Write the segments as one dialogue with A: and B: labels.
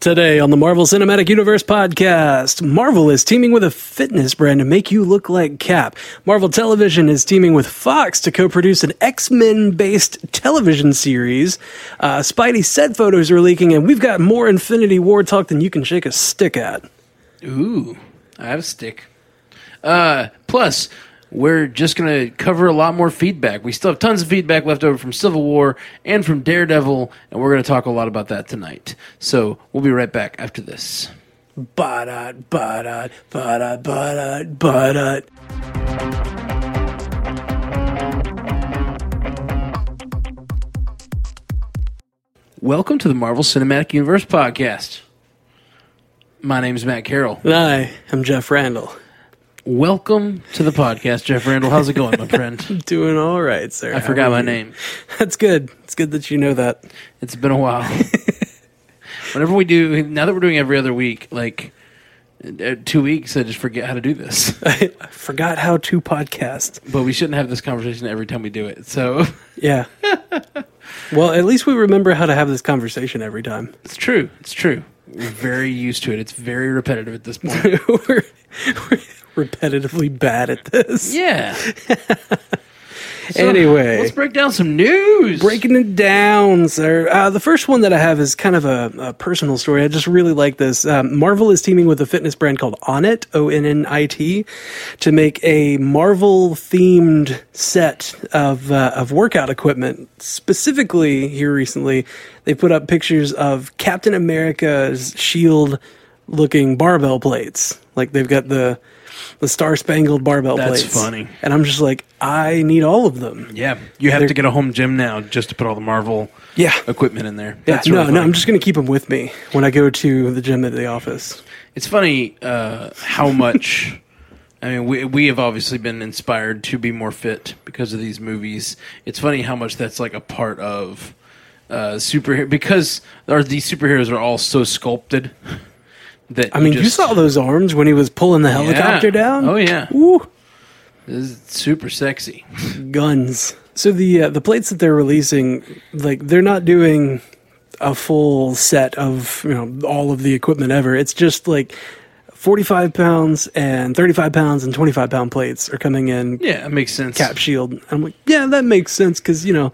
A: Today on the Marvel Cinematic Universe podcast, Marvel is teaming with a fitness brand to make you look like Cap. Marvel Television is teaming with Fox to co produce an X Men based television series. Uh, Spidey said photos are leaking, and we've got more Infinity War talk than you can shake a stick at.
B: Ooh, I have a stick. Uh, plus, we're just going to cover a lot more feedback. We still have tons of feedback left over from Civil War and from Daredevil, and we're going to talk a lot about that tonight. So we'll be right back after this.
A: Ba-da, ba-da, ba-da, ba-da, ba-da.
B: Welcome to the Marvel Cinematic Universe podcast. My name is Matt Carroll.
A: And I am Jeff Randall.
B: Welcome to the podcast, Jeff Randall. How's it going, my friend?
A: Doing all right, sir.
B: I forgot my name.
A: That's good. It's good that you know that.
B: It's been a while. Whenever we do, now that we're doing every other week, like uh, two weeks, I just forget how to do this.
A: I, I forgot how to podcast.
B: But we shouldn't have this conversation every time we do it. So
A: Yeah. well, at least we remember how to have this conversation every time.
B: it's true. It's true. We're very used to it. It's very repetitive at this point.
A: we're, we're repetitively bad at this.
B: yeah. So,
A: Anyway.
B: let's break down some news.
A: Breaking it down, sir. Uh, the first one that I have is kind of a, a personal story. I just really like this. Um, Marvel is teaming with a fitness brand called Onnit, O N N I T, to make a Marvel themed set of uh, of workout equipment. Specifically, here recently, they put up pictures of Captain America's shield looking barbell plates. Like they've got the the star spangled barbell
B: That's
A: plates.
B: funny.
A: And I'm just like, I need all of them.
B: Yeah, you have to get a home gym now just to put all the Marvel
A: Yeah.
B: equipment in there.
A: Yeah,
B: That's
A: no,
B: really
A: no,
B: funny.
A: I'm just going to keep them with me when I go to the gym at the office.
B: It's funny uh, how much. I mean, we we have obviously been inspired to be more fit because of these movies. It's funny how much that's like a part of uh, superhero because our, these superheroes are all so sculpted that
A: I mean, you saw those arms when he was pulling the helicopter down?
B: Oh yeah,
A: Woo,
B: This is super sexy.
A: guns. So the uh, the plates that they're releasing, like they're not doing a full set of, you know, all of the equipment ever. It's just like 45 pounds and 35 pounds and 25 pound plates are coming in
B: Yeah, it makes sense.
A: cap shield. And I'm like, yeah, that makes sense cuz you know,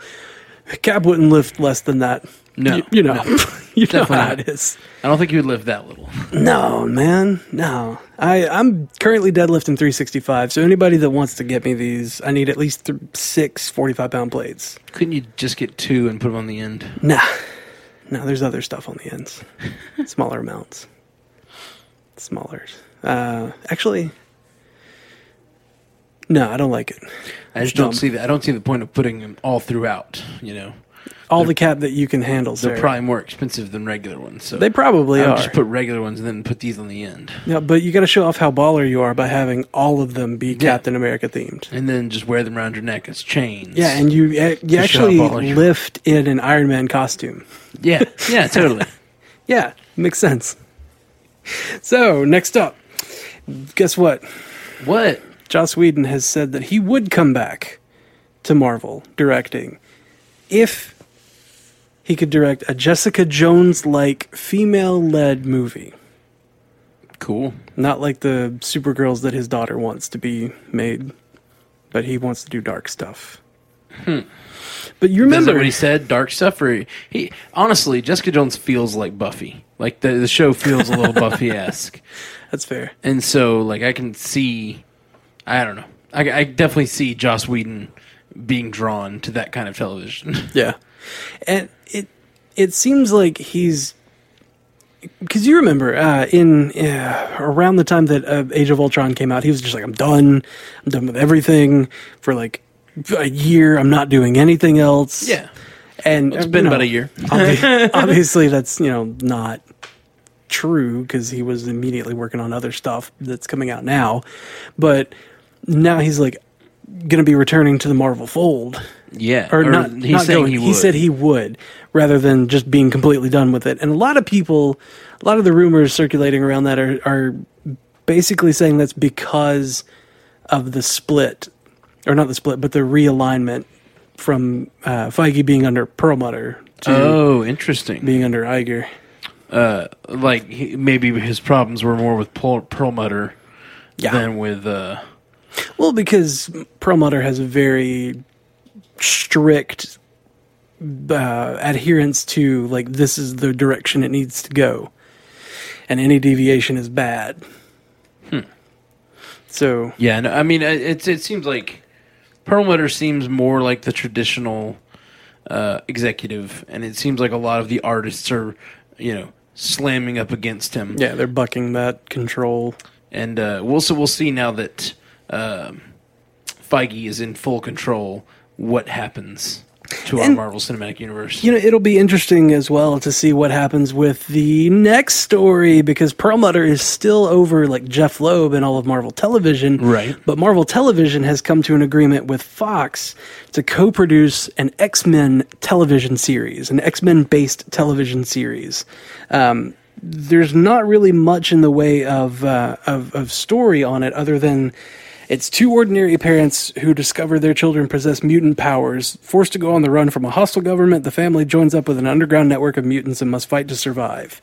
A: cap wouldn't lift less than that.
B: No,
A: you, you know.
B: no.
A: you know
B: Definitely
A: how
B: not.
A: it is.
B: I don't think you would live that little.
A: No, man, no. I I'm currently deadlifting 365. So anybody that wants to get me these, I need at least th- six 45 pound plates.
B: Couldn't you just get two and put them on the end?
A: Nah, no. There's other stuff on the ends, smaller amounts, smaller. Uh, actually, no, I don't like it.
B: I just
A: dumb.
B: don't see the I don't see the point of putting them all throughout. You know,
A: All the cap that you can handle,
B: they're
A: sir.
B: probably more expensive than regular ones. So
A: they probably
B: I
A: are.
B: would just put regular ones and then put these on the end,
A: yeah, but you got to show off how baller you are by having all of them be Captain America themed.
B: and then just wear them around your neck as chains.
A: Yeah, and you you actually
B: all your-
A: lift in an Iron Man costume.
B: yeah, yeah, totally.
A: Yeah, makes sense. So, next up, guess what?
B: what?
A: Joss Whedon has said that he would come back to Marvel directing if he could direct a Jessica Jones like female led movie.
B: Cool.
A: Not like the Supergirls that his daughter wants to be made, but he wants to do dark stuff. But you
B: Remember
A: remember
B: what he said? Dark stuff, or he honestly, Jessica Jones feels like Buffy. Like the the show feels a little Buffy esque.
A: That's fair.
B: And so, like, I can see, I don't know. I, I definitely see Joss Whedon being drawn to that kind of television.
A: Yeah, and it it seems like he's because you remember uh, in uh, around the time that uh, Age of Ultron came out, he was just like, "I'm done. I'm done with everything for like a year. I'm not doing anything else." and
B: It's
A: uh,
B: been
A: you
B: about
A: know,
B: a year.
A: obvi- obviously, that's you know not true because he was immediately working on other stuff that's coming out now, but now he's like going to be returning to the Marvel fold
B: Yeah.
A: or, not,
B: he's
A: not
B: saying
A: going.
B: he
A: He,
B: would.
A: said he would, rather than just being completely done with it. And a lot of people, a lot of the rumors circulating around that are, are basically saying that's because of the split, or not the split, but the realignment from uh, Feige being under Perlmutter to
B: Oh, interesting.
A: being under Iger.
B: uh, like he, maybe his problems were more with Pearl, Perlmutter
A: Yeah.
B: than with uh,
A: Well, because Perlmutter has a very strict uh, adherence to like this is the direction it needs to go, and any deviation is bad. So
B: yeah. No, I mean, it, it's- it seems like Perlmutter seems more like the traditional uh, executive, and it seems like a lot of the artists are, you know, slamming up against him.
A: yeah, they're bucking that control.
B: and uh, we'll so we'll see now that um Feige is in full control what happens to our
A: And-
B: Marvel Cinematic Universe.
A: You know, it'll be interesting as well to see what happens with the next story because Perlmutter is still over like Jeff Loeb and all of Marvel Television.
B: Right.
A: But Marvel Television has come to an agreement with Fox to co produce an X Men television series, an X Men based television series. Um, there's not really much in the way of, uh, of, of story on it other than it's two ordinary parents who discover their children possess mutant powers. Forced to go on the run from a hostile government, the family joins up with an underground network of mutants and must fight to survive.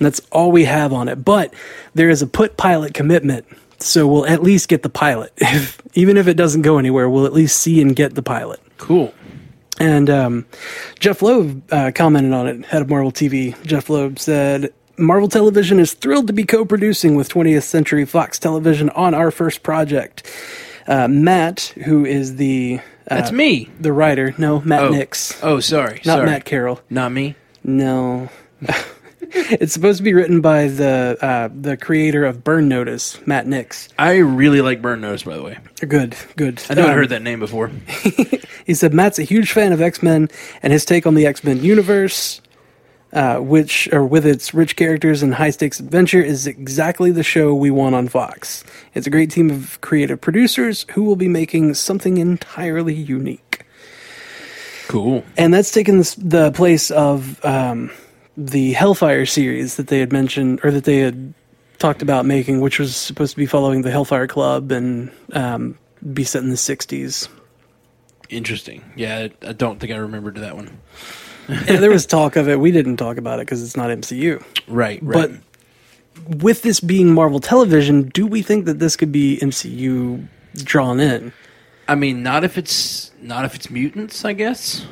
A: And that's all we have on it. But there is a put pilot commitment, so we'll at least get the pilot. If, even if it doesn't go anywhere, we'll at least see and get the pilot.
B: cool.
A: And um, Jeff Loeb uh, commented on it, head of Marvel TV. Jeff Loeb said, Marvel Television is thrilled to be co producing with 20th Century Fox Television on our first project. Uh, Matt, who is the uh,
B: That's me.
A: the writer, no, Matt
B: Oh.
A: Nix,
B: Oh, sorry.
A: not
B: sorry.
A: Matt Carroll.
B: Not me.
A: No. it's supposed to be written by the uh, the creator of Burn Notice, Matt Nix.
B: I really like Burn Notice, by the way.
A: Good, good.
B: I know I
A: Um,
B: heard that name before.
A: He said Matt's a huge fan of X Men and his take on the X Men universe, uh, which or with its rich characters and high stakes adventure, is exactly the show we want on Fox. It's a great team of creative producers who will be making something entirely unique,
B: Cool.
A: and that's taken the, the place of um, the Hellfire series that they had mentioned or that they had talked about making, which was supposed to be following the Hellfire Club and um, be set in the '60s.
B: Interesting. Yeah, I I don't think I remembered that one.
A: Yeah, there was talk of it. We didn't talk about it because it's not MCU.
B: Right, right.
A: But with this being Marvel Television, do we think that this could be MCU drawn in?
B: I mean, not if it's not if it's mutants, I guess.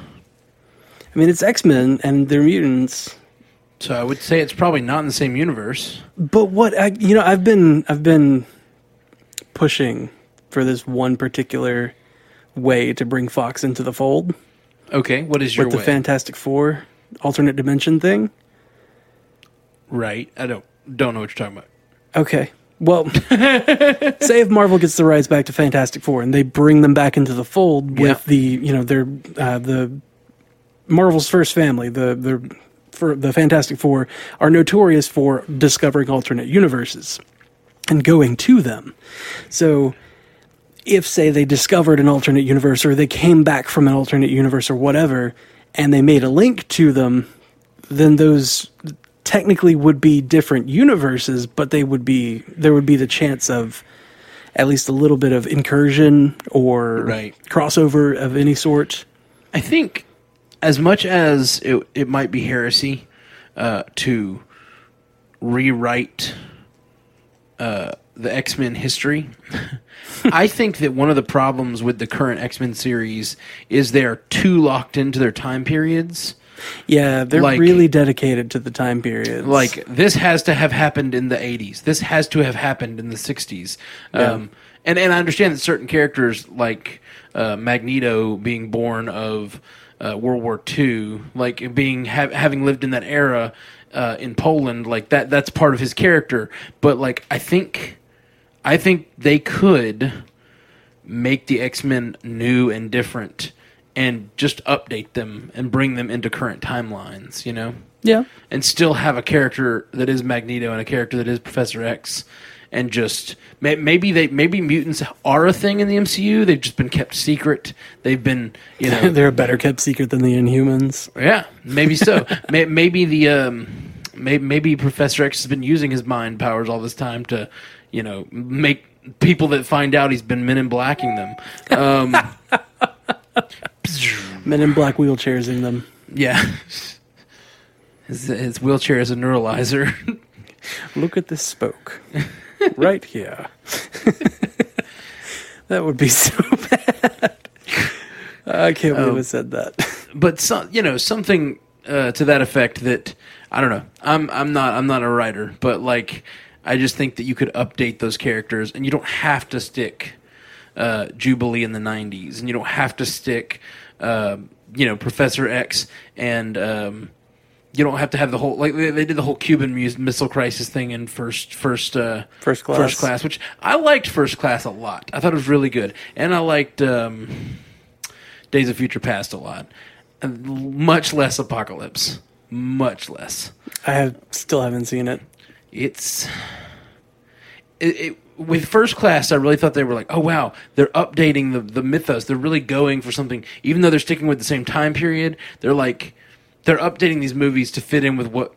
A: I mean, it's X Men and they're mutants,
B: So I would say it's probably not in the same universe.
A: but what I, you know, I've been I've been pushing for this one particular way to bring Fox into the fold
B: Okay, what is your
A: with the
B: way?
A: Fantastic Four alternate dimension thing.
B: right. I don't don't know what you're talking about.
A: Okay. Well, say if Marvel gets the rights back to Fantastic Four and they bring them back into the fold with
B: Yeah.
A: the you know their uh, the Marvel's first family the the for the Fantastic Four are notorious for discovering alternate universes and going to them. So if say they discovered an alternate universe or they came back from an alternate universe or whatever and they made a link to them then those technically would be different universes but they would be there would be the chance of at least a little bit of incursion or
B: Right.
A: crossover of any sort
B: I think as much as it, it might be heresy uh, to rewrite uh, the X Men history, I think that one of the problems with the current X Men series is they are too locked into their time periods.
A: yeah they're
B: Like-
A: really dedicated to the time periods
B: Like this has to have happened in the '80s. This has to have happened in the '60s. Um, and and I understand that certain characters like uh, Magneto being born of uh, World War II, like being ha- having lived in that era uh, in Poland, like that that's part of his character. But like I think, I think they could make the X Men new and different. And just update them and bring them into current timelines, you know?
A: yeah
B: and still have a character that is Magneto and a character that is Professor X, and just may, maybe they maybe mutants are a thing in the MCU. They've just been kept secret. They've been you know
A: they're a better kept secret than the inhumans
B: yeah maybe so may, maybe the um may, maybe Professor X has been using his mind powers all this time to you know make people that find out he's been men in blacking them. Um,
A: men in black wheelchairs in them
B: yeah. His, his wheelchair is a neuralizer.
A: Look at this spoke right here. that would be so bad. I can't believe I said that.
B: but some, you know something uh, to that effect that I don't know. I'm I'm not I'm not a writer, but like I just think that you could update those characters, and you don't have to stick uh, Jubilee in the '90s, and you don't have to stick um you know Professor X, and um, you don't have to have the whole like they, they did the whole Cuban mus- Missile Crisis thing in first first uh,
A: First Class.
B: first class, which I liked first class a lot. I thought it was really good, and I liked. Um, Days of Future Past a lot. And l- Much less Apocalypse. Much less.
A: I have, still haven't seen it.
B: It's. It, it, with First Class, I really thought they were like, oh, wow, they're updating the, the mythos. They're really going for something. Even though they're sticking with the same time period, they're like. They're updating these movies to fit in with what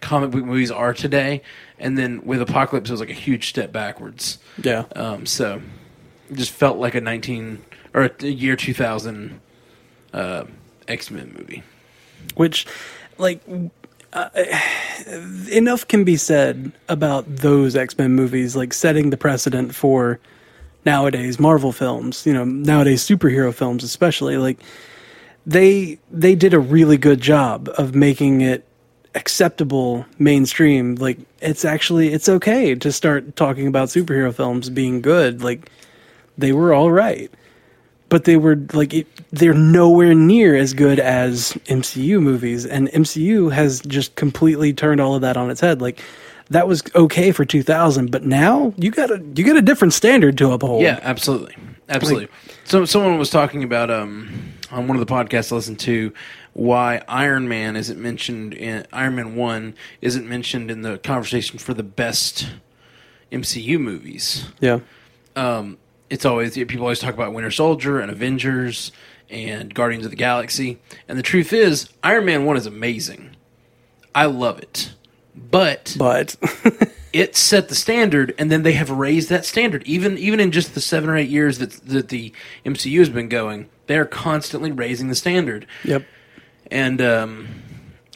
B: comic book movies are today. And then with Apocalypse, it was like a huge step backwards.
A: Yeah.
B: Um, so it just felt like a 19 or a year 2000 uh, X Men movie.
A: which like uh, enough can be said about those x-men movies like setting the precedent for nowadays marvel films you know nowadays superhero films especially like they they did a really good job of making it acceptable mainstream like it's actually it's okay to start talking about superhero films being good like they were all right but they were like it, they're nowhere near as good as MCU movies and MCU has just completely turned all of that on its head like that was okay for 2000 but now you got a you got a different standard to uphold
B: Yeah, absolutely, absolutely. so someone was talking about um, on one of the podcasts I listened to why Iron Man isn't mentioned in Iron Man One isn't mentioned in the conversation for the best MCU movies.
A: yeah
B: um, it's always people always talk about Winter Soldier and Avengers and Guardians of the Galaxy, and the truth is, Iron Man One is amazing. I love it, but
A: but
B: it set the standard, and then they have raised that standard. Even even in just the seven or eight years that that the MCU has been going, they are constantly raising the standard
A: yep
B: and um,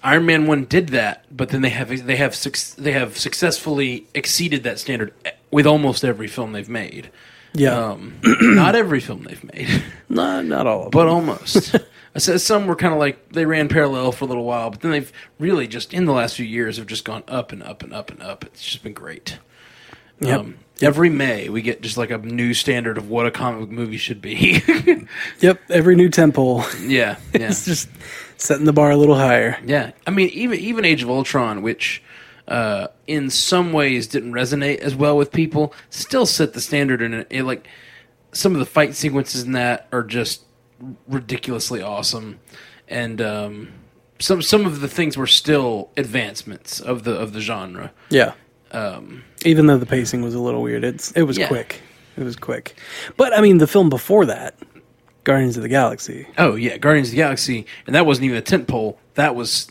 B: Iron Man one did that, but then they have they have suc- they have successfully exceeded that standard with almost every film they've made.
A: Yeah.
B: um, not every film they've made,
A: not not all of
B: but
A: them.
B: almost. I said some were kind of like they ran parallel for a little while, but then they've really just in the last few years have just gone up and up and up and up. It's just been great.
A: Yep.
B: Um, every May we get just like a new standard of what a comic book movie should be.
A: yep every new temple
B: yeah, yeah.
A: is just setting the bar a little higher
B: Yeah, I mean, even even Age of Ultron, which uh, in some ways didn't resonate as well with people, still set the standard. And it, like some of the fight sequences in that are just ridiculously awesome, and um, some some of the things were still advancements of the of the genre.
A: yeah
B: Um,
A: even though the pacing was a little weird it's it was
B: Yeah.
A: quick it was quick but i mean the film before that Guardians of the Galaxy
B: oh yeah, Guardians of the Galaxy, and that wasn't even a tentpole. That was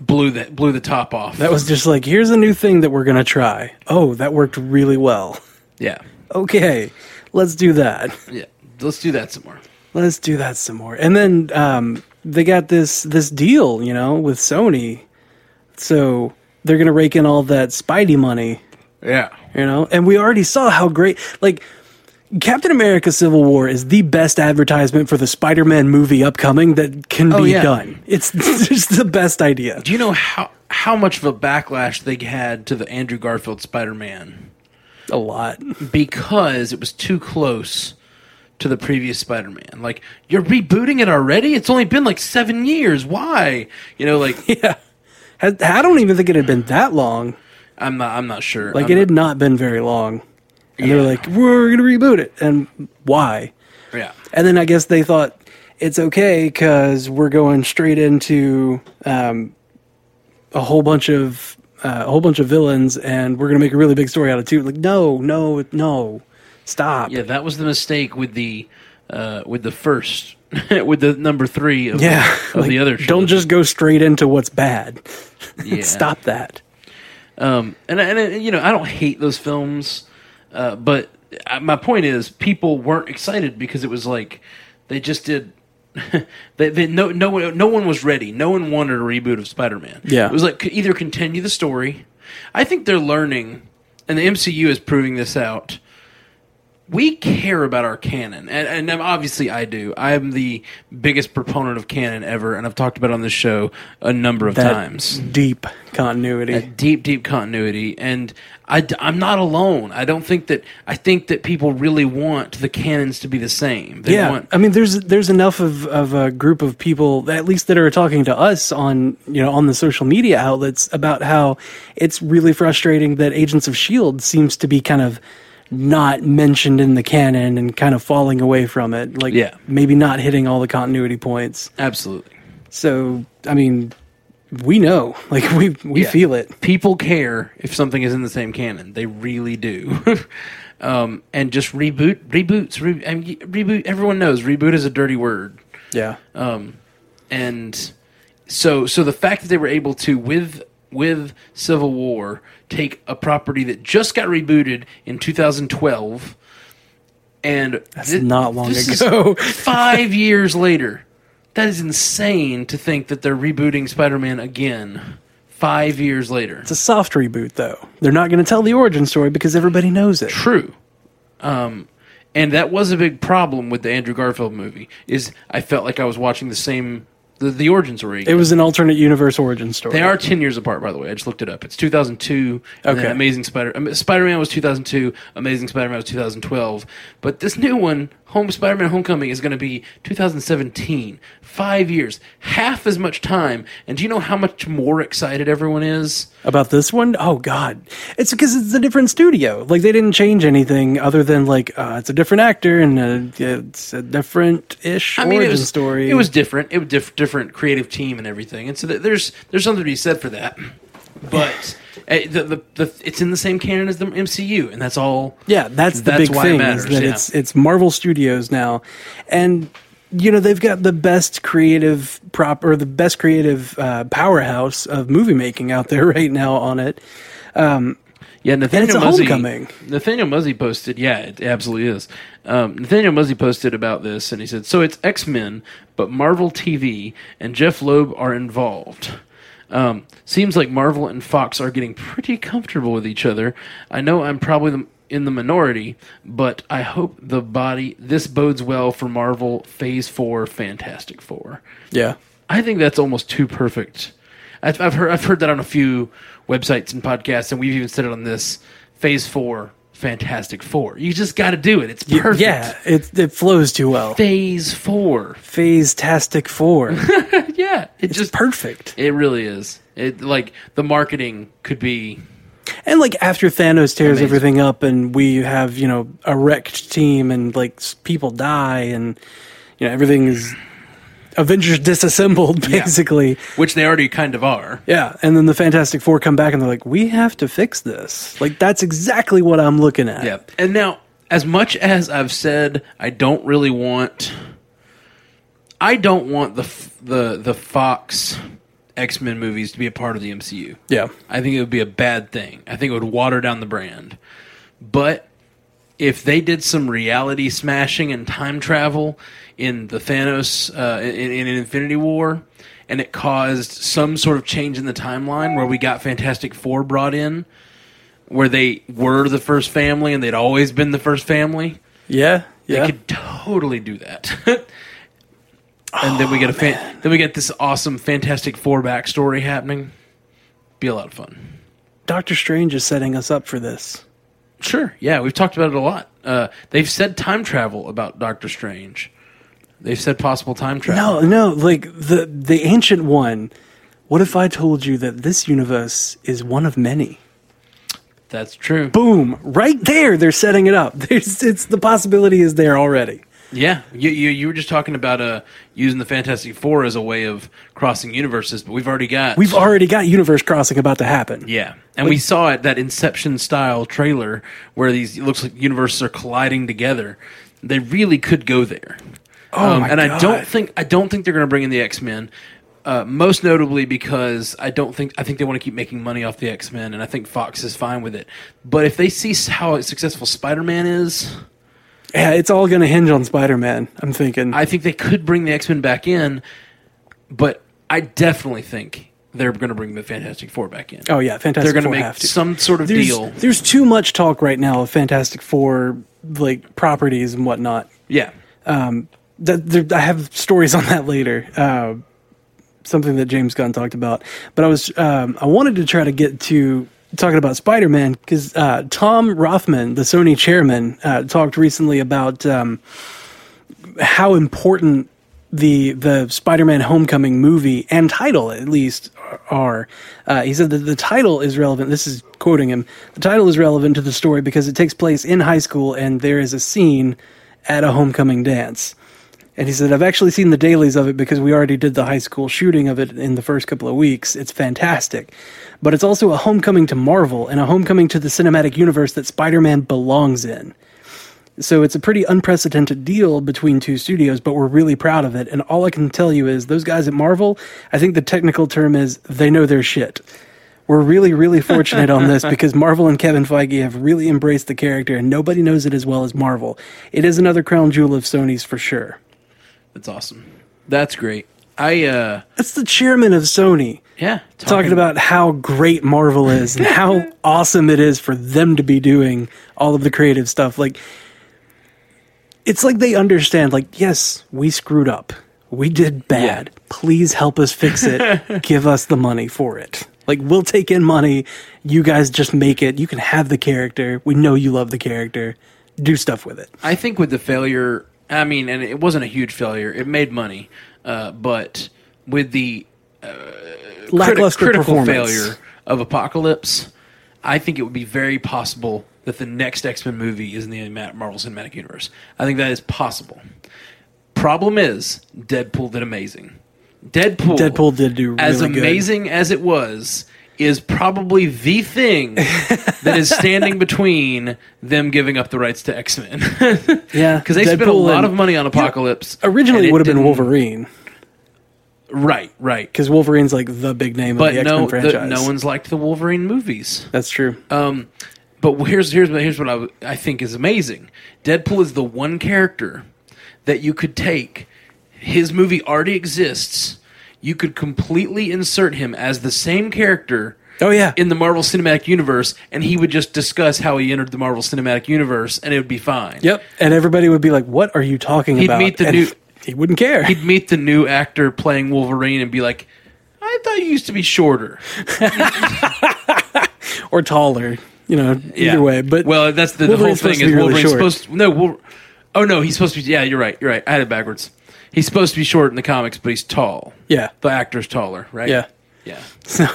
B: blew that blew the top off.
A: That was just like, here's a new thing that we're going to try. Oh, that worked really well.
B: yeah,
A: Okay, let's do that.
B: yeah. Let's do that some more.
A: Let's do that some more. And then um, they got this this deal, you know, with Sony. So they're going to rake in all that Spidey money,
B: Yeah.
A: you know? And we already saw how great like Captain America Civil War is the best advertisement for the Spider-Man movie upcoming that can be
B: yeah.
A: done. It's just the best idea.
B: Do you know how how much of a backlash they had to the Andrew Garfield Spider Man
A: A lot.
B: because it was too close to the previous Spider Man? Like you're rebooting it already? It's only been like seven years. Why? You know, like
A: Yeah. I I don't even think it had been that long.
B: I'm not I'm not sure.
A: Like
B: I'm
A: it
B: not-
A: had not been very long. And they were like, we're going to reboot it. And why?
B: Yeah.
A: And then I guess they thought it's okay because we're going straight into um, a whole bunch of uh, a whole bunch of villains, and we're going to make a really big story out of two. Like, no, no, no, stop.
B: Yeah, that was the mistake with the uh with the first with the number three of,
A: Yeah,
B: of
A: like,
B: the other
A: don't just go straight into what's bad.
B: trilogy. Yeah.
A: Stop that.
B: Um, and, and, and you know, I don't hate those films, uh, but I, my point is, people weren't excited because it was like they just did they, they, no no one no one was ready. No one wanted a reboot of Spider Man.
A: Yeah.
B: it was like c- either continue the story. I think they're learning, and the MCU is proving this out. We care about our canon, and, and I'm- obviously I do. I'm the biggest proponent of canon ever, and I've talked about it on this show a number of
A: That
B: times
A: Deep continuity.
B: that deep deep continuity and I, am not alone i don't think that i think that people really want the canons to be the same they
A: yeah,
B: want
A: I mean, there's there's enough of, of a group of people, that- at least that are talking to us on you know on the social media outlets about how it's really frustrating that Agents of Shield E seems to be kind of not mentioned in the canon and kind of falling away from it, like
B: Yeah.
A: maybe not hitting all the continuity points.
B: absolutely
A: So I mean, we know, like we we
B: Yeah.
A: feel it.
B: people care if something is in the same canon they really do um, and just reboot reboots re- I mean, reboot everyone knows reboot is a dirty word
A: Yeah,
B: Uh, and so so the fact that they were able to with with Civil War take a property that just got rebooted in 2012 and that's
A: not long ago.
B: five years later that is insane to think that they're rebooting Spider-Man again five years later
A: it's a soft reboot though. They're not going to tell the origin story because everybody knows it.
B: true. Um, and that was a big problem with the Andrew Garfield movie is I felt like I was watching the same the, the origin story.
A: It was an alternate universe origin story.
B: They are ten years apart, by the way. I just looked it up. It's 2002. And
A: Okay.
B: then Amazing Spider Spider Man was 2002. Amazing Spider Man was 2012. But this new one, Home Spider Man Homecoming, is going to be 2017. Five years, half as much time. And do you know how much more excited everyone is?
A: About this one? Oh God! It's because it's a different studio. Like they didn't change anything other than like uh, it's a different actor and uh it's a different ish origin
B: it was
A: story.
B: It was different. It was diff- different creative team and everything. And so th- there's there's something to be said for that. But eh, the, the, the, it's in the same canon as the MCU, and that's all.
A: yeah. That's the big thing is that
B: yeah.
A: it's it's Marvel Studios now, and you know they've got the best creative prop or the best creative uh, powerhouse of movie making out there right now on it.
B: Yeah, Nathaniel
A: it's a
B: Muzzy,
A: homecoming.
B: Nathaniel Muzzy posted. Yeah, it absolutely is. Um, Nathaniel Muzzy posted about this, and he said, "So it's X Men, but Marvel TV and Jeff Loeb are involved." Um, seems like Marvel and Fox are getting pretty comfortable with each other. I know I'm probably the, in the minority, but I hope the body this bodes well for Marvel Phase Four, Fantastic Four.
A: Yeah.
B: I think that's almost too perfect. I've, I've heard I've heard that on a few websites and podcasts, and we've even said it on this Phase Four, Fantastic Four. You just got to do it. It's perfect.
A: Yeah. It it flows too well.
B: Phase Four.
A: Phase Tastic Four.
B: Yeah, it
A: It's
B: just
A: perfect.
B: it really is. It like the marketing could be
A: And like after Thanos tears
B: Amazing.
A: everything up, and we have you know a wrecked team, and like s- people die, and you know everything is Avengers disassembled basically.
B: which they already kind of are.
A: Yeah. and then the Fantastic Four come back, and they're like, "We have to fix this." Like that's exactly what I'm looking at.
B: Yeah. And now, as much as I've said, I don't really want. I don't want the f- the the Fox X Men movies to be a part of the MCU.
A: yeah,
B: I think it would be a bad thing. I think it would water down the brand. But if they did some reality smashing and time travel in the Thanos uh, in, in Infinity War, and it caused some sort of change in the timeline where we got Fantastic Four brought in, where they were the first family and they'd always been the first family,
A: yeah, yeah.
B: they could totally do that. and then we get a fan- then we get this awesome Fantastic Four backstory happening. Be a lot of fun.
A: Doctor Strange is setting us up for this.
B: Sure. Yeah, we've talked about it a lot. Uh, they've said time travel about Doctor Strange. They've said possible time travel.
A: No, no, like the the ancient one. What if I told you that this universe is one of many?
B: That's true.
A: boom right there they're setting it up There's, it's the possibility is there already
B: Yeah, you, you you were just talking about uh, using the Fantastic Four as a way of crossing universes, but we've already got
A: we've already got universe crossing about to happen
B: yeah, and we saw it that Inception style trailer where these it looks like universes are colliding together. They really could go there. Um,
A: Oh my
B: and I
A: God.
B: don't think I don't think they're going to bring in the X Men. Uh, most notably because I don't think I think they want to keep making money off the X Men, and I think Fox is fine with it. But if they see s- how successful Spider Man is,
A: Yeah, it's all going to hinge on Spider Man. I'm thinking.
B: I think they could bring the X Men back in, but I definitely think they're going to bring the Fantastic Four back in.
A: oh yeah, Fantastic
B: they're going to
A: Four
B: make
A: have to.
B: some sort of
A: there's,
B: deal.
A: There's too much talk right now of Fantastic Four like properties and whatnot.
B: Yeah,
A: That there, I have stories on that later. Uh, something that James Gunn talked about, but I was um, I wanted to try to get to talking about Spider Man because uh, Tom Rothman, the Sony chairman, uh, talked recently about um, how important the the Spider-Man Homecoming movie and title at least are. Uh, he said that the title is relevant. This is quoting him. The title is relevant to the story because it takes place in high school and there is a scene at a homecoming dance. And he said, I've actually seen the dailies of it because we already did the high school shooting of it in the first couple of weeks. It's fantastic. But it's also a homecoming to Marvel and a homecoming to the cinematic universe that Spider Man belongs in. So it's a pretty unprecedented deal between two studios, but we're really proud of it. And all I can tell you is those guys at Marvel, I think the technical term is they know their shit. We're really, really fortunate on this because Marvel and Kevin Feige have really embraced the character, and nobody knows it as well as Marvel. It is another crown jewel of Sony's for sure.
B: that's awesome. That's great. I uh
A: That's the chairman of Sony
B: yeah
A: talking about how great Marvel is and how awesome it is for them to be doing all of the creative stuff. Like, it's like they understand, like, yes, we screwed up. We did bad. Please help us fix it. Give us the money for it. Like, we'll take in money. You guys just make it. You can have the character. We know you love the character. Do stuff with it.
B: I think with the failure, I mean, and it wasn't a huge failure. It made money, uh, but with the criti-
A: Lackluster
B: critical
A: performance.
B: failure of Apocalypse, I think it would be very possible that the next X Men movie is in the Ma- Marvel Cinematic Universe. I think that is possible. Problem is, Deadpool did amazing. Deadpool,
A: Deadpool did do
B: as
A: really good.
B: amazing as it was. Is probably the thing that is standing between them giving up the rights to X Men.
A: Yeah.
B: because they spent a
A: Deadpool
B: lot
A: and-
B: of money on Apocalypse.
A: Originally,
B: and
A: it
B: it
A: would have been
B: didn't-
A: Wolverine.
B: Right, right.
A: because Wolverine's like the big name of
B: But
A: the X Men
B: no,
A: franchise.
B: the, no one's liked the Wolverine movies.
A: That's true.
B: Um, but here's here's what- here's what I, w- I think is amazing. Deadpool is the one character that you could take. His movie already exists. You could completely insert him as the same character
A: oh yeah,
B: in the Marvel Cinematic Universe, and he would just discuss how he entered the Marvel Cinematic Universe, and it would be fine.
A: yep. And everybody would be like, "What are you talking
B: He'd
A: about?"
B: meet the
A: And
B: new-
A: He wouldn't care.
B: He'd meet the new actor playing Wolverine and be like, "I thought you used to be shorter."
A: or taller, you know. Either way, but
B: well, that's the, the whole
A: Wolverine's supposed
B: thing
A: to
B: is
A: be really
B: Wolverine's
A: short.
B: supposed to, no. Wolver, oh no, he's supposed to be. Yeah, you're right. You're right. I had it backwards. He's supposed to be short in the comics, but he's tall.
A: yeah,
B: The actor's taller, right?
A: yeah.
B: yeah.
A: So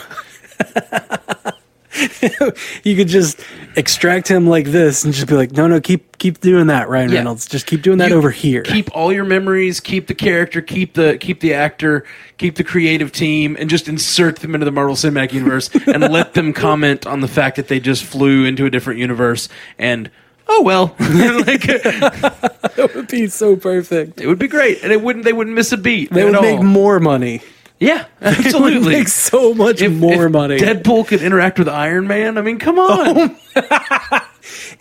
A: you could just extract him like this and just be like, "No, no, keep keep doing that, Ryan
B: Yeah.
A: Reynolds. Just keep doing that
B: You
A: over here."
B: Keep all your memories. Keep the character. Keep the keep the actor. Keep the creative team, and just insert them into the Marvel Cinematic Universe, and let them comment on the fact that they just flew into a different universe. And oh well, like, it
A: that would be so perfect.
B: would be great, and it wouldn't. They wouldn't miss a beat.
A: They would
B: at
A: make
B: all.
A: more money.
B: yeah,
A: They would
B: absolutely.
A: make so much
B: If-
A: more
B: if
A: money. Oh.
B: Deadpool could interact with Iron Man. I mean, come on.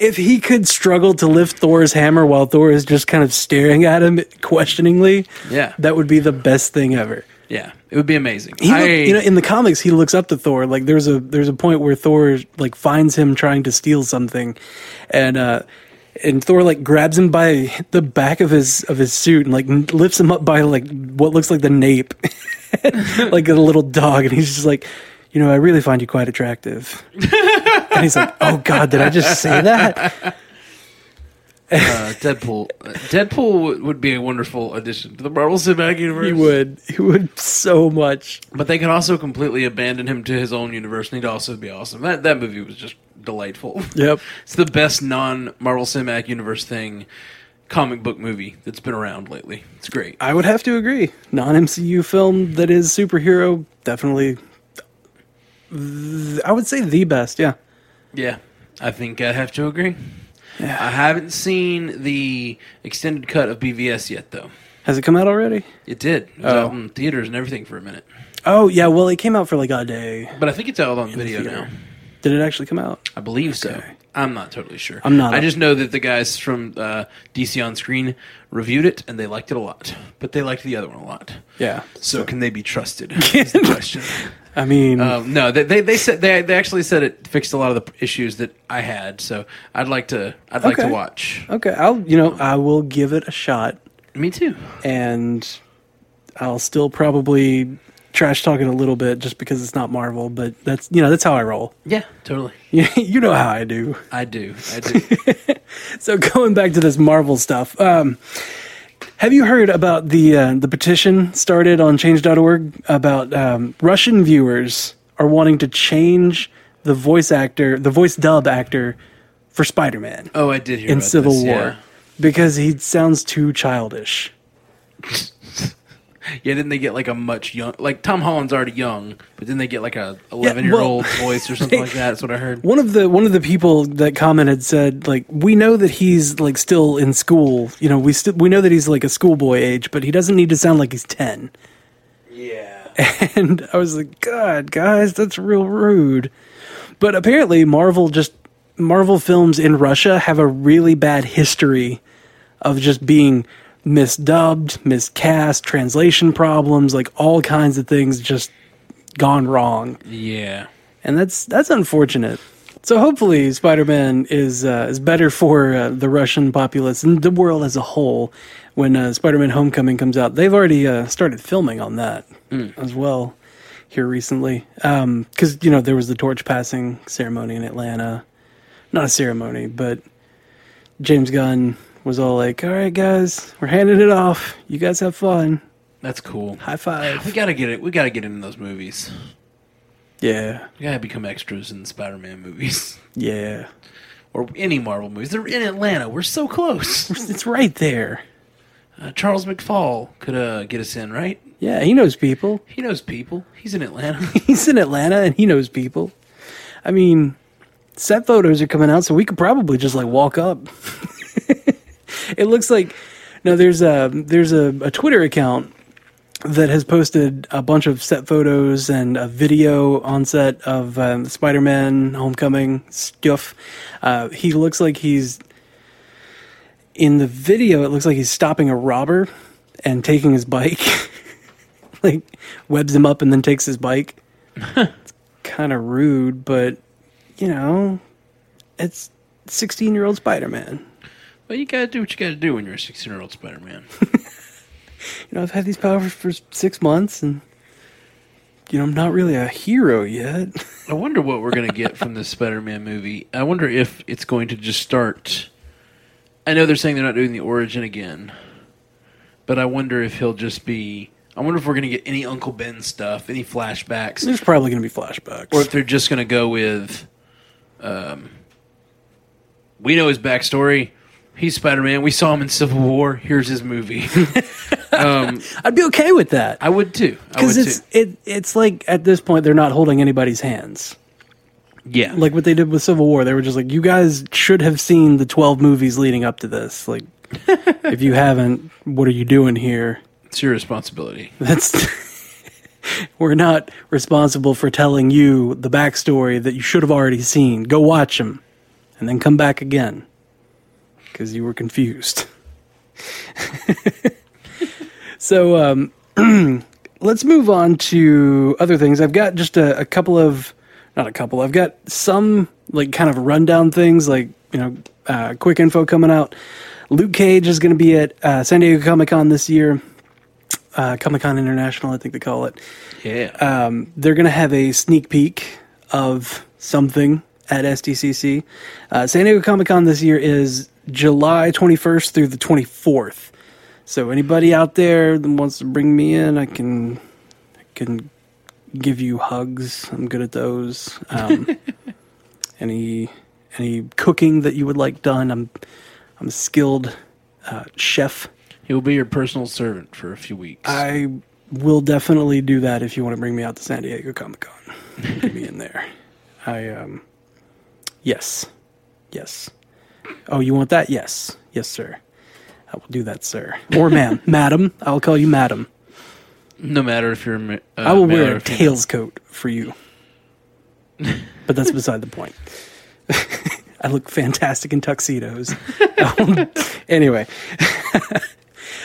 A: if he could struggle to lift Thor's hammer while Thor is just kind of staring at him questioningly,
B: Yeah.
A: that would be the best thing ever.
B: Yeah, it would be amazing.
A: He
B: I-
A: look- you know, in the comics, he looks up to Thor. Like there's a there's a point where Thor like finds him trying to steal something, and uh, and Thor like grabs him by the back of his of his suit and like n- lifts him up by like what looks like the nape, like a little dog, and he's just like, you know, I really find you quite attractive. and he's like, oh God, did I just say that?
B: uh, Deadpool. Deadpool would- would be a wonderful addition to the Marvel Cinematic Universe.
A: He would. He would so much.
B: But they could also completely abandon him to his own universe, and he'd also be awesome. That that movie was just delightful.
A: Yep.
B: It's the best non Marvel Cinematic Universe thing, comic book movie that's been around lately. It's great.
A: I would have to agree. Non MCU film that is superhero, definitely. th- I would say the best, yeah.
B: Yeah, I think I have to agree. I haven't seen the extended cut of BVS yet, though.
A: Has it come out already?
B: It did. It was
A: Oh.
B: out in theaters and everything for a minute.
A: Oh, yeah, well, it came out for like a day.
B: But I think it's out on video
A: theater.
B: now.
A: Did it actually come out?
B: I believe so. I'm not totally sure.
A: I'm not
B: I
A: up-
B: just know that the guys from uh, DC on Screen reviewed it and they liked it a lot, but they liked the other one a lot.
A: Yeah.
B: So can they be trusted? is the question.
A: I mean,
B: Um, no, they, they they said they they actually said it fixed a lot of the issues that I had. So I'd like to I'd like to
A: Okay.
B: watch.
A: okay, I'll you know I will give it a shot,
B: Me too.
A: and I'll still probably trash talk it a little bit just because it's not Marvel, but that's you know that's how I roll.
B: Yeah, totally.
A: you know how I do.
B: I do. I do.
A: So going back to this Marvel stuff, um, have you heard about the uh, the petition started on Change.org about um, Russian viewers are wanting to change the voice actor, the voice dub actor for Spider Man
B: oh, I did hear
A: in
B: about
A: Civil
B: this,
A: War
B: Yeah.
A: because he sounds too childish.
B: Yeah, then they get like a much young, like Tom Holland's already young, but then they get like a eleven year old voice or something like that. That's what I heard.
A: One of the one of the people that commented said like we know that he's like still in school. You know, we still we know that he's like a schoolboy age, but he doesn't need to sound like he's 10.
B: Yeah,
A: and I was like, God, guys, that's real rude. But apparently, Marvel just Marvel films in Russia have a really bad history of just being misdubbed, miscast, translation problems, like all kinds of things just gone wrong,
B: yeah.
A: and that's that's unfortunate. So hopefully, Spider Man is uh, is better for uh, the Russian populace and the world as a whole. When uh, Spider Man Homecoming comes out, they've already uh, started filming on that as well here recently. Because you know there was the torch passing ceremony in Atlanta, not a ceremony, but James Gunn was all like, "All right, guys, we're handing it off. You guys have fun.
B: That's cool.
A: High five.
B: We gotta get it. We gotta get into those movies.
A: Yeah,
B: We gotta become extras in Spider Man movies
A: yeah.
B: or any Marvel movies. They're in Atlanta. We're so close.
A: It's right there.
B: Uh, Charles McFall could uh, get us in, right?
A: Yeah, he knows people."
B: He knows people. He's in Atlanta.
A: he's in Atlanta and he knows people. I mean, set photos are coming out, so we could probably just like walk up. it looks like no, there's a there's a, a Twitter account that has posted a bunch of set photos and a video on set of um, Spider-Man Homecoming stuff. Uh, he looks like he's in the video. It looks like he's stopping a robber and taking his bike. like webs him up and then takes his bike. it's kind of rude, but you know, it's 16 year old Spider Man.
B: well, you gotta do what you gotta do when you're a sixteen year old Spider Man.
A: You know, I've had these powers for six months and, you know, I'm not really a hero yet.
B: I wonder what we're going to get from this Spider Man movie. I wonder if it's going to just start. I know they're saying they're not doing the origin again, but I wonder if he'll just be. I wonder if we're going to get any Uncle Ben stuff, any flashbacks,
A: There's probably going to be flashbacks.
B: or if they're just going to go with. Um, we know his backstory. He's Spider Man. We saw him in Civil War. Here's his movie. um,
A: I'd be okay with that.
B: I would too. I would
A: Because it's
B: too.
A: it, it's like at this point they're not holding anybody's hands
B: Yeah.
A: like what they did with Civil War. They were just like, you guys should have seen the twelve movies leading up to this. Like, if you haven't, what are you doing here?
B: It's your responsibility.
A: That's we're not responsible for telling you the backstory that you should have already seen. Go watch them, and then come back again because you were confused. so um, let's move on to other things. I've got just a, a couple of not a couple. I've got some like kind of rundown things, like you know, uh, quick info coming out. Luke Cage is going to be at uh, San Diego Comic Con this year uh, Comic Con International, I think they call it.
B: Yeah.
A: Um, they're going to have a sneak peek of something at SDCC. Uh, San Diego Comic Con this year is July 21st through the 24th. So anybody out there that wants to bring me in, I can, I can give you hugs. I'm good at those. Um, any any cooking that you would like done, I'm I'm a skilled uh, chef.
B: He will be your personal servant for a few weeks.
A: I will definitely do that if you want to bring me out to San Diego Comic Con. Get me in there. I um yes. Yes. Oh, you want that? Yes. Yes, sir. I will do that, sir. Or ma'am. madam. I'll call you madam.
B: no matter if you're, a ma- uh,
A: I will
B: male
A: wear
B: or
A: a
B: female.
A: tails coat for you. but that's beside the point. I look fantastic in tuxedos. Um, anyway,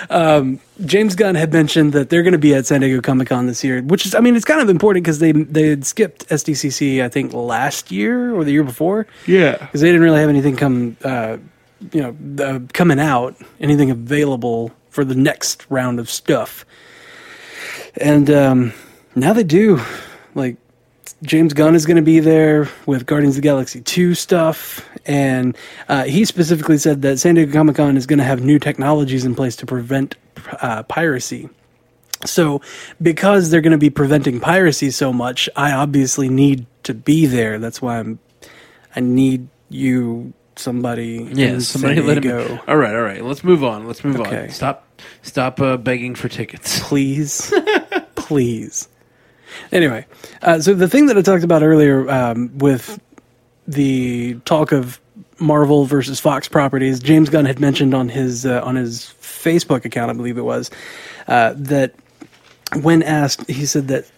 A: Um, James Gunn had mentioned that they're going to be at San Diego Comic Con this year, which is, I mean, it's kind of important because they they had skipped SDCC, I think, last year or the year before
B: Yeah.
A: because they didn't really have anything come, uh, you know, uh, coming out, anything available for the next round of stuff. And um, now they do. Like James Gunn is going to be there with Guardians of the Galaxy two stuff, and uh, he specifically said that San Diego Comic Con is going to have new technologies in place to prevent uh, piracy. So, because they're going to be preventing piracy so much, I obviously need to be there. That's why I'm. I need you, somebody.
B: Yeah,
A: in
B: somebody
A: San
B: let him
A: Diego.
B: go. All right, all right. Let's move on. Let's move
A: Okay.
B: on. Stop stop uh, begging for tickets.
A: please, please. Anyway, uh, so the thing that I talked about earlier um, with the talk of Marvel versus Fox properties, James Gunn had mentioned on his uh, on his Facebook account, I believe it was, uh, that when asked, he said that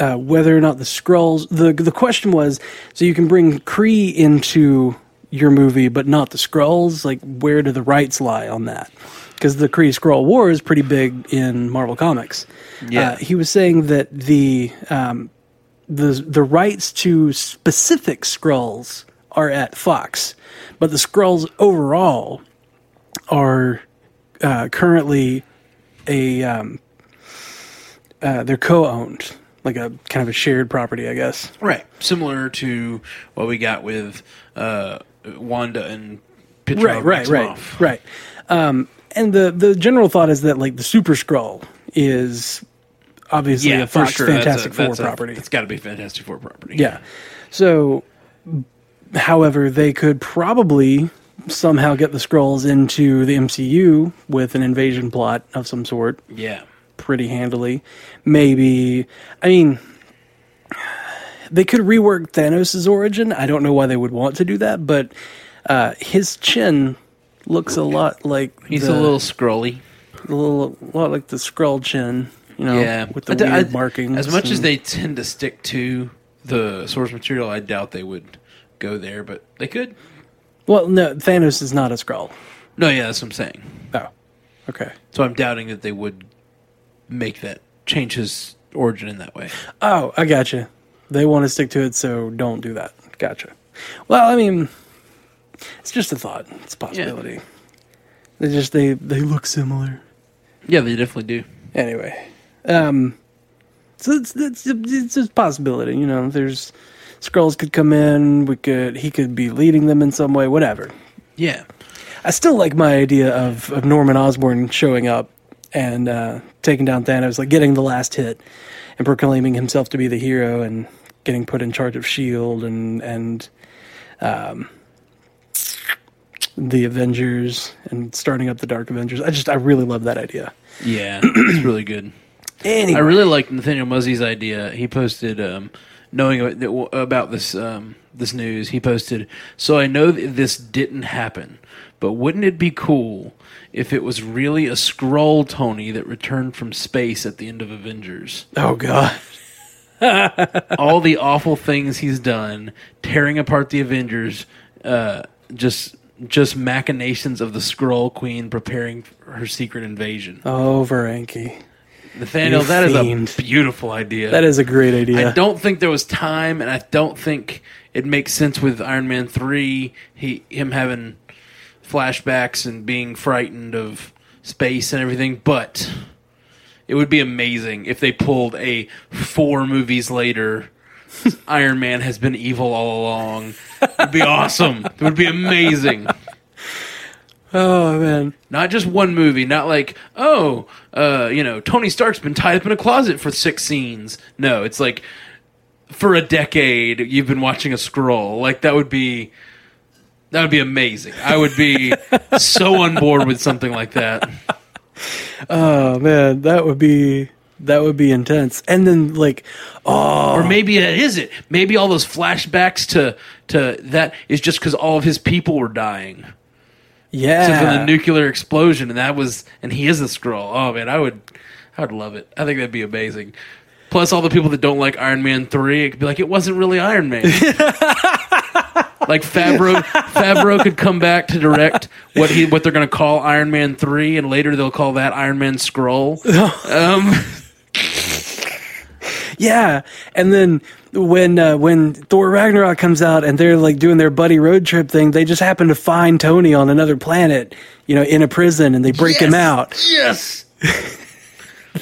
A: uh, whether or not the Skrulls. The the question was, so you can bring Kree into your movie, but not the Skrulls. Like, where do the rights lie on that? Because the Kree Skrull War is pretty big in Marvel Comics.
B: Yeah.
A: Uh, he was saying that the um, the the rights to specific Skrulls are at Fox, but the Skrulls overall are uh, currently a um, uh, they're co-owned, like a kind of a shared property, I guess.
B: Right. Similar to what we got with uh, Wanda and Pietro Maximoff.
A: right. Um, and the the general thought is that like the Super Scroll is obviously
B: Yeah,
A: a
B: for
A: Fox
B: sure.
A: Fantastic
B: that's a, that's
A: Four property.
B: A, it's got to be Fantastic Four property.
A: Yeah. So, however, they could probably somehow get the scrolls into the MCU with an invasion plot of some sort
B: Yeah.
A: pretty handily. Maybe, I mean, they could rework Thanos' origin. I don't know why they would want to do that, but uh, his chin looks a lot like
B: He's
A: the-
B: a little scrolly.
A: a little, a lot like the scroll chin. You know,
B: yeah.
A: Oh, with the
B: I d-
A: weird
B: I-
A: markings.
B: As much as
A: and-
B: they tend to stick to the source material, I doubt they would go there, but they could.
A: well, no, Thanos is not a scroll.
B: No, yeah, that's what I'm saying.
A: Oh, okay.
B: So I'm doubting that they would make that change his origin in that way.
A: Oh, I gotcha. They want to stick to it, so don't do that. Gotcha. Well, I mean, it's just a thought. It's a possibility. They just they they look similar.
B: Yeah, they definitely do.
A: Anyway, um, so it's it's it's a possibility. You know, there's scrolls could come in. We could he could be leading them in some way. Whatever.
B: Yeah.
A: I still like my idea of, of Norman Osborn showing up and uh, taking down Thanos, like getting the last hit and proclaiming himself to be the hero and getting put in charge of Shield E and and um, the Avengers and starting up the Dark Avengers. I just I really love that idea.
B: Yeah, it's really good.
A: Anyway,
B: I really like Nathaniel Muzzy's idea. He posted, um, knowing about- that- about this um, this news, he posted. So I know that this didn't happen, but wouldn't it be cool if it was really a scroll Tony that returned from space at the end of Avengers?
A: oh god,
B: All the awful things he's done, tearing apart the Avengers, uh, just just machinations of the Scroll Queen preparing for her secret invasion.
A: oh Varanki,
B: Nathaniel,
A: you
B: that is
A: fiend.
B: a beautiful idea.
A: that is a great idea.
B: I don't think there was time, and I don't think it makes sense with Iron Man three. He him having flashbacks and being frightened of space and everything, but it would be amazing if they pulled a four movies later. Iron Man has been evil all along. It'd be awesome. It would be amazing.
A: oh man,
B: Not just one movie. Not like oh, uh, you know, Tony Stark's been tied up in a closet for six scenes. No, it's like for a decade you've been watching a scroll. Like that would be that would be amazing. I would be so on board with something like that.
A: oh man, that would be that would be intense. And then like, oh
B: Or maybe that is it. Maybe all those flashbacks to to that is just because all of his people were dying
A: yeah,
B: from the nuclear explosion, and that was and he is a scroll. Oh man, I would I would love it. I think that'd be amazing. Plus, all the people that don't like Iron Man three, it could be like it wasn't really Iron Man. Like Favreau, Favreau could come back to direct what he what they're going to call Iron Man three, and later they'll call that Iron Man Scroll. Um,
A: Yeah, and then when uh, when Thor Ragnarok comes out and they're like doing their buddy road trip thing, they just happen to find Tony on another planet, you know, in a prison, and they break him out.
B: Yes.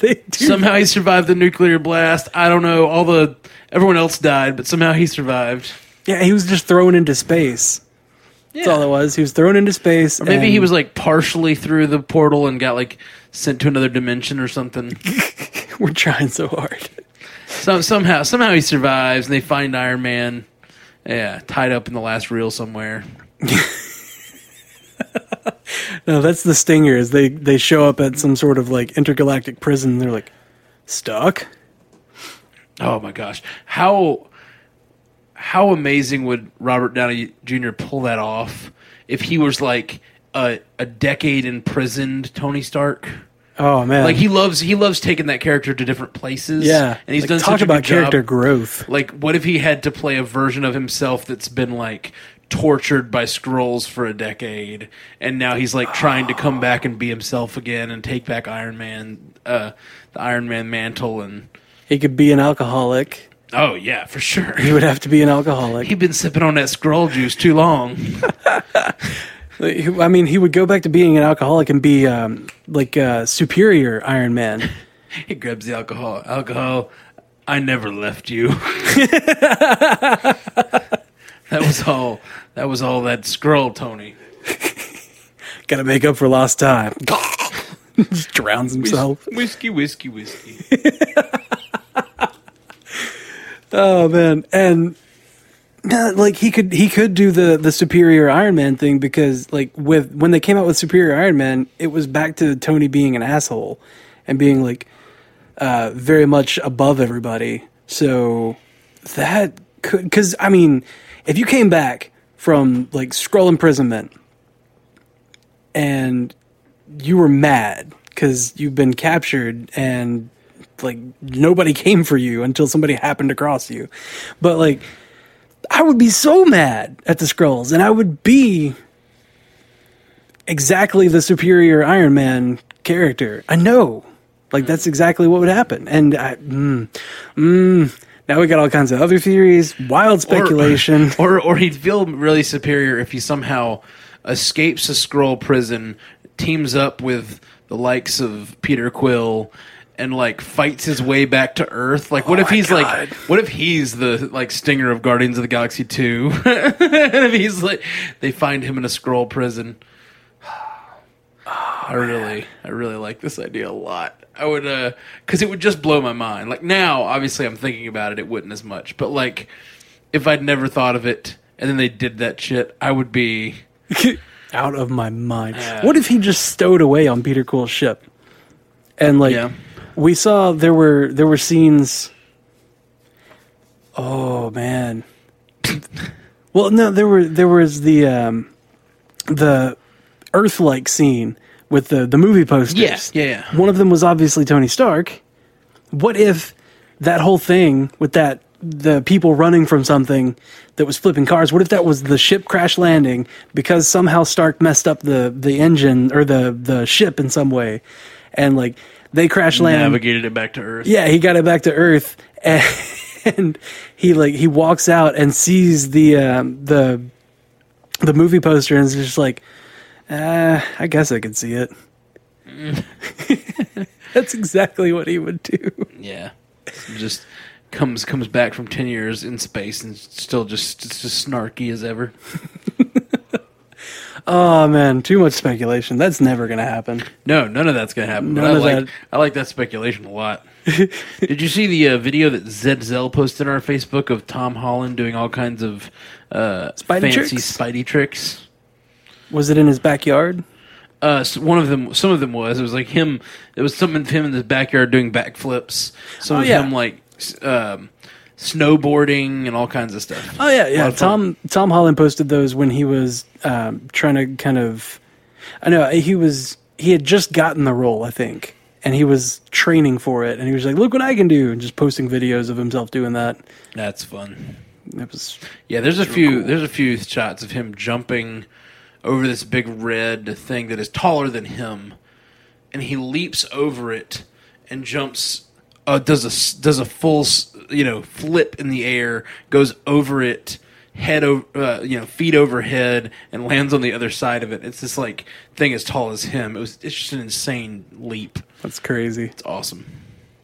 A: They do-
B: Somehow he survived the nuclear blast. I don't know. All the everyone else died, but somehow he survived.
A: yeah, he was just thrown into space. That's all it was. He was thrown into space.
B: Or maybe
A: and-
B: he was like partially through the portal and got like sent to another dimension or something.
A: We're trying so hard.
B: So, somehow, somehow he survives, and they find Iron Man. Yeah, tied up in the last reel somewhere.
A: No, that's the stingers. They they show up at some sort of like intergalactic prison. And they're like stuck.
B: Oh my gosh, how how amazing would Robert Downey Jr. pull that off if he was like a a decade imprisoned Tony Stark?
A: Oh man,
B: Like he loves he loves taking that character to different places.
A: yeah.
B: and he's
A: Like,
B: done
A: talk
B: such a
A: about
B: good
A: character
B: Job.
A: growth.
B: Like, what if he had to play a version of himself that's been like tortured by scrolls for a decade, and now he's like trying to come back and be himself again and take back Iron Man, uh, the Iron Man mantle, and
A: He could be an alcoholic.
B: oh yeah, for sure.
A: He would have to be an alcoholic.
B: He'd been sipping on that scroll juice too long.
A: I mean, he would go back to being an alcoholic and be um, like uh, superior Iron Man.
B: He grabs the alcohol. Alcohol, I never left you. that was all. That was all that scroll, Tony.
A: Got to make up for lost time. Just drowns himself.
B: Whiskey, whiskey, whiskey.
A: Oh man, and uh, like he could he could do the the superior Iron Man thing because like with when they came out with superior Iron Man, it was back to Tony being an asshole and being like uh, very much above everybody. So that could because I mean, if you came back from like scroll imprisonment and you were mad because you've been captured and like nobody came for you until somebody happened to cross you. But like, I would be so mad at the scrolls, and I would be exactly the superior Iron Man character. I know, like that's exactly what would happen. And I, mm, mm, now we got all kinds of other theories, wild speculation.
B: Or, or or he'd feel really superior if he somehow escapes a scroll prison, teams up with the likes of Peter Quill and like fights his way back to Earth. Like what if
A: Oh my
B: he's
A: God.
B: like what if he's the like stinger of Guardians of the Galaxy 2? and if he's like they find him in a scroll prison. I really, I really like this idea a lot. I would, uh, cause it would just blow my mind. Like now, obviously, I'm thinking about it. It wouldn't as much, but like, if I'd never thought of it, and then they did that shit, I would be.
A: out of my mind. what if he just stowed away on Peter Quill's ship? And like
B: Yeah.
A: we saw there were there were scenes Oh man. well, no, there were there was the um the Earth-like scene with the the movie posters.
B: Yes, yeah, yeah.
A: One of them was obviously Tony Stark. What if that whole thing with that the people running from something that was flipping cars what if that was the ship crash landing because somehow stark messed up the the engine or the the ship in some way and like they crash land
B: Navigated it back to Earth.
A: yeah he got it back to earth and, and he like he walks out and sees the um, the the movie poster and is just like uh, i guess i could see it that's exactly what he would do
B: yeah. Just comes comes back from ten years in space and still just it's just snarky as ever.
A: Oh man, too much speculation. That's never gonna happen.
B: No, none of that's gonna happen. but
A: None
B: I
A: of
B: like
A: that.
B: I like that speculation a lot. Did you see the uh, video that Zed Zell posted on our Facebook of Tom Holland doing all kinds of uh,
A: Spidey
B: fancy
A: tricks?
B: Spidey tricks?
A: Was it in his backyard?
B: Uh, s one of them, some of them was. It was like him. It was some of him in the backyard doing backflips. Some
A: Oh,
B: of
A: yeah.
B: him like s- um, snowboarding and all kinds of stuff.
A: Oh yeah, yeah.
B: of fun.
A: Tom Tom Holland posted those when he was um, trying to kind of. I know he was he had just gotten the role, I think, and he was training for it, and he was like, "Look what I can do," and just posting videos of himself doing that.
B: That's fun.
A: That was
B: Yeah, there's a few there's a few shots of him jumping over this big red thing that is taller than him, and he leaps over it and jumps. Uh, does a s- does a full s- you know flip in the air, goes over it, head over uh, you know feet over head, and lands on the other side of it. It's this like thing as tall as him. It was it's just an insane leap.
A: that's crazy.
B: It's awesome.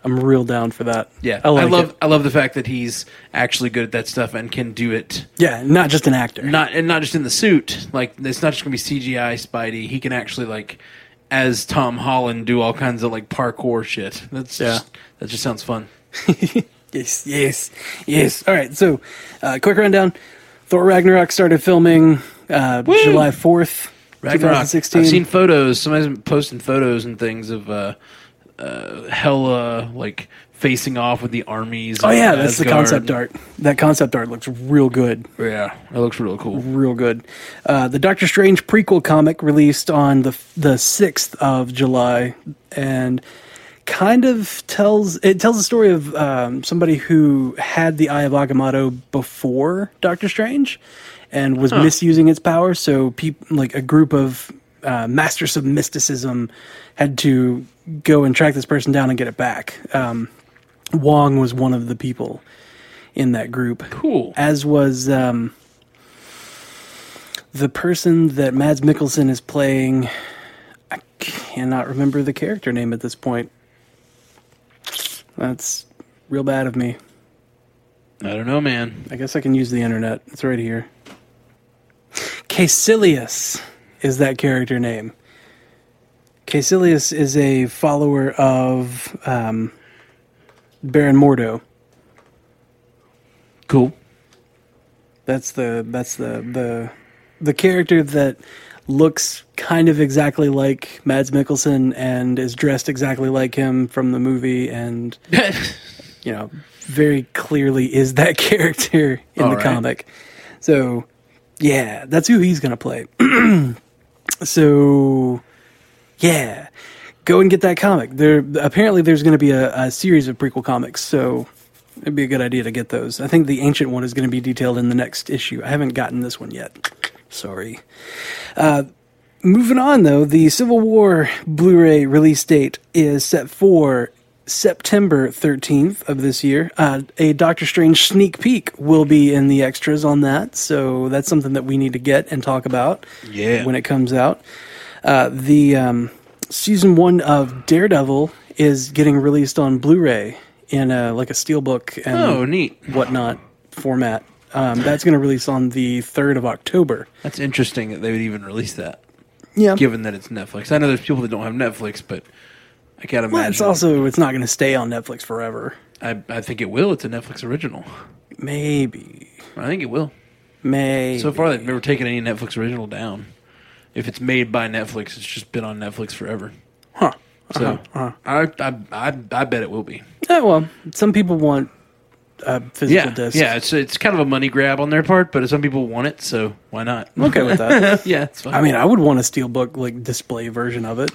A: I'm real down for that.
B: Yeah,
A: I, like
B: I love
A: It.
B: I love the fact that he's actually good at that stuff and can do it
A: Yeah, not just an actor.
B: not and not just in the suit. Like it's not just gonna be CGI Spidey. He can actually like, as Tom Holland, do all kinds of like parkour shit. That's
A: Yeah.
B: just, that just sounds fun.
A: Yes, yes, yes. All right, so uh, quick rundown. Thor Ragnarok started filming uh, July 4th,
B: Ragnarok.
A: 2016.
B: I've seen photos. Somebody's been posting photos and things of uh, uh, Hella like facing off with the armies.
A: oh, yeah, that's the concept art. That concept art looks real good.
B: Yeah, it looks really cool.
A: Real good. Uh, the Doctor Strange prequel comic released on the, the 6th of July and kind of tells it tells the story of um, somebody who had the eye of agamotto before doctor strange and was misusing its power so peop- like a group of uh, masters of mysticism had to go and track this person down and get it back um, wong was one of the people in that group
B: Cool.
A: as was um, the person that Mads Mikkelsen is playing. I cannot remember the character name at this point. That's real bad of me.
B: I don't know, man.
A: I guess I can use the internet. It's right here. Caecilius is that character name. Caecilius is a follower of um, Baron Mordo.
B: Cool.
A: That's the that's the the the character that looks kind of exactly like Mads Mikkelsen and is dressed exactly like him from the movie, and you know very clearly is that character in
B: All
A: the
B: right.
A: comic. So yeah, that's who he's gonna play. so yeah, go and get that comic. There apparently there's gonna be a, a series of prequel comics, so It'd be a good idea to get those. I think the ancient one is going to be detailed in the next issue. I haven't gotten this one yet. Sorry. Uh, moving on, though, the Civil War Blu ray release date is set for September 13th of this year. Uh, a Doctor Strange sneak peek will be in the extras on that, so that's something that we need to get and talk about
B: Yeah.
A: when it comes out. Uh, the um, season one of Daredevil is getting released on Blu-ray in a, like a steelbook and
B: Oh, neat.
A: whatnot format. Um, that's going to release on the third of October.
B: That's interesting that they would even release that.
A: Yeah,
B: given that it's Netflix. I know there's people that don't have Netflix, but I can't imagine.
A: well, it's also it's not going to stay on Netflix forever.
B: I, I think it will. It's a Netflix original.
A: Maybe,
B: I think it will.
A: may
B: So far, they've never taken any Netflix original down. If it's made by Netflix, it's just been on Netflix forever.
A: huh?
B: So
A: Uh-huh,
B: I, I I I bet it will be.
A: Yeah, uh, well, some people want a physical
B: Yeah,
A: disc.
B: yeah. It's it's kind of a money grab on their part, but some people want it, so why not?
A: I'm okay with that.
B: yeah, it's fine.
A: I mean, I would want a steelbook like display version of it.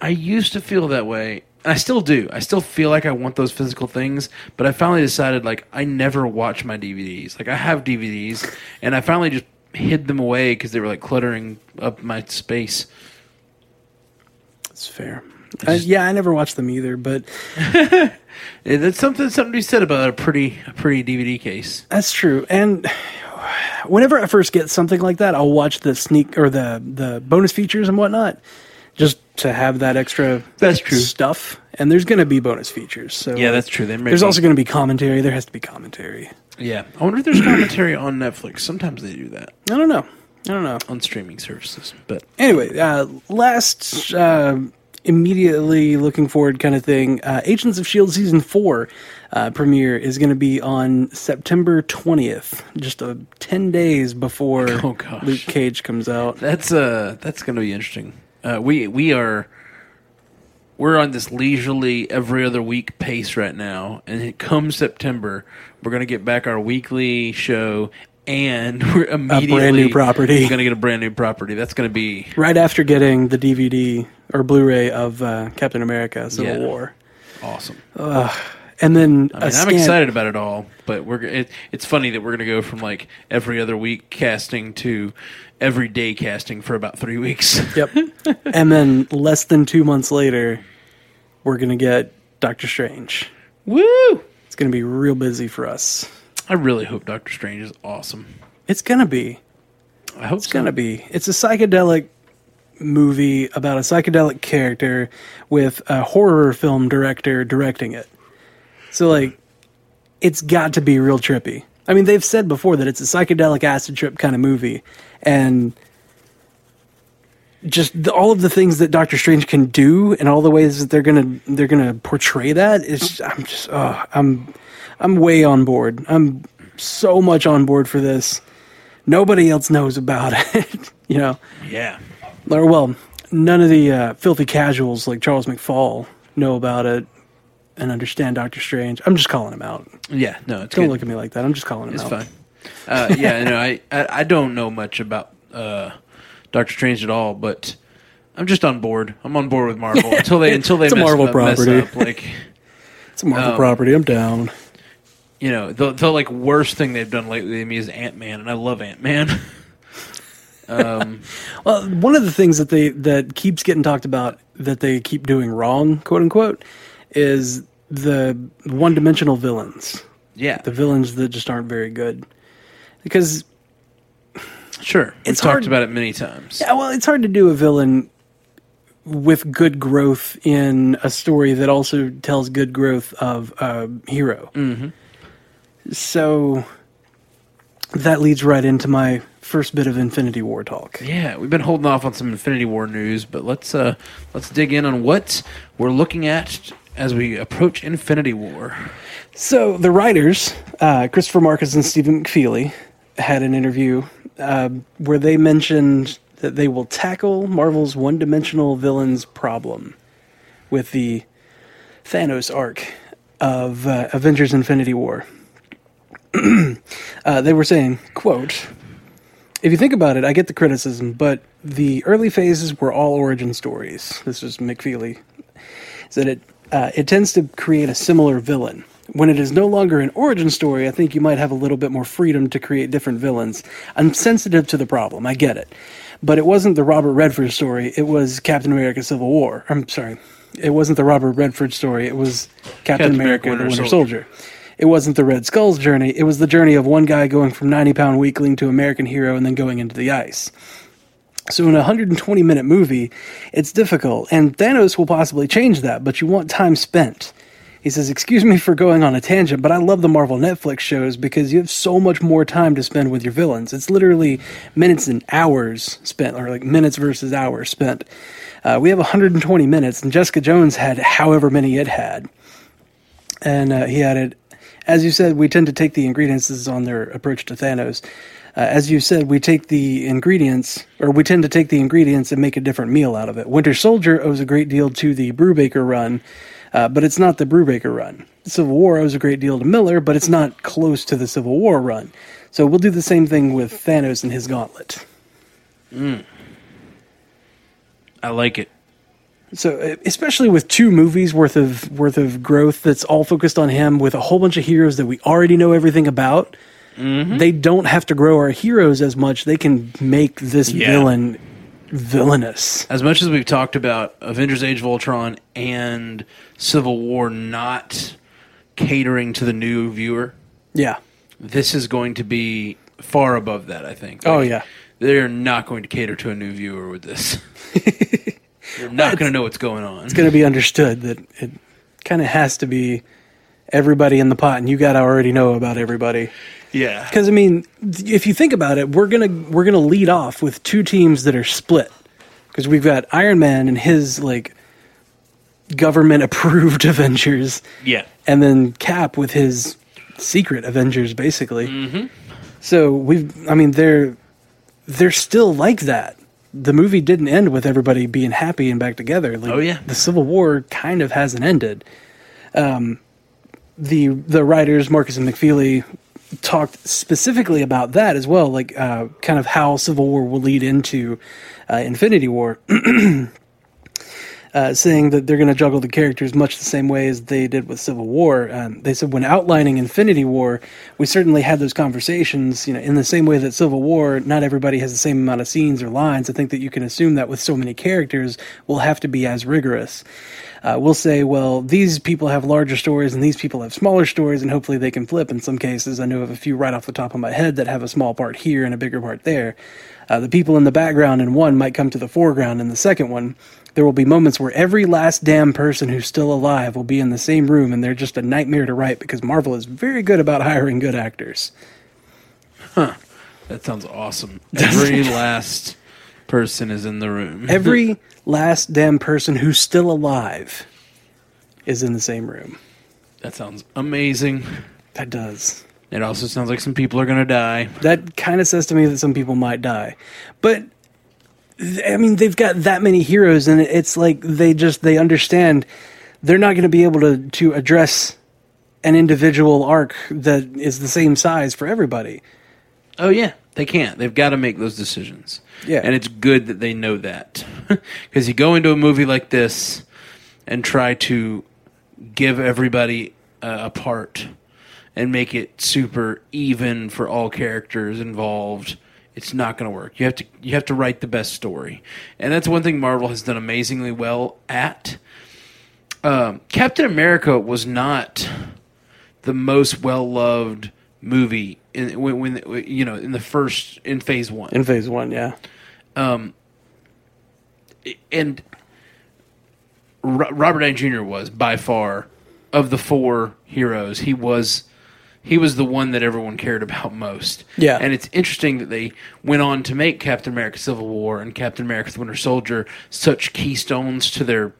B: I used to feel that way. and I still do. I still feel like I want those physical things, but I finally decided like I never watch my DVDs. Like I have DVDs, and I finally just hid them away because they were like cluttering up my space.
A: It's fair. I, yeah, I never watched them either, but
B: Eh, That's something something to be said about a pretty a pretty DVD case.
A: That's true. And whenever I first get something like that, I'll watch the sneak or the the bonus features and whatnot, just to have that extra
B: That's true.
A: stuff. And there's going to be bonus features. So
B: Yeah, that's true. They may
A: There's
B: be-
A: also going to be commentary. There has to be commentary.
B: Yeah, I wonder if there's commentary on Netflix. Sometimes they do that
A: I don't know. I don't know.
B: on streaming services, but
A: Anyway, uh, last uh, immediately looking forward kind of thing. Uh, Agents of Shield season four uh, premiere is going to be on September twentieth, just uh, ten days before
B: Oh, gosh.
A: Luke Cage comes out.
B: That's uh that's gonna be interesting. Uh, we we are we're on this leisurely every other week pace right now, and it comes September, we're gonna get back our weekly show, and we're immediately
A: property.
B: We're gonna get a brand new property. That's gonna be
A: right after getting the DVD or Blu-ray of uh, Captain America: Civil
B: Yeah.
A: War,
B: awesome.
A: and then
B: I mean, I'm excited about it all, but we're it, it's funny that we're gonna go from like every other week casting to every day casting for about three weeks.
A: Yep. and then less than two months later, we're gonna get Doctor Strange.
B: Woo!
A: It's gonna be real busy for us.
B: I really hope Doctor Strange is awesome.
A: It's gonna be.
B: I hope
A: It's gonna be. It's a psychedelic movie about a psychedelic character with a horror film director directing it. So like, it's got to be real trippy. I mean, they've said before that it's a psychedelic acid trip kind of movie, and just the, all of the things that Doctor Strange can do, and all the ways that they're gonna they're gonna portray that. It's I'm just oh, I'm I'm way on board. I'm so much on board for this. Nobody else knows about it, you know
B: Yeah.
A: or well, none of the uh, filthy casuals like Charles McFall know about it and understand Doctor Strange. I'm just calling him out.
B: Yeah. No, it's
A: Don't
B: good.
A: look at me like that. I'm just calling him
B: It's
A: out.
B: fine. Uh, yeah, no, I, I I don't know much about uh, Doctor Strange at all, but I'm just on board. I'm on board with Marvel until they until they
A: It's a
B: mess,
A: Marvel
B: up- mess
A: property.
B: up. Like
A: It's a Marvel
B: Um,
A: property. I'm down.
B: you know, the the like worst thing they've done lately to me is Ant Man, and I love Ant Man.
A: Well, one of the things that they that keeps getting talked about that they keep doing wrong, quote unquote, is the one-dimensional villains.
B: yeah,
A: The villains that just aren't very good. Because
B: sure. We've
A: it's hard-
B: talked about it many times.
A: Yeah, well, it's hard to do a villain with good growth in a story that also tells good growth of a hero. Mm-hmm. So that leads right into my first bit of Infinity War talk.
B: Yeah, we've been holding off on some Infinity War news, but let's uh let's dig in on what we're looking at as we approach Infinity War.
A: So the writers, uh, Christopher Marcus and Stephen McFeely, had an interview uh, where they mentioned that they will tackle Marvel's one-dimensional villains problem with the Thanos arc of uh, Avengers: Infinity War. uh, they were saying, "quote." If you think about it, I get the criticism, but the early phases were all origin stories. This is McFeely is that it uh, it tends to create a similar villain. When it is no longer an origin story, I think you might have a little bit more freedom to create different villains. I'm sensitive to the problem. I get it, but it wasn't the Robert Redford story. It was Captain America: Civil War. I'm sorry, it wasn't the Robert Redford story. It was Captain,
B: Captain
A: America:
B: America,
A: and The
B: Winter
A: Winter Soldier. It wasn't the Red Skull's journey. It was the journey of one guy going from 90 pound weakling to American hero and then going into the ice. So in a 120 minute movie, it's difficult, and Thanos will possibly change that, but you want time spent. He says, "Excuse me for going on a tangent, but I love the Marvel Netflix shows because you have so much more time to spend with your villains. It's literally minutes and hours spent, or like minutes versus hours spent. Uh, we have 120 minutes, and Jessica Jones had however many it had." And uh, he added, as you said, we tend to take the ingredients. This is on their approach to Thanos. Uh, as you said, we take the ingredients, or we tend to take the ingredients and make a different meal out of it. Winter Soldier owes a great deal to the Brubaker run, uh, but it's not the Brubaker run. Civil War owes a great deal to Miller, but it's not close to the Civil War run. So we'll do the same thing with Thanos and his gauntlet.
B: I like it.
A: So uh, especially with two movies worth of worth of growth that's all focused on him with a whole bunch of heroes that we already know everything about. They don't have to grow our heroes as much. They can make this
B: Yeah.
A: villain villainous.
B: as much as we've talked about Avengers Age of Ultron and Civil War not catering to the new viewer,
A: Yeah.
B: this is going to be far above that, I think.
A: Oh, yeah.
B: They're not going to cater to a new viewer with this. You're not going to know what's going on.
A: It's going to be understood that it kind of has to be everybody in the pot and you got to already know about everybody.
B: yeah.
A: Because I mean, th- if you think about it, we're gonna we're gonna lead off with two teams that are split because we've got Iron Man and his like government approved Avengers,
B: Yeah.
A: and then Cap with his secret Avengers, basically.
B: Mm-hmm.
A: So we've I mean they're they're still like that. The movie didn't end with everybody being happy and back together. Like,
B: Oh, yeah.
A: the Civil War kind of hasn't ended Um, the the writers Marcus and McFeely talked specifically about that as well, like uh, kind of how Civil War will lead into uh, Infinity War. uh, saying that they're going to juggle the characters much the same way as they did with Civil War. Um, they said when outlining Infinity War, we certainly had those conversations. You know, in the same way that Civil War, not everybody has the same amount of scenes or lines. I think that you can assume that with so many characters, we'll have to be as rigorous. Uh, we'll say, well, these people have larger stories and these people have smaller stories, and hopefully they can flip. In some cases, I know of a few right off the top of my head that have a small part here and a bigger part there. Uh, the people in the background in one might come to the foreground in the second one. There will be moments where every last damn person who's still alive will be in the same room, and they're just a nightmare to write because Marvel is very good about hiring good actors.
B: That sounds awesome. Every last person is in the room.
A: Every last damn person who's still alive is in the same room.
B: that sounds amazing.
A: That does.
B: It also sounds like some people are gonna die.
A: that kind of says to me that some people might die but th- i mean they've got that many heroes and it's like they just they understand they're not going to be able to to address an individual arc that is the same size for everybody
B: Oh yeah, they can't. They've got to make those decisions.
A: Yeah.
B: and it's good that they know that because you go into a movie like this and try to give everybody uh, a part and make it super even for all characters involved. It's not going to work. You have to you have to write the best story, and that's one thing Marvel has done amazingly well at. Um, Captain America was not the most well loved movie in when, when you know in the first in phase one
A: in phase one yeah
B: and Ro- Robert Downey Jr. was by far of the four heroes. He was he was the one that everyone cared about most.
A: Yeah.
B: and it's interesting that they went on to make Captain America: Civil War and Captain America: The Winter Soldier such keystones to their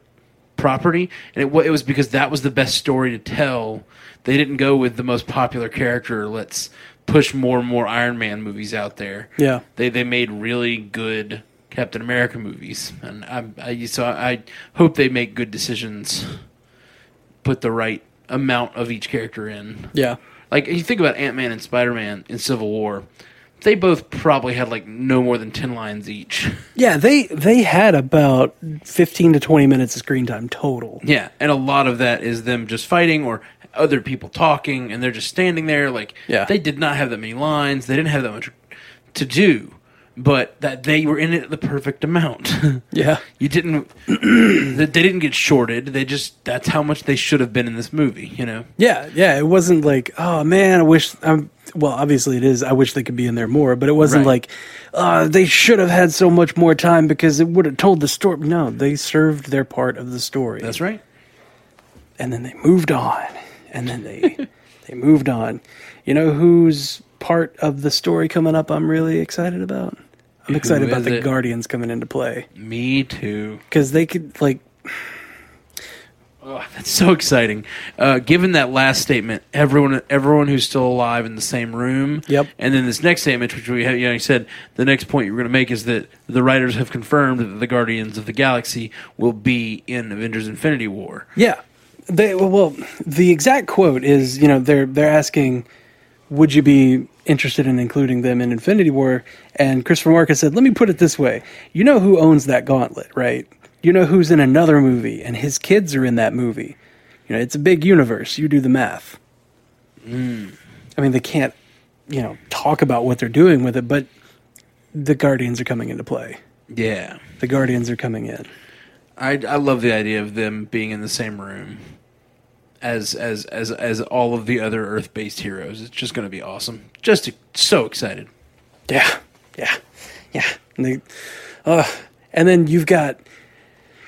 B: property, and it, wa- it was because that was the best story to tell. They didn't go with the most popular character. Let's push more and more Iron Man movies out there
A: Yeah.
B: they they made really good Captain America movies, and I, I so I hope they make good decisions, put the right amount of each character in.
A: yeah
B: Like you think about Ant Man and Spider Man in Civil War, they both probably had like no more than ten lines each.
A: yeah they they had about 15 to 20 minutes of screen time total
B: Yeah, and a lot of that is them just fighting or other people talking, and they're just standing there. Like,
A: Yeah.
B: they did not have that many lines. They didn't have that much to do, but that they were in it the perfect amount.
A: yeah
B: you didn't they they didn't get shorted they just that's how much they should have been in this movie you know
A: Yeah, yeah. It wasn't like, oh man, I wish. I'm, well, obviously it is. I wish they could be in there more, but it wasn't like
B: Right.
A: uh, they should have had so much more time because it would have told the story. No, they served their part of the story,
B: that's right
A: and then they moved on, and then they they moved on. You know whose part of the story coming up? I'm really excited about. I'm excited about
B: is
A: the
B: it?
A: Guardians coming into play
B: me too
A: because they could like
B: oh, that's so exciting uh, given that last statement everyone everyone who's still alive in the same room
A: Yep.
B: and then this next statement which we have you know, you said the next point you're going to make is that the writers have confirmed that the guardians of the galaxy will be in avengers infinity war
A: Yeah. They well, well, the exact quote is, you know, they're they're asking, would you be interested in including them in Infinity War? And Christopher Marcus said, let me put it this way: you know who owns that gauntlet, right? You know who's in another movie, and his kids are in that movie. You know, it's a big universe. You do the math. I mean, they can't, you know, talk about what they're doing with it, but the Guardians are coming into play.
B: yeah
A: The Guardians are coming in.
B: I, I love the idea of them being in the same room as as as as all of the other Earth based heroes. It's just going to be awesome. Just so excited.
A: Yeah, yeah, yeah. And they, uh, and then you've got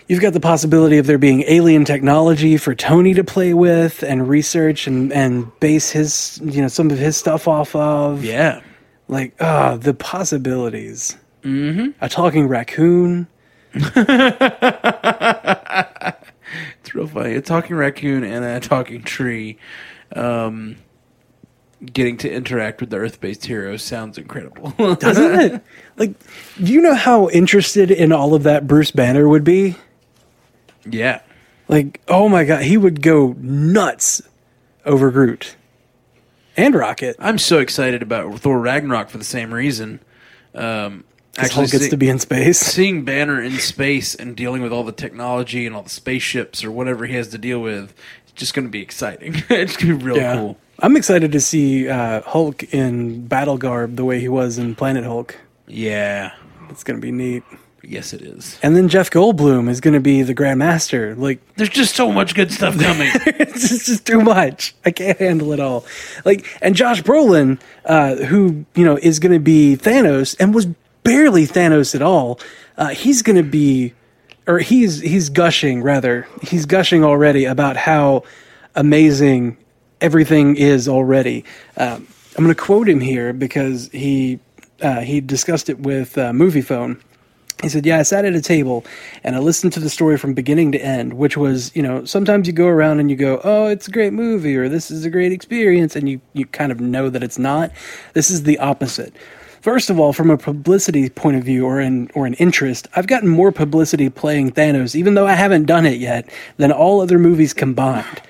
A: you've got the possibility of there being alien technology for Tony to play with and research and and base his you know some of his stuff off of.
B: Yeah,
A: Like ah, the possibilities. Mm-hmm. A talking raccoon.
B: it's real funny. A talking raccoon and a talking tree. Um, getting to interact with the Earth based heroes sounds incredible.
A: Doesn't it? Like, do you know how interested in all of that Bruce Banner would be?
B: yeah,
A: Like, oh my god, he would go nuts over Groot and Rocket.
B: I'm so excited about Thor Ragnarok for the same reason. Um,
A: Actually, Hulk gets
B: see-
A: to be in space.
B: seeing Banner in space and dealing with all the technology and all the spaceships or whatever he has to deal with, it's just going to be exciting. it's going to be real
A: Yeah.
B: cool.
A: I'm excited to see uh, Hulk in battle garb the way he was in Planet Hulk.
B: Yeah.
A: It's going to be neat.
B: Yes, it is.
A: And then Jeff Goldblum is going to be the Grand Master. Like,
B: There's just so much good stuff coming.
A: it's just, just too much. I can't handle it all. Like, and Josh Brolin, uh, who you know is going to be Thanos and was barely Thanos at all, uh, he's going to be, or he's he's gushing rather. He's gushing already about how amazing everything is already. Um, I'm going to quote him here because he uh, he discussed it with uh, Movie Phone. He said, Yeah, I sat at a table and I listened to the story from beginning to end, which was, you know, sometimes you go around and you go, Oh, it's a great movie or this is a great experience, and you, you kind of know that it's not. This is the opposite. First of all, from a publicity point of view or an, or an interest, I've gotten more publicity playing Thanos, even though I haven't done it yet, than all other movies combined.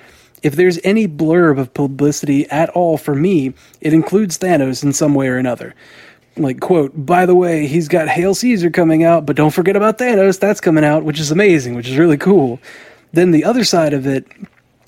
A: If there's any blurb of publicity at all for me, it includes Thanos in some way or another like quote by the way he's got hail caesar coming out but don't forget about thanos that's coming out which is amazing which is really cool then the other side of it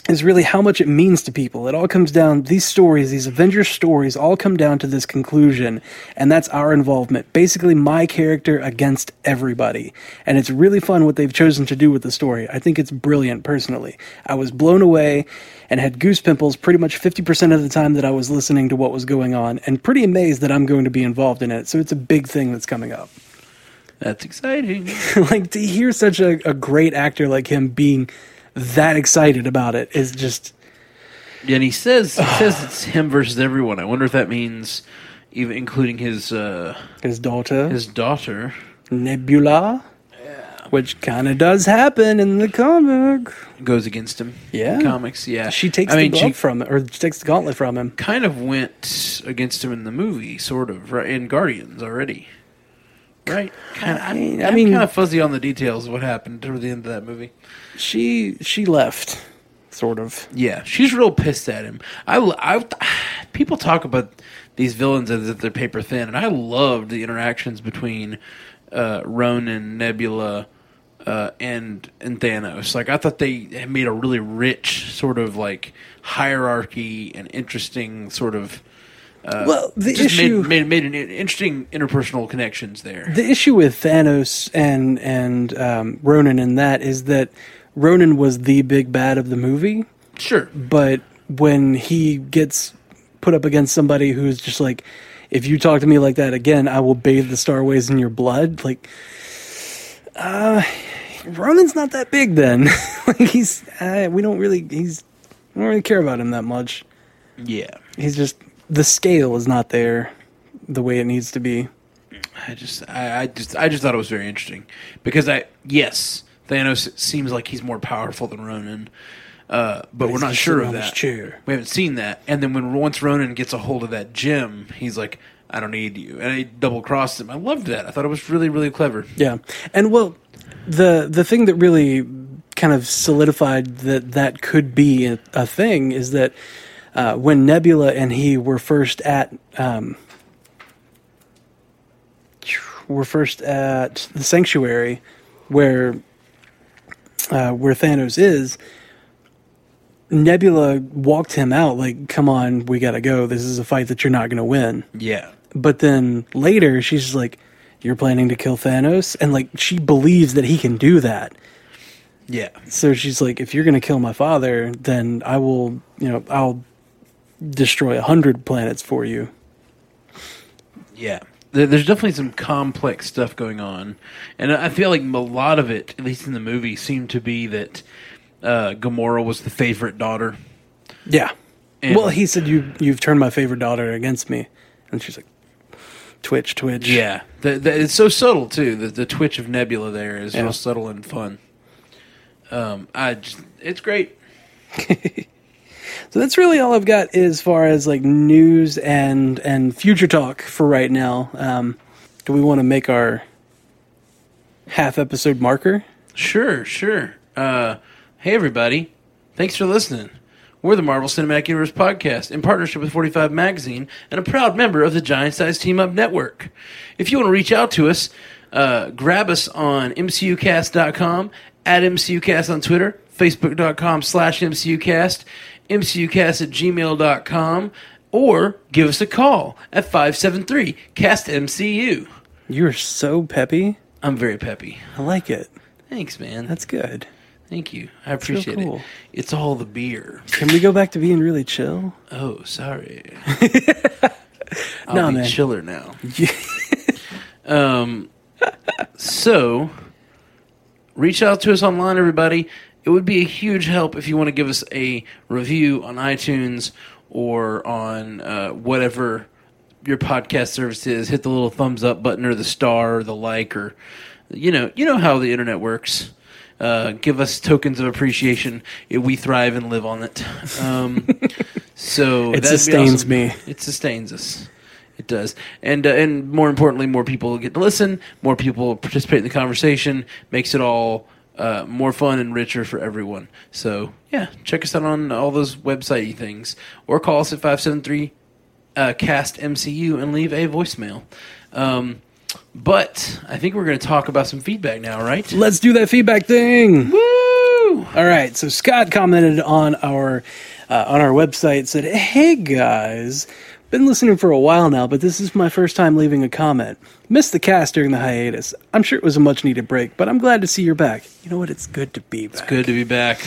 A: is really how much it means to people it all comes down these stories these avengers stories all come down to this conclusion and that's our involvement basically my character against everybody and it's really fun what they've chosen to do with the story i think it's brilliant personally i was blown away and had goose pimples pretty much 50% of the time that I was listening to what was going on and pretty amazed that I'm going to be involved in it. So it's a big thing that's coming up.
B: That's exciting.
A: like to hear such a, a great actor like him being that excited about it is just
B: And he says he says it's him versus everyone. I wonder if that means even including his uh,
A: his daughter,
B: his daughter.
A: Nebula, which kind of does happen in the comic.
B: goes against him.
A: Yeah.
B: in comics. Yeah,
A: She takes
B: I
A: the
B: mean,
A: glove
B: she
A: from him, or takes the gauntlet from him.
B: kind of went against him in the movie, sort of, right? In Guardians already, right? Kind of, I mean,
A: I
B: I'm
A: mean-
B: kind of fuzzy on the details of what happened toward the end of that movie.
A: She she left, sort of.
B: Yeah, she's real pissed at him. I, l- I- people talk about these villains as if they're paper thin, and I loved the interactions between uh, Ronan, Nebula, uh, and and Thanos. Like I thought they had made a really rich sort of like hierarchy and interesting sort of. Uh,
A: Well, the
B: just
A: issue-
B: made, made made an in- interesting interpersonal connections there.
A: the issue with Thanos and and um, Ronan in that is that Ronan was the big bad of the movie,
B: sure,
A: but when he gets put up against somebody who's just like, if you talk to me like that again, I will bathe the starways in your blood. Like, uh, Ronan's not that big then. like he's uh, we don't really he's we don't really care about him that much.
B: yeah.
A: He's just the scale is not there the way it needs to be.
B: I just, I, I just, I just thought it was very interesting because I, yes, Thanos seems like he's more powerful than Ronan, uh, but we're
A: he's
B: not
A: just
B: sure
A: sitting
B: of
A: on his
B: that.
A: chair.
B: We haven't seen that. And then when once Ronan gets a hold of that gem, he's like, "I don't need you," and I double crossed him. I loved that. I thought it was really, really clever.
A: Yeah, and well, the the thing that really kind of solidified that that could be a, a thing is that uh, when Nebula and he were first at um, were first at the sanctuary where uh, where Thanos is. Nebula walked him out like, "Come on, we gotta go. This is a fight that you're not gonna win."
B: Yeah,
A: but then later she's just like you're planning to kill thanos and like she believes that he can do that
B: yeah,
A: so she's like if you're going to kill my father then i will you know i'll destroy a hundred planets for you
B: yeah. There- There's definitely some complex stuff going on, and I feel like a lot of it, at least in the movie, seemed to be that uh, Gamora was the favorite daughter.
A: yeah
B: And-
A: well he said you you've turned my favorite daughter against me and she's like twitch twitch
B: Yeah, the, the, it's so subtle too. The, the twitch of Nebula there is
A: Yeah.
B: real subtle and fun. Um, I just, it's great.
A: so that's really all i've got as far as like news and and future talk for right now um do we want to make our half episode marker
B: Sure, sure. Uh, hey everybody, thanks for listening. We're the Marvel Cinematic Universe podcast in partnership with 45 Magazine and a proud member of the Giant Size Team Up Network. If you want to reach out to us, uh, grab us on mcucast.com, at mcucast on Twitter, facebook.com slash mcucast, mcucast at gmail.com, or give us a call at 573-CAST-MCU.
A: You're so peppy.
B: I'm very peppy.
A: I like it.
B: Thanks, man.
A: That's good.
B: Thank you. I
A: real
B: appreciate
A: cool.
B: it. It's all the beer.
A: Can we go back to being really chill?
B: Oh, sorry. I'll
A: No,
B: be
A: man.
B: chiller now. um, so, reach out to us online, everybody. It would be a huge help if you want to give us a review on iTunes or on uh, whatever your podcast service is. Hit the little thumbs up button or the star or the like or you know you know how the internet works. Uh, give us tokens of appreciation. We thrive and live on it. Um, so
A: It
B: that'd be
A: sustains
B: awesome.
A: me.
B: It sustains us. It does, and uh, and more importantly, more people get to listen. More people participate in the conversation. Makes it all uh, more fun and richer for everyone. So yeah, check us out on all those website things, or call us at five seven three uh, cast MCU and leave a voicemail. Um, but I think we're going to talk about some feedback now, right?
A: Let's do that feedback thing.
B: Woo!
A: All right. So Scott commented on our uh, on our website said, "Hey guys, been listening for a while now, but this is my first time leaving a comment. Missed the cast during the hiatus. I'm sure it was a much needed break, but I'm glad to see you're back. You know what? It's good to be back.
B: Good to be back.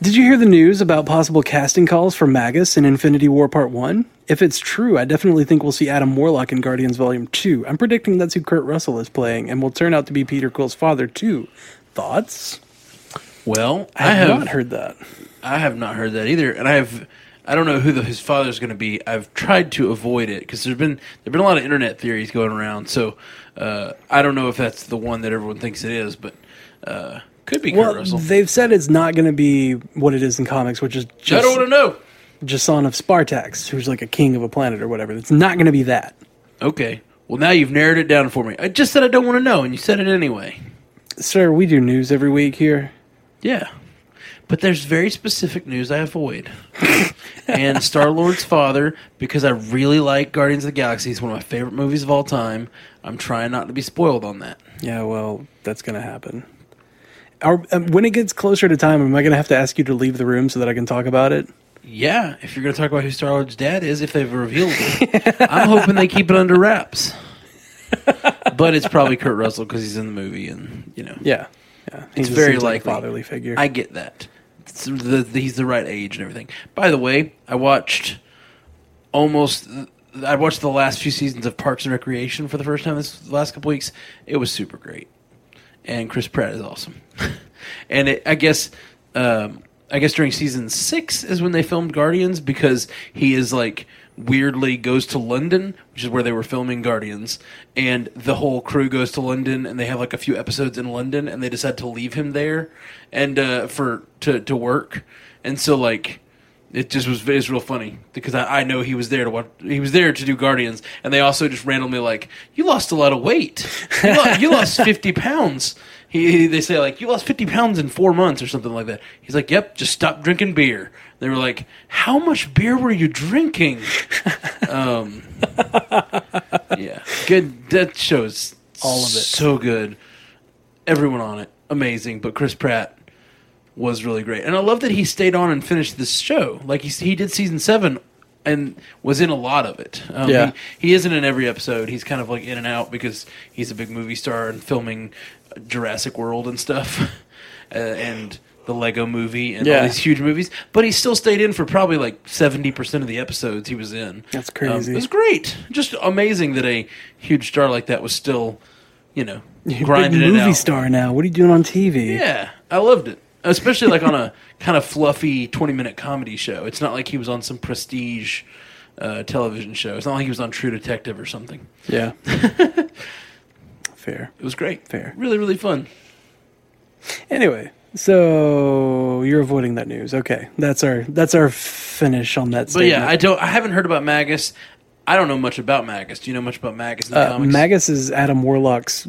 A: Did you hear the news about possible casting calls for Magus in Infinity War Part 1? If it's true, I definitely think we'll see Adam Warlock in Guardians Volume 2. I'm predicting that's who Kurt Russell is playing and will turn out to be Peter Quill's father, too. Thoughts?
B: Well,
A: I have, not heard that.
B: I have not heard that either, and I have. I don't know who the, his father's going to be. I've tried to avoid it because there's been there've been a lot of internet theories going around. So uh, I don't know if that's the one that everyone thinks it is, but uh, could be Kurt
A: Well,
B: Russell.
A: they've said it's not going to be what it is in comics, which is
B: I don't want to
A: Jason Jason
B: know.
A: of Spartax, who's like a king of a planet or whatever. It's not going to be that.
B: Okay. Well, now you've narrowed it down for me. I just said I don't want to know, and you said it anyway.
A: Sir, we do news every week here.
B: Yeah. But there's very specific news I avoid. and Star Lord's father, because I really like Guardians of the Galaxy, it's one of my favorite movies of all time. I'm trying not to be spoiled on that.
A: Yeah, well, that's going to happen. Are, um, when it gets closer to time, am I going to have to ask you to leave the room so that I can talk about it?
B: Yeah, if you're going to talk about who Star Lord's dad is, if they've revealed it, I'm hoping they keep it under wraps. but it's probably Kurt Russell because he's in the movie, and you know,
A: Yeah, yeah. He
B: it's
A: just
B: very
A: seems like a
B: likely
A: fatherly figure.
B: I get that. It's the, the- he's the right age and everything. By the way, I watched almost. I watched the last few seasons of Parks and Recreation for the first time this the last couple weeks. It was super great, and Chris Pratt is awesome. and it, I guess, um, I guess during season six is when they filmed Guardians because he is like weirdly goes to London, which is where they were filming Guardians, and the whole crew goes to London, and they have like a few episodes in London, and they decide to leave him there, and uh, for to to work, and so like it just was it's real funny because I, I know he was there to watch, he was there to do Guardians, and they also just randomly like you lost a lot of weight, you, lo- you lost fifty pounds. He, he- they say like you lost fifty pounds in four months or something like that. He's like, yep, just stop drinking beer. They were like, how much beer were you drinking? um, yeah, good. That shows
A: All of it.
B: so good. Everyone on it, amazing. But Chris Pratt was really great, and I love that he stayed on and finished this show. Like he he did season seven and was in a lot of it. Um,
A: Yeah.
B: he, he isn't in every episode. He's kind of like in and out because he's a big movie star and filming Jurassic World and stuff, uh, and the Lego Movie and all
A: Yeah.
B: these huge movies. But he still stayed in for probably like seventy percent of the episodes he was in.
A: That's
B: Um,
A: crazy.
B: it was great. Just amazing that a huge star like that was still, you know,
A: You're a
B: grinding
A: big
B: it
A: movie
B: out.
A: star now. What are you doing on TV?
B: Yeah, I loved it. Especially like on a kind of fluffy 20 minute comedy show. It's not like he was on some prestige uh, television show. It's not like he was on True Detective or something.
A: Yeah. Fair.
B: It was great.
A: Fair.
B: Really, really fun.
A: Anyway, so you're avoiding that news. Okay, that's our that's our finish on that.
B: But yeah, I
A: statement.
B: don't. I haven't heard about Magus. I don't know much about Magus. Do you know much about Magus in the
A: uh,
B: comics?
A: Magus is Adam Warlock's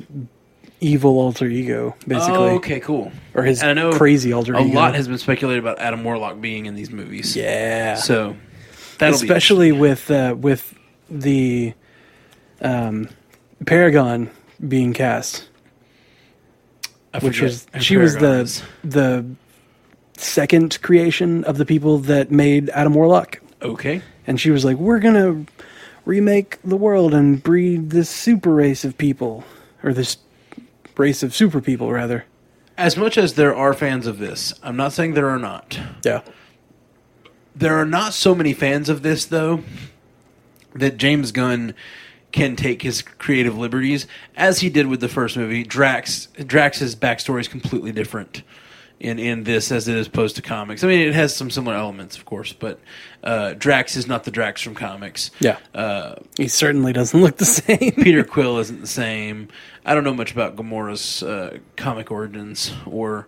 A: evil alter ego, basically,
B: Oh, okay, cool.
A: or his
B: And I know
A: crazy alter
B: a
A: ego.
B: lot has been speculated about Adam Warlock being in these movies.
A: yeah,
B: So that'll
A: especially with uh, with the um, Paragon being cast,
B: be, I
A: which
B: forget
A: was
B: who
A: she was
B: Paragon
A: the
B: is.
A: the second creation of the people that made Adam Warlock,
B: okay.
A: and she was like, "We're gonna remake the world and breed this super race of people, or this race of super people, rather."
B: As much as there are fans of this, I'm not saying there are not.
A: Yeah,
B: There are not so many fans of this though that James Gunn can take his creative liberties as he did with the first movie. Drax Drax's backstory is completely different in in this as it is opposed to comics. I mean, it has some similar elements, of course, but uh, Drax is not the Drax from comics.
A: yeah.
B: Uh,
A: He certainly doesn't look the same.
B: Peter Quill isn't the same. I don't know much about Gamora's uh, comic origins or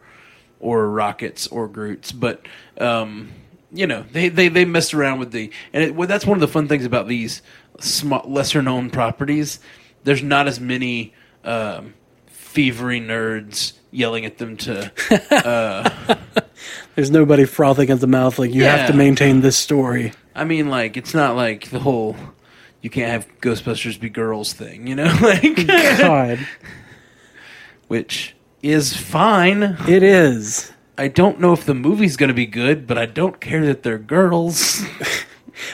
B: or Rockets or Groot's, but um, you know they, they they messed around with the and it, well, that's one of the fun things about these sma lesser known properties. There's not as many um, thievery nerds yelling at them to
A: There's nobody frothing at the mouth like you have to
B: Yeah.
A: maintain this story.
B: I mean, like it's not like the whole you can't have Ghostbusters be girls thing, you know, like
A: God,
B: which is fine.
A: it is.
B: I don't know if the movie's going to be good, but I don't care that they're girls.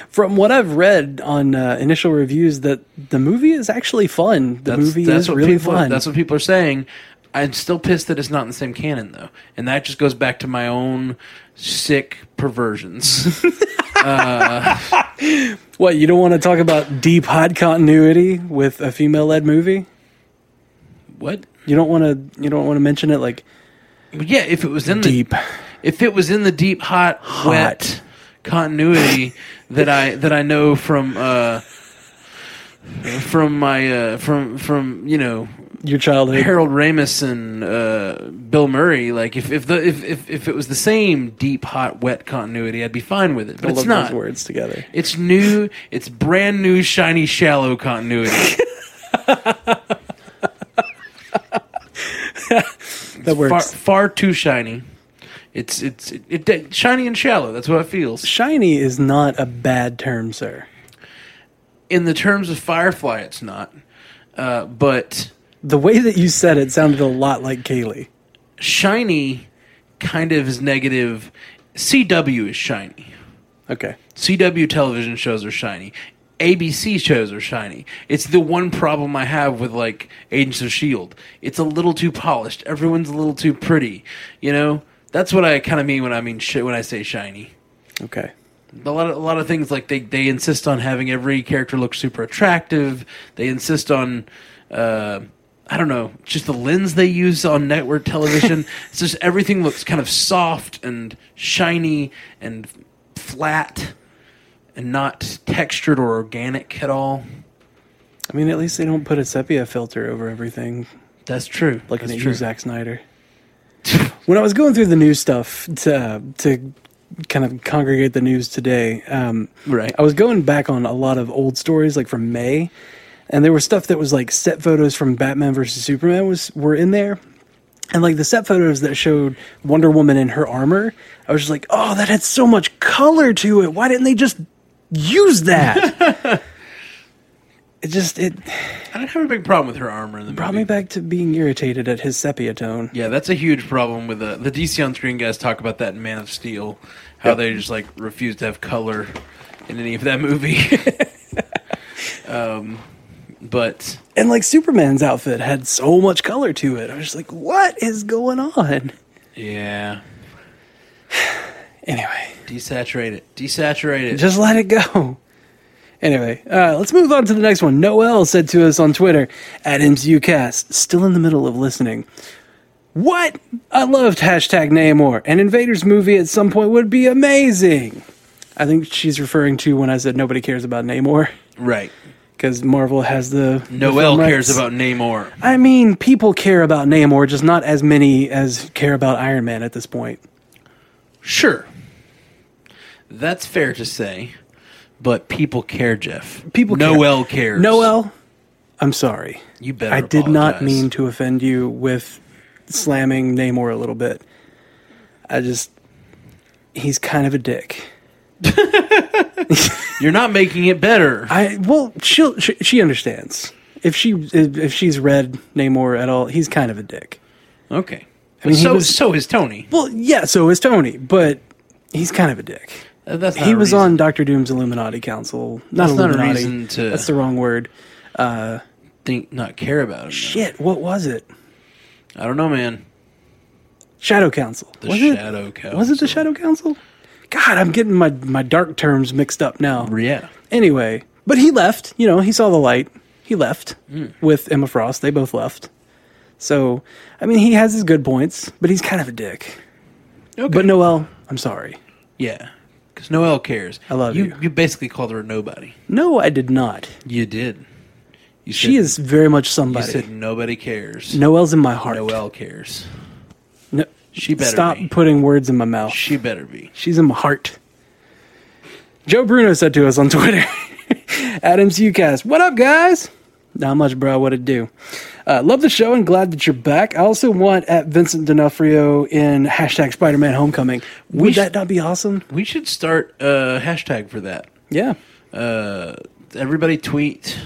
A: From what I've read on uh, initial reviews, that the movie is actually fun. The movie is really
B: people,
A: fun.
B: That's what people are saying. I'm still pissed that it's not in the same canon, though, and that just goes back to my own sick perversions.
A: what you don't want to talk about deep hot continuity with a female-led movie.
B: what?
A: You don't want to. You don't want to mention it like
B: But yeah, if it was in
A: deep.
B: the if it was in the deep, hot, wet continuity that I that I know from uh, from my uh, from from you know
A: Your childhood.
B: Harold Ramis and uh, Bill Murray, like if if, the, if if if it was the same deep, hot, wet continuity, I'd be fine with it. But
A: I
B: it's
A: love
B: not.
A: those words together.
B: It's new. It's brand new, shiny, shallow continuity.
A: That
B: far,
A: works.
B: far too shiny. It's it's it, it shiny and shallow. That's what it feels.
A: Shiny is not a bad term, sir.
B: In the terms of Firefly, it's not. Uh, but
A: The way that you said it sounded a lot like Kaylee.
B: shiny kind of is negative. CW is shiny.
A: Okay.
B: CW television shows are shiny. ABC shows are shiny. It's the one problem I have with like Agents of Shield. E It's a little too polished. Everyone's a little too pretty. You know, that's what I kind of mean when I mean sh- when I say shiny.
A: Okay.
B: A lot of a lot of things like they they insist on having every character look super attractive. They insist on. Uh, I don't know, just the lens they use on network television. it's just everything looks kind of soft and shiny and flat and not textured or organic at all.
A: I mean, at least they don't put a sepia filter over everything
B: That's true.
A: like
B: That's
A: they
B: true.
A: do Zack Snyder. when I was going through the news stuff to to kind of congregate the news today, um,
B: Right.
A: I was going back on a lot of old stories, like from May, and there was stuff that was like set photos from Batman versus Superman was were in there, and like the set photos that showed Wonder Woman in her armor. I was just like, oh, that had so much color to it. Why didn't they just use that? it just it
B: I don't have a big problem with her armor in the
A: brought
B: movie.
A: me back to being irritated at his sepia tone.
B: Yeah, that's a huge problem with the the DC on screen guys talk about that in Man of Steel, how they just like refuse to have color in any of that movie. um, but
A: And like Superman's outfit had so much color to it. I was just like, what is going on?
B: yeah,
A: Anyway,
B: desaturate it, desaturate it.
A: just let it go. Anyway, uh, let's move on to the next one. Noel said to us on Twitter at MCUcast, still in the middle of listening. What? I loved hashtag Namor. An Invaders movie at some point would be amazing. I think she's referring to when I said nobody cares about Namor
B: right.
A: because Marvel has the. the
B: Noel
A: film
B: cares
A: rights.
B: about Namor.
A: I mean, people care about Namor, just not as many as care about Iron Man at this point.
B: Sure, that's fair to say, but people care, Jeff.
A: People care.
B: Noel cares.
A: Noel, I'm sorry.
B: You better.
A: I did not
B: apologize.
A: mean to offend you with slamming Namor a little bit. I just he's kind of a dick.
B: You're not making it better.
A: I well, she'll, she she understands. If she if if she's read Namor at all, he's kind of a dick.
B: Okay.
A: mean, he
B: so
A: was-
B: so is Tony.
A: Well, yeah, so is Tony, but he's kind of a dick.
B: Uh, That's not
A: he
B: a
A: was
B: reason.
A: on Doctor Doom's Illuminati Council. Not
B: That's not a
A: Illuminati.
B: reason to-
A: That's the wrong word.
B: Think not care about him. though.
A: Shit, what was it?
B: I don't know, man.
A: Shadow Council.
B: The
A: was
B: Shadow
A: it?
B: Council.
A: Was it the Shadow Council? God, I'm getting my my dark terms mixed up now.
B: Yeah.
A: Anyway, but he left. You know, he saw the light. He left
B: Hmm.
A: with Emma Frost. They both left. So, I mean, he has his good points, but he's kind of a dick.
B: Okay.
A: But Noel, I'm sorry.
B: Yeah. Because Noelle cares.
A: I love
B: you.
A: you.
B: You basically called her a nobody.
A: No, I did not.
B: You did. You
A: She
B: said-
A: is very much
B: You
A: somebody.
B: said nobody cares.
A: Noel's in my heart.
B: Noelle cares.
A: No,
B: She better
A: stop
B: be.
A: putting words in my mouth.
B: She better be.
A: She's in my heart. Joe Bruno said to us on Twitter, Adams UCast, what up, guys? Not much, bro. What it do? Uh, love the show and glad that you're back. I also want at Vincent D'Onofrio in hashtag Spider Man Homecoming. Would
B: We sh-
A: that not be awesome?
B: We should start a hashtag for that.
A: Yeah.
B: Uh, everybody tweet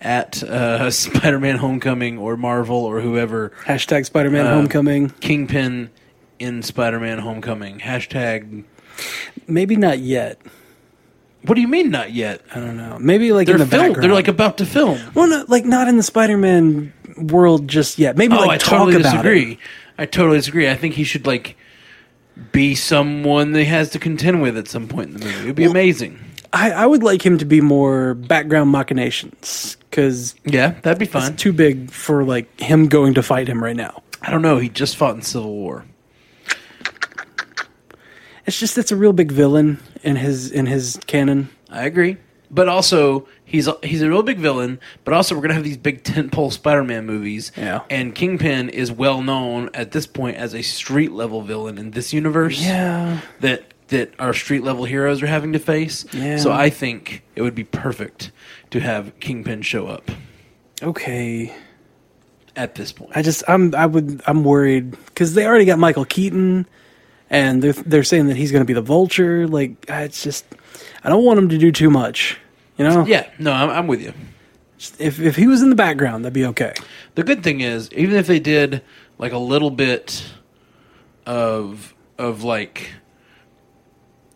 B: at uh, Spider-Man Homecoming or Marvel or whoever
A: Hashtag Spider
B: Uh.
A: Man Homecoming.
B: Kingpin in Spider-Man Homecoming. Hashtag.
A: Maybe not yet.
B: What do you mean not yet?
A: I don't know. Maybe like
B: They're
A: in the
B: film.
A: background.
B: They're like about to film.
A: well, no, like not in the Spider Man world just yet. Maybe
B: Oh,
A: like
B: I
A: talk
B: totally
A: about it.
B: disagree. I totally disagree. I think he should like be someone that he has to contend with at some point in the movie. It'd be amazing.
A: I, I would like him to be more background machinations because
B: Yeah, that'd be fun.
A: it's too big for like him going to fight him right now.
B: I don't know. He just fought in Civil War.
A: It's just it's a real big villain in his in his canon.
B: I agree. But also, he's a, he's a real big villain. But also, we're gonna have these big tentpole Spider-Man movies.
A: Yeah.
B: And Kingpin is well known at this point as a street level villain in this universe.
A: Yeah,
B: That that our street level heroes are having to face.
A: Yeah.
B: So I think it would be perfect to have Kingpin show up
A: okay.
B: at this point.
A: I just I'm I would I'm worried because they already got Michael Keaton, and they're they're saying that he's going to be the Vulture. Like I- it's just I don't want him to do too much. You know,
B: yeah. No, I'm, I'm with you.
A: if if he was in the background, that'd be okay.
B: The good thing is, even if they did like a little bit of of like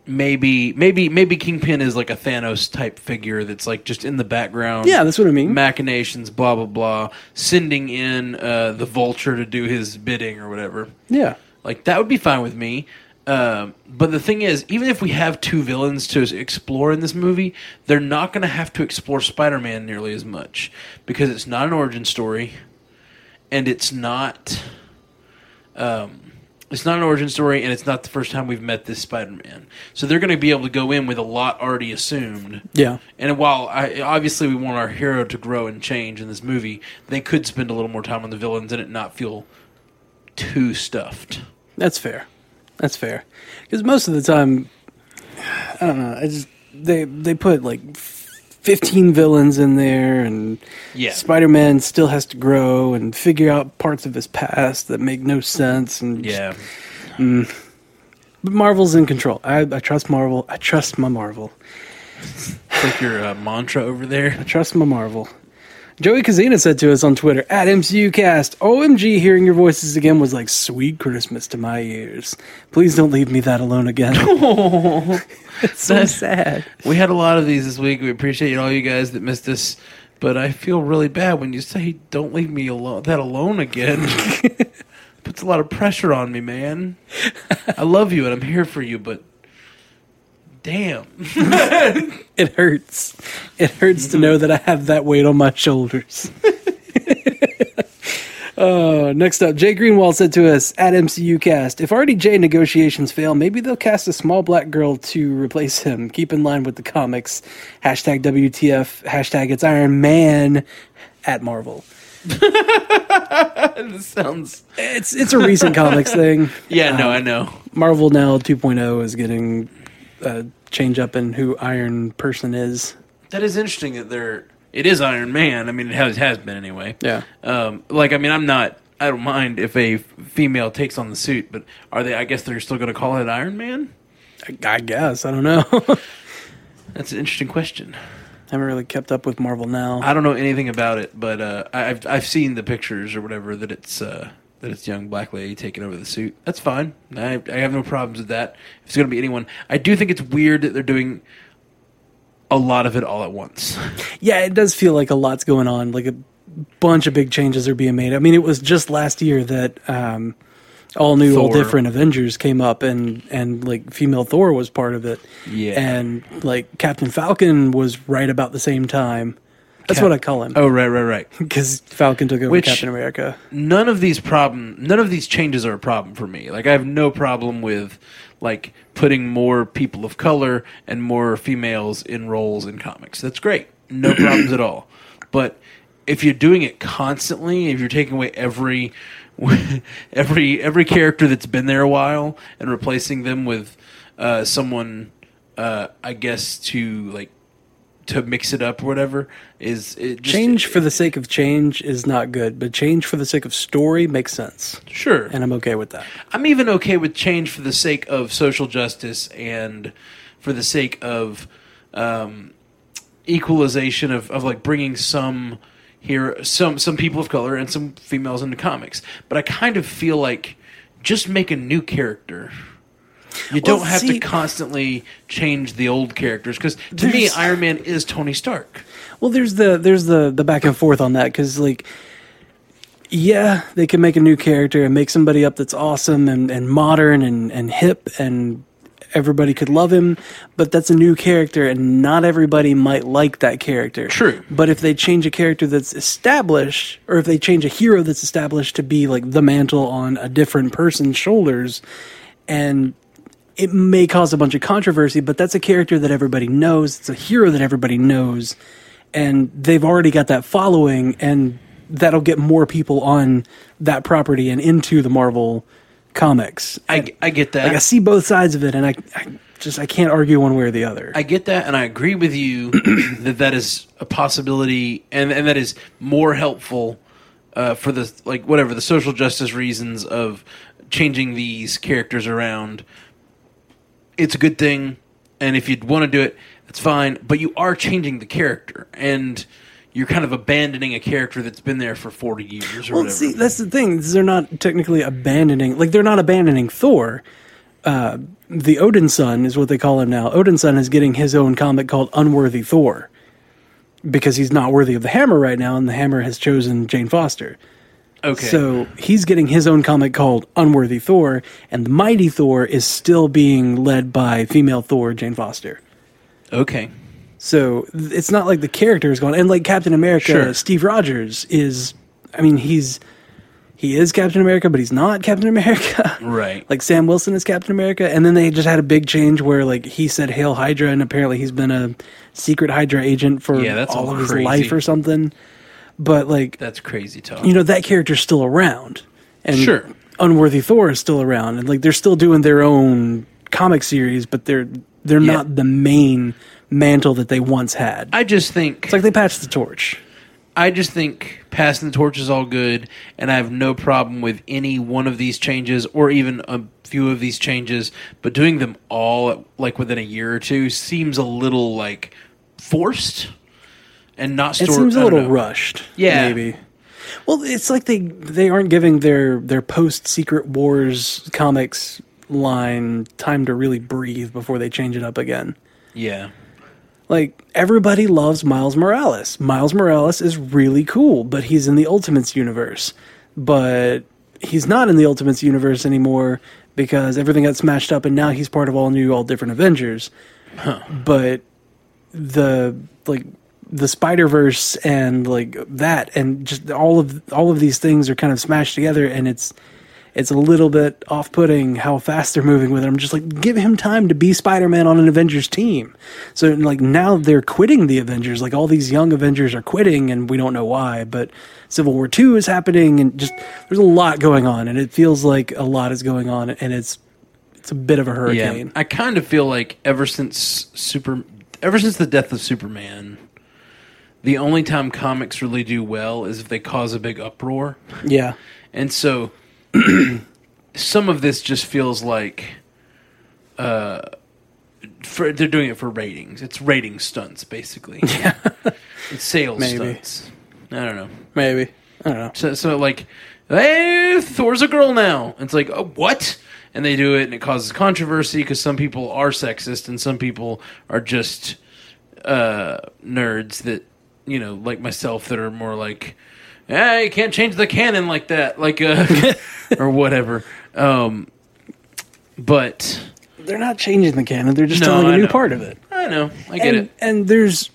B: maybe maybe maybe Kingpin is like a Thanos type figure that's like just in the background.
A: Yeah, that's what I mean.
B: Machinations, blah blah blah, sending in uh, the Vulture to do his bidding or whatever.
A: Yeah,
B: Like that would be fine with me. Um, but the thing is, even if we have two villains to explore in this movie, they're not going to have to explore Spider-Man nearly as much because it's not an origin story, and it's not, um, it's not an origin story, and it's not the first time we've met this Spider-Man. So they're going to be able to go in with a lot already assumed.
A: yeah.
B: And while I, obviously we want our hero to grow and change in this movie, they could spend a little more time on the villains and it not feel too stuffed.
A: That's fair. That's fair. Because most of the time, I don't know. I just they they put like fifteen villains in there, and
B: Yeah.
A: Spider Man still has to grow and figure out parts of his past that make no sense. And just-
B: yeah.
A: but Marvel's in control. I, I trust Marvel. I trust my Marvel.
B: It's like your uh, mantra over there.
A: I trust my Marvel. Joey Kazina said to us on Twitter at MCUcast, "OMG, hearing your voices again was like sweet Christmas to my ears. Please don't leave me that alone again. it's so sad."
B: We had a lot of these this week. We appreciate all you guys that missed us. But I feel really bad when you say, don't leave me alone, that alone again. Puts a lot of pressure on me, man. I love you and I'm here for you, but damn.
A: It hurts. It hurts to know that I have that weight on my shoulders. Uh, next up, Jay Greenwald said to us at MCUcast, if RDJ negotiations fail, maybe they'll cast a small black girl to replace him. Keep in line with the comics. Hashtag WTF. Hashtag it's Iron Man at Marvel.
B: This sounds.
A: It's it's a recent comics thing.
B: Yeah, no, I know.
A: Marvel now 2.0 is getting a change up in who Iron Person is.
B: That is interesting that they're it is Iron Man. I mean, it has has been anyway.
C: Yeah.
B: Um, like I mean, I'm not. I don't mind if a f- female takes on the suit, but are they? I guess they're still going to call it Iron Man.
A: I, I guess I don't know.
B: That's an interesting question.
A: Haven't really kept up with Marvel now.
B: I don't know anything about it, but uh, I- I've I've seen the pictures or whatever that it's uh, that it's young black lady taking over the suit. That's fine. I I have no problems with that. If it's going to be anyone, I do think it's weird that they're doing a lot of it all at once.
A: yeah, it does feel like a lot's going on. Like a bunch of big changes are being made. I mean, it was just last year that um, all new, all
B: Thor.
A: different Avengers came up, and and like female Thor was part of it.
B: Yeah.
A: and like Captain Falcon was right about the same time. That's
B: Cap-
A: what I call him
B: Oh right, right, right.
A: because Falcon took over
B: Which-
A: Captain America.
B: none of these problem none of these changes are a problem for me like i have no problem with like putting more people of color and more females in roles in comics that's great no problems at all but if you're doing it constantly if you're taking away every every every character that's been there a while and replacing them with uh, someone uh, i guess to like to mix it up or whatever is it just,
A: Change for the sake of change is not good, but change for the sake of story makes sense,
B: sure
A: and I'm okay with that.
B: I'm even okay with change for the sake of social justice and for the sake of um, equalization of, of like bringing some here some some people of color and some females into comics. But I kind of feel like just make a new character. You
A: Well,
B: don't have
A: see-
B: to constantly change the old characters because to me,
A: There's-
B: Iron Man is Tony Stark.
A: Well, there's the there's the the back and forth on that because like, yeah, they can make a new character and make somebody up that's awesome and and modern and and hip and everybody could love him, but that's a new character and not everybody might like that character.
B: True.
A: But if they change a character that's established, or if they change a hero that's established to be like the mantle on a different person's shoulders, and it may cause a bunch of controversy, but that's a character that everybody knows. It's a hero that everybody knows, and they've already got that following, and that'll get more people on that property and into the Marvel comics.
B: I, I get that.
A: Like I see both sides of it, and I, I just I can't argue one way or the other.
B: I get that, and I agree with you that that is a possibility, and and that is more helpful uh, for the like whatever the social justice reasons of changing these characters around. It's a good thing, and if you'd want to do it, that's fine. But you are changing the character, and you're kind of abandoning a character that's been there for forty years or
A: Well,
B: whatever.
A: see, that's the thing. is They're not technically abandoning. Like they're not abandoning Thor. Uh, the Odin son is what they call him now. Odin son is getting his own comic called Unworthy Thor because he's not worthy of the hammer right now, and the hammer has chosen Jane Foster.
B: okay,
A: So he's getting his own comic called Unworthy Thor, and the Mighty Thor is still being led by female Thor, Jane Foster.
B: okay,
A: So th- it's not like the character is gone. And like Captain America,
B: Sure.
A: Steve Rogers is. I mean, he's he is Captain America, but he's not Captain America.
B: right,
A: like Sam Wilson is Captain America, and then they just had a big change where like he said "Hail Hydra," and apparently he's been a secret Hydra agent for
B: Yeah, that's
A: all
B: all
A: of his
B: crazy.
A: life or something. But like
B: that's crazy talk.
A: you know, that character's still around, and
B: Sure.
A: Unworthy Thor is still around, and like they're still doing their own comic series, but they're they're
B: Yeah.
A: not the main mantle that they once had.
B: I just think
A: It's like they patched the torch.
B: I just think passing the torch is all good, and I have no problem with any one of these changes or even a few of these changes. But doing them all like within a year or two seems a little like forced and not.
A: It
B: Stor-
A: seems
B: I
A: a
B: don't
A: little
B: know.
A: rushed.
B: Yeah.
A: maybe. Well, it's like they they aren't giving their their post Secret Wars comics line time to really breathe before they change it up again.
B: Yeah,
A: Like everybody loves Miles Morales. Miles Morales is really cool, but he's in the Ultimates universe. But he's not in the Ultimates universe anymore because everything got smashed up and now he's part of all new all different Avengers. But the like the Spider-Verse and like that and just all of all of these things are kind of smashed together and it's it's a little bit off-putting how fast they're moving with it. I'm just like, give him time to be Spider-Man on an Avengers team. So like now they're quitting the Avengers. Like all these young Avengers are quitting, and we don't know why. But Civil War Two is happening, and just there's a lot going on, and it feels like a lot is going on, and it's it's a bit of a hurricane.
B: I kind of feel like ever since Super, ever since the death of Superman, the only time comics really do well is if they cause a big uproar.
A: Yeah.
B: And so some of this just feels like uh, for, they're doing it for ratings. It's rating stunts, basically. Yeah. it's sales
A: Maybe.
B: stunts. I don't know.
A: Maybe. I don't know.
B: So, so like, hey, Thor's a girl now. It's like, oh, what? And they do it, and it causes controversy because some people are sexist and some people are just uh, nerds that you know, like myself, that are more like, eh, you can't change the canon like that, like uh, or whatever. Um, but
A: They're not changing the canon. They're just
B: No,
A: telling a
B: I
A: new
B: know.
A: part of it.
B: I know, I get
A: and,
B: it.
A: and there's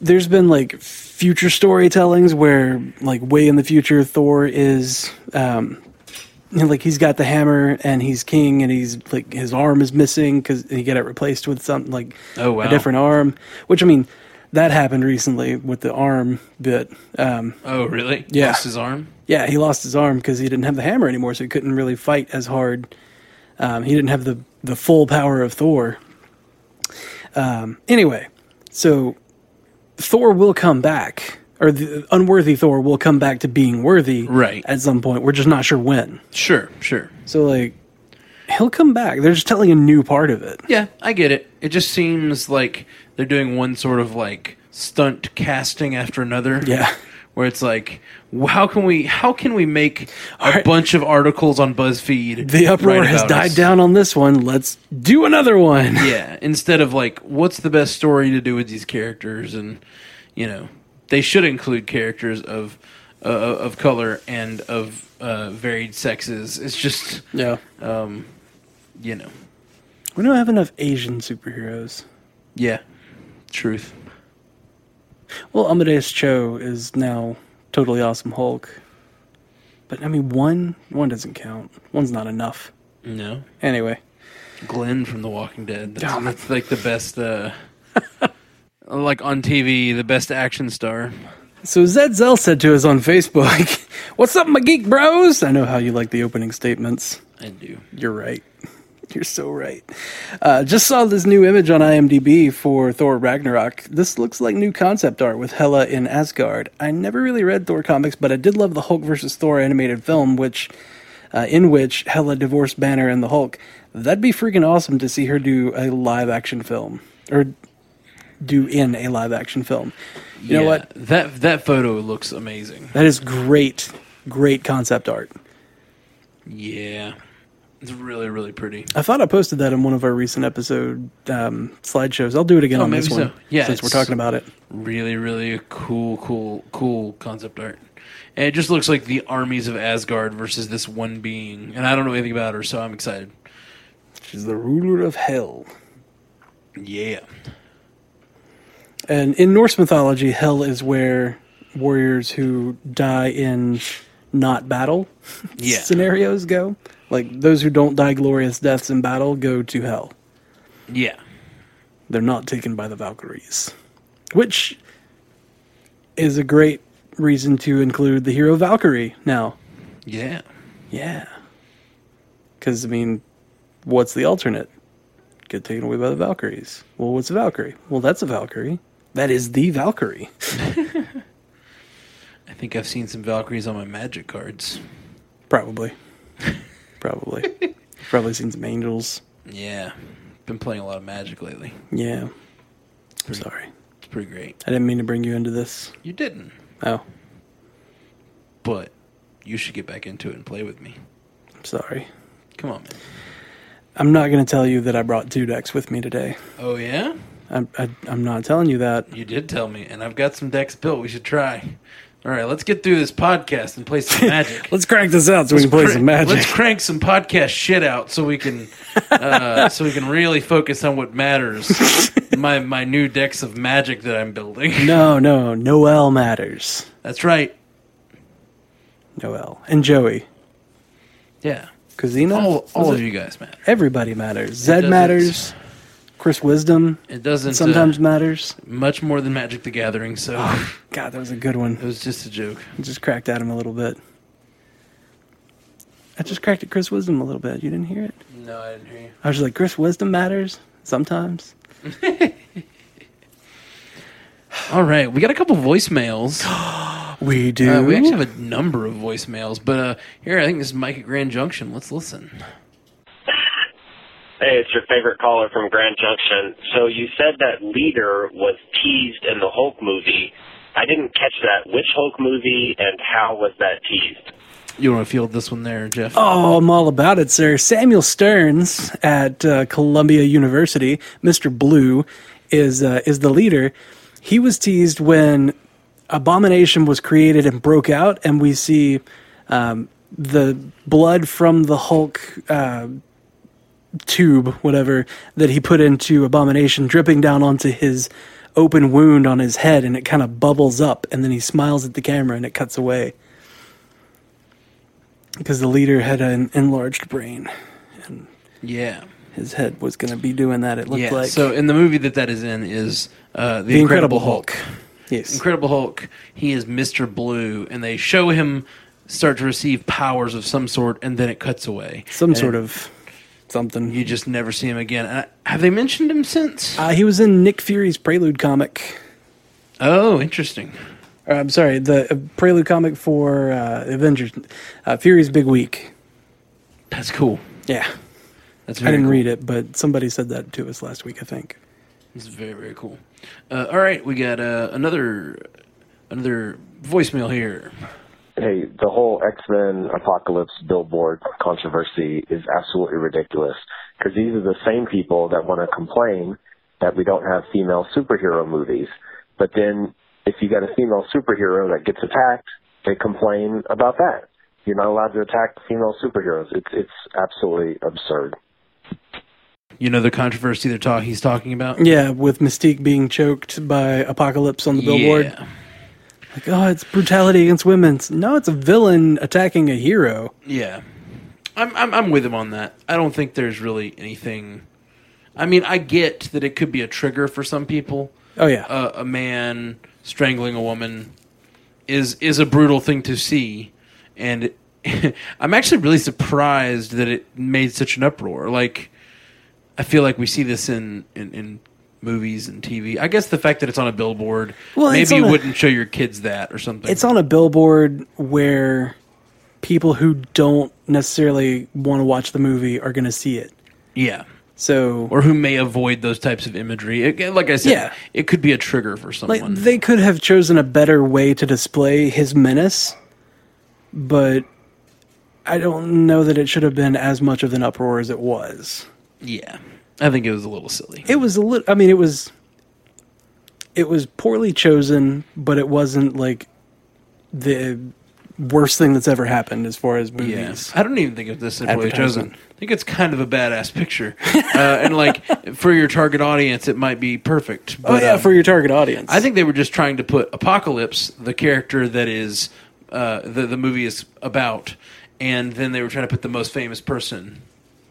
A: there's been like future storytellings where like way in the future Thor is um you know, like he's got the hammer and he's king and he's like his arm is missing because he got it replaced with something like
B: Oh, wow.
A: a different arm which I mean that happened recently with the arm bit um
B: Oh, really?
A: Yeah.
B: Lost his arm.
A: yeah he lost his arm because he didn't have the hammer anymore so he couldn't really fight as hard um he didn't have the the full power of Thor um anyway so Thor will come back, or the unworthy Thor will come back to being worthy,
B: Right.
A: At some point, we're just not sure when.
B: Sure, sure.
A: So like, he'll come back. They're just telling a new part of it.
B: Yeah, I get it. It just seems like they're doing one sort of like stunt casting after another.
A: Yeah.
B: Where it's like, w- how can we how can we make a
A: Our-
B: bunch of articles on BuzzFeed?
A: The uproar
B: right
A: has
B: about
A: died
B: us?
A: down on this one. Let's do another one.
B: Yeah, instead of like, what's the best story to do with these characters, and you know, they should include characters of uh, of color and of uh, varied sexes. It's just
A: Yeah,
B: um, you know,
A: we don't have enough Asian superheroes.
B: yeah, truth.
A: Well, Amadeus Cho is now totally awesome Hulk, but I mean one one doesn't count. One's not enough.
B: No,
A: Anyway,
B: Glenn from The Walking Dead. That's,
A: Damn it.
B: that's like the best, uh, like on TV, the best action star.
A: So Zed Zell said to us on Facebook, "What's up, my geek bros? I know how you like the opening statements.
B: I do.
A: You're right. You're so right. Uh, just saw this new image on IMDb for Thor Ragnarok. This looks like new concept art with Hela in Asgard. I never really read Thor comics, but I did love the Hulk versus Thor animated film, which uh, in which Hela divorced Banner and the Hulk. That'd be freaking awesome to see her do a live action film or do in a live action film. You know
B: Yeah,
A: what?
B: That that photo looks amazing.
A: That is great, great concept art.
B: Yeah, it's really really pretty.
A: I thought I posted that in one of our recent episode um, slideshows. I'll do it again
B: Oh,
A: on this
B: maybe
A: one.
B: so. Yeah,
A: since we're
B: it's-
A: talking about it.
B: Really really cool cool cool concept art. And it just looks like the armies of Asgard versus this one being. And I don't know anything about her, so I'm excited.
A: She's the ruler of hell.
B: Yeah.
A: And in Norse mythology, hell is where warriors who die in not battle
B: Yeah.
A: scenarios go. Like those who don't die glorious deaths in battle go to hell.
B: Yeah.
A: They're not taken by the Valkyries, which is a great reason to include the hero Valkyrie now.
B: Yeah.
A: Yeah. Because, I mean, what's the alternate? Get taken away by the Valkyries. Well, what's a Valkyrie? Well, that's a Valkyrie. That is the Valkyrie.
B: I think I've seen some Valkyries on my magic cards.
A: Probably. Probably. Probably seen some angels.
B: Yeah. Been playing a lot of magic lately.
A: Yeah. I'm sorry.
B: It's pretty great.
A: I didn't mean to bring you into this.
B: You didn't,
A: Oh,
B: but you should get back into it and play with me.
A: I'm sorry.
B: Come on, man.
A: I'm not going to tell you that I brought two decks with me today.
B: Oh yeah,
A: I'm, I, I'm not telling you that.
B: you did tell me, and I've got some decks built. We should try. All right, let's get through this podcast and play some magic.
A: Let's crank this out so we can play some magic.
B: Let's crank some podcast shit out so we can uh, so we can really focus on what matters. my my new decks of magic that I'm building.
A: no, no. Noel matters.
B: That's right.
A: Noel. And Joey.
B: Yeah.
A: Kazina?
B: All
A: Was
B: all
A: it-
B: of you guys matter.
A: Everybody matters.
B: It
A: Zed
B: doesn't-
A: matters. Chris Wisdom
B: It doesn't uh,
A: sometimes matters.
B: much more than Magic the Gathering, so
A: God, that was a good
B: it
A: one.
B: was just a joke.
A: I just cracked at him a little bit. I just cracked at Chris Wisdom a little bit. You didn't hear it?
B: No, I didn't hear you.
A: I was just like, Chris Wisdom matters sometimes.
B: All right, we got a couple voicemails.
A: We do.
B: Uh, we actually have a number of voicemails, but uh, here I think this is Mike at Grand Junction. Let's listen.
C: Hey, it's your favorite caller from Grand Junction. So you said that Leader was teased in the Hulk movie. I didn't catch that. Which Hulk movie and how was that teased?
B: You want to field this one there, Jeff?
A: Oh, I'm all about it, sir. Samuel Stearns at uh, Columbia University, Mr. Blue, is uh, is the leader. He was teased when Abomination was created and broke out, and we see um, the blood from the Hulk uh, tube, whatever that he put into Abomination, dripping down onto his open wound on his head, and it kind of bubbles up, and then he smiles at the camera, and it cuts away because the leader had an enlarged brain.
B: Yeah.
A: His head was going to be doing that. It looked
B: Yeah.
A: like
B: so, in the movie that that is in is uh, the,
A: the
B: Incredible,
A: Incredible
B: Hulk.
A: Hulk. Yes,
B: Incredible Hulk. He is Mister Blue, and they show him start to receive powers of some sort, and then it cuts away.
A: some
B: And
A: sort of something.
B: You just never see him again. Uh, have they mentioned him since?
A: Uh, he was in Nick Fury's Prelude comic.
B: oh, interesting.
A: Or, I'm sorry, the uh, Prelude comic for uh, Avengers, uh, Fury's Big Week.
B: That's cool.
A: Yeah,
B: That's
A: I
B: very
A: didn't
B: cool.
A: read it, but somebody said that to us last week. I think.
B: It's very very cool. Uh, all right, we got uh, another another voicemail here.
D: Hey, the whole X Men apocalypse billboard controversy is absolutely ridiculous because these are the same people that want to complain that we don't have female superhero movies. But then, if you got a female superhero that gets attacked, they complain about that. You're not allowed to attack female superheroes. It's it's absolutely absurd.
B: You know the controversy they're talking he's talking about.
A: Yeah, with Mystique being choked by Apocalypse on the billboard.
B: Yeah.
A: Like, oh, it's brutality against women. It's- No, it's a villain attacking a hero.
B: Yeah, I'm, I'm I'm with him on that. I don't think there's really anything. I mean, I get that it could be a trigger for some people.
A: Oh yeah,
B: A, a man strangling a woman is is a brutal thing to see, and I'm actually really surprised that it made such an uproar. Like, I feel like we see this in in. in movies and TV. I guess the fact that it's on a billboard,
A: Well, it's
B: maybe you
A: on a-
B: wouldn't show your kids that or something.
A: it's on a billboard where people who don't necessarily want to watch the movie are going to see it.
B: yeah.
A: So
B: or who may avoid those types of imagery. It, like I said,
A: Yeah.
B: it could be a trigger for
A: like
B: someone.
A: they could have chosen a better way to display his menace, but I don't know that it should have been as much of an uproar as it was.
B: yeah, I think it was a little silly.
A: It was a little I mean it was it was poorly chosen, but it wasn't like the worst thing that's ever happened as far as
B: yeah,
A: movies.
B: I don't even think it's necessarily chosen.
A: Advertisement.
B: I think it's kind of a badass picture, uh, and like for your target audience, it might be perfect.
A: Oh
B: But
A: yeah,
B: um,
A: for your target audience.
B: I think they were just trying to put Apocalypse, the character that is uh, the the movie is about, and then they were trying to put the most famous person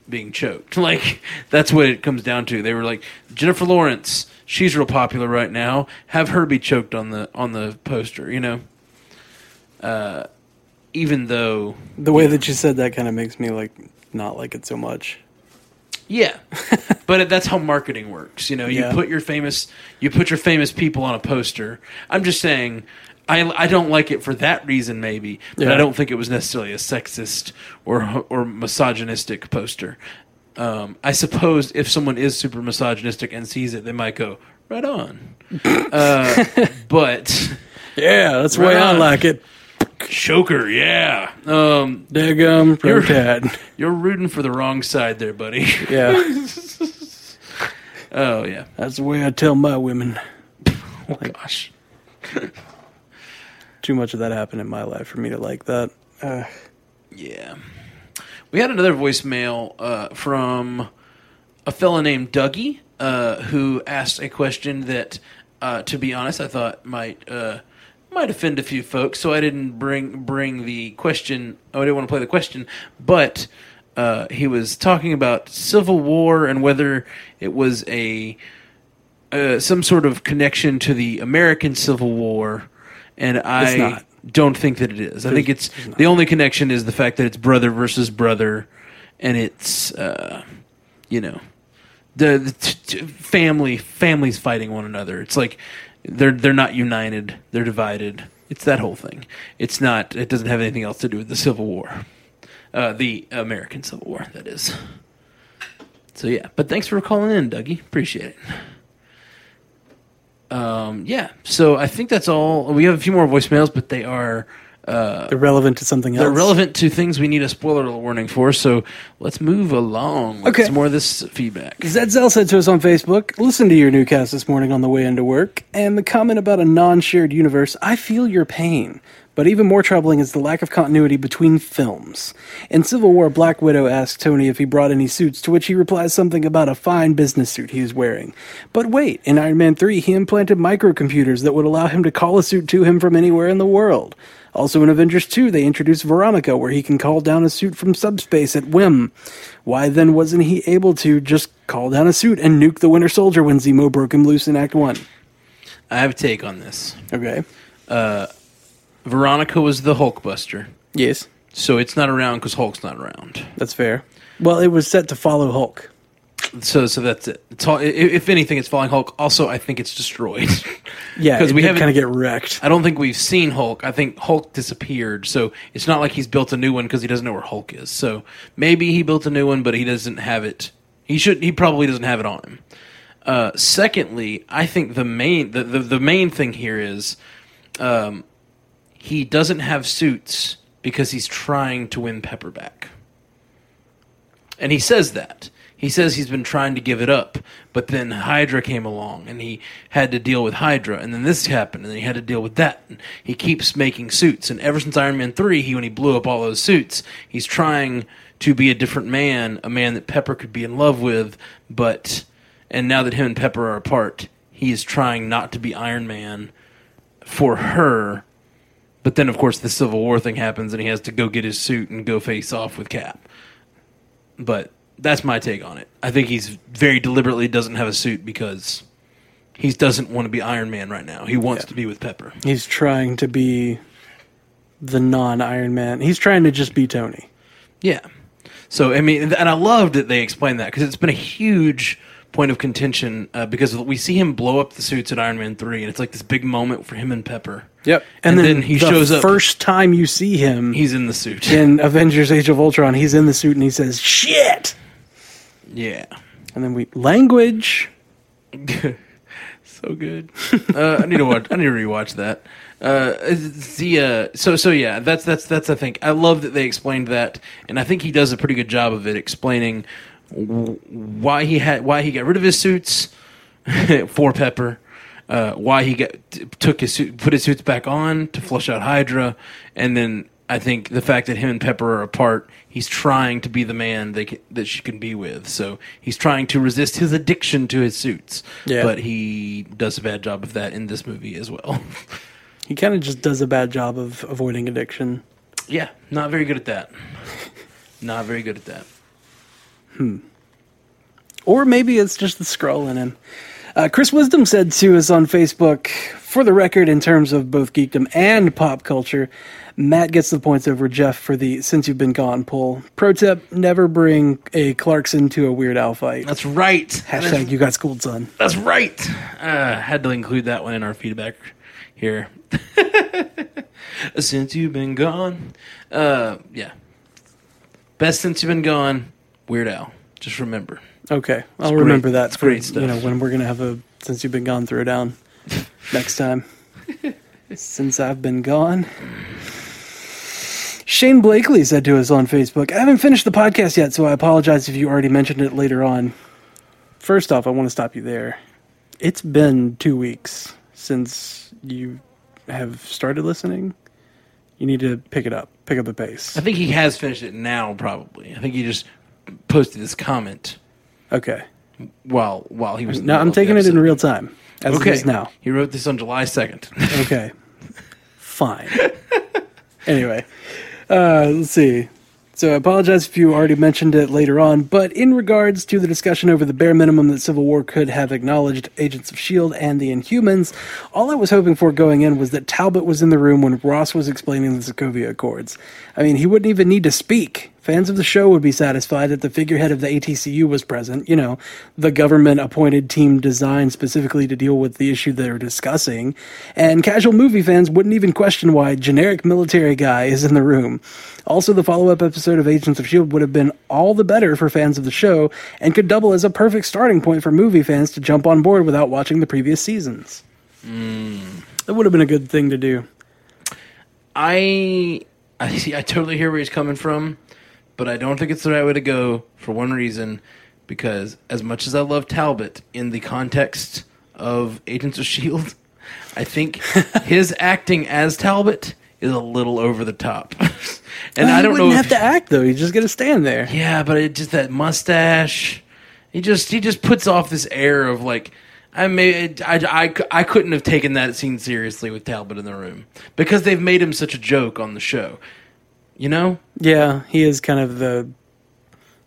B: being choked. Like that's what it comes down to. They were like Jennifer Lawrence, she's real popular right now. Have her be choked on the on the poster, you know. Uh, even though,
A: The way that you said that kind of makes me like not like it so much.
B: yeah, but that's how marketing works. You know, you
A: Yeah.
B: put your famous you put your famous people on a poster. I'm just saying. I, I don't like it for that reason, maybe, but I
A: Yeah.
B: don't think it was necessarily a sexist or or misogynistic poster. Um, I suppose if someone is super misogynistic and sees it, they might go right on. uh, but
A: Yeah, that's the
B: way I like
A: it.
B: choker, yeah, um,
A: Daggum Rotad.
B: you're rooting for the wrong side there, buddy.
A: Yeah,
B: oh yeah.
A: that's the way I tell my women.
B: Oh gosh.
A: Too much of that happened in my life for me to like that. Uh,
B: Yeah. We had another voicemail uh, from a fella named Dougie uh, who asked a question that, uh, to be honest, I thought might uh, might offend a few folks. So I didn't bring bring the question. Oh, I didn't want to play the question, but uh, he was talking about Civil War and whether it was a uh, some sort of connection to the American Civil War, and I
A: not.
B: don't think that it is. I think it's the only connection is the fact that it's brother versus brother, and it's uh, you know the, the t- t- family families fighting one another. It's like they're they're not united. They're divided. It's that whole thing. It's not. It doesn't have anything else to do with the Civil War, uh, the American Civil War. That is. So yeah, but thanks for calling in, Dougie. Appreciate it. Um, yeah. So I think that's all. We have a few more voicemails, but they are
A: Uh, They're relevant to something else.
B: they're relevant to things we need a spoiler warning for. So let's move along. with
A: Okay.
B: Some more of this feedback.
A: Zetzel said to us on Facebook, listen to your new cast this morning on the way into work, and the comment about a non shared universe, I feel your pain. But even more troubling is the lack of continuity between films. In Civil War, Black Widow asked Tony if he brought any suits, to which he replies something about a fine business suit he was wearing. But wait, in Iron Man 3, he implanted microcomputers that would allow him to call a suit to him from anywhere in the world. Also in Avengers 2, they introduced Veronica, where he can call down a suit from subspace at whim. Why then wasn't he able to just call down a suit and nuke the Winter Soldier when Zemo broke him loose in Act 1?
B: I have a take on this.
A: Okay.
B: Veronica was the Hulkbuster,
A: Yes.
B: so it's not around because Hulk's not around.
A: That's fair. Well, it was set to follow Hulk.
B: So, so that's it. It's all, i- if anything, it's falling Hulk. Also, I think it's destroyed.
A: Yeah,
B: 'Cause
A: because we
B: we haven't-
A: kind of get wrecked.
B: I don't think we've seen Hulk. I think Hulk disappeared. So it's not like he's built a new one because he doesn't know where Hulk is. So maybe he built a new one, but he doesn't have it. He should. He probably doesn't have it on him. Uh, secondly, I think the main the, the, the main thing here is um, he doesn't have suits because he's trying to win Pepper back. And he says that. He says he's been trying to give it up, but then Hydra came along and he had to deal with Hydra, and then this happened, and then he had to deal with that. And he keeps making suits, and ever since Iron Man 3, he when he blew up all those suits, he's trying to be a different man, a man that Pepper could be in love with, but and now that him and Pepper are apart, he is trying not to be Iron Man for her. But then of course the Civil War thing happens and he has to go get his suit and go face off with Cap but that's my take on it. I think he's very deliberately doesn't have a suit because he doesn't want to be Iron Man right now. He wants to be with Pepper.
A: He's trying to be the non Iron Man. He's trying to just be Tony.
B: Yeah. So I mean, and I love that they explained that because it's been a huge point of contention uh, because we see him blow up the suits at Iron Man three, and it's like this big moment for him and Pepper.
A: And, then,
B: he
A: the
B: shows up.
A: First time you see him
B: he's in the suit.
A: in Avengers: Age of Ultron, he's in the suit and he says "shit,"
B: yeah.
A: and then we language.
B: so good. uh, I need to watch. I need to rewatch that. Uh, it's the uh, so so yeah, that's that's that's I think I love that they explained that, and I think he does a pretty good job of it explaining w- why he had why he got rid of his suits for Pepper. Uh, why he got t- took his suit, put his suits back on to flush out Hydra, and then I think the fact that him and Pepper are apart, he's trying to be the man they ca that she can be with. So he's trying to resist his addiction to his suits,
A: Yeah.
B: but he does a bad job of that in this movie as well.
A: He kind of just does a bad job of avoiding addiction.
B: yeah, not very good at that. Not very good at that.
A: Or maybe it's just the scroll in him. Uh, Chris Wisdom said to us on Facebook, for the record, in terms of both geekdom and pop culture, Matt gets the points over Jeff for the since you've been gone poll. Pro tip never bring a Clarkson to a Weird Al fight.
B: That's right. That is-
A: Hashtag you got schooled, son.
B: That's right. Uh, had to include that one in our feedback here. since you've been gone, uh, yeah. Best since you've been gone, Weird Al. Just remember.
A: Okay, I'll
B: great.
A: remember that.
B: It's
A: for,
B: great stuff.
A: You know, when we're gonna have a since you've been gone throwdown next time. since I've been gone. Shane Blakely said to us on Facebook, I haven't finished the podcast yet, so I apologize if you already mentioned it later on. First off, I want to stop you there. It's been two weeks since you have started listening. You need to pick it up, pick up the pace.
B: I think he has finished it now. Probably. I think he just posted this comment
A: Okay.
B: while while he was. in the
A: Now
B: middle
A: I'm
B: of the
A: taking it in
B: episode.
A: real time, as it is now.
B: He wrote this on July second.
A: Okay. Fine. anyway, uh, let's see. So I apologize if you already mentioned it later on, but in regards to the discussion over the bare minimum that Civil War could have acknowledged Agents of S.H.I.E.L.D. E and the Inhumans, all I was hoping for going in was that Talbot was in the room when Ross was explaining the Sokovia Accords. I mean, he wouldn't even need to speak. Fans of the show would be satisfied that the figurehead of the ATCU was present, you know, the government appointed team designed specifically to deal with the issue they're discussing. And casual movie fans wouldn't even question why generic military guy is in the room. Also, the follow up episode of Agents of S.H.I.E.L.D. E would have been all the better for fans of the show and could double as a perfect starting point for movie fans to jump on board without watching the previous seasons.
B: Hmm.
A: That would have been a good thing to do.
B: I I see. I totally hear where he's coming from, but I don't think it's the right way to go for one reason. Because as much as I love Talbot in the context of Agents of Shield, E I think his acting as Talbot is a little over the top. and I
A: You
B: don't know.
A: wouldn't
B: if-
A: have to act though. You just got to stand there.
B: Yeah, but it just that mustache. He just he just puts off this air of like I may I, I, I couldn't have taken that scene seriously with Talbot in the room because they've made him such a joke on the show. You know?
A: Yeah, he is kind of the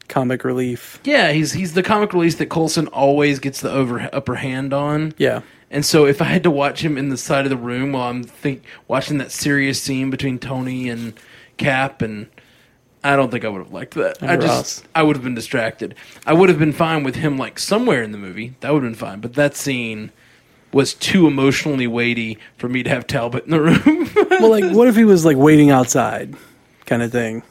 A: comic relief.
B: Yeah, he's he's the comic release that Colson always gets the over upper hand on.
A: Yeah.
B: And so if I had to watch him in the side of the room while I'm think watching that serious scene between Tony and Cap and I don't think I would have liked that. I
A: Ross.
B: just I would have been distracted. I would have been fine with him like somewhere in the movie. That would have been fine, but that scene was too emotionally weighty for me to have Talbot in the room.
A: Well, like, what if he was like waiting outside, kind of thing?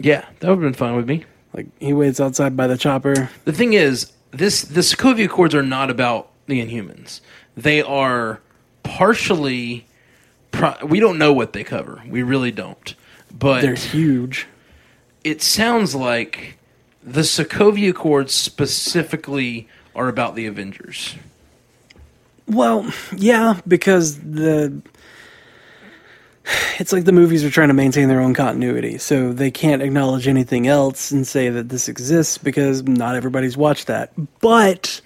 B: yeah, that would have been fine with me.
A: Like he waits outside by the chopper.
B: The thing is, this the Sokovia Accords are not about the Inhumans. They are partially. Pro- we don't know what they cover. We really don't. But
A: They're huge.
B: it sounds like the Sokovia Accords specifically are about the Avengers.
A: Well, yeah, because the it's like the movies are trying to maintain their own continuity, so they can't acknowledge anything else and say that this exists because not everybody's watched that. But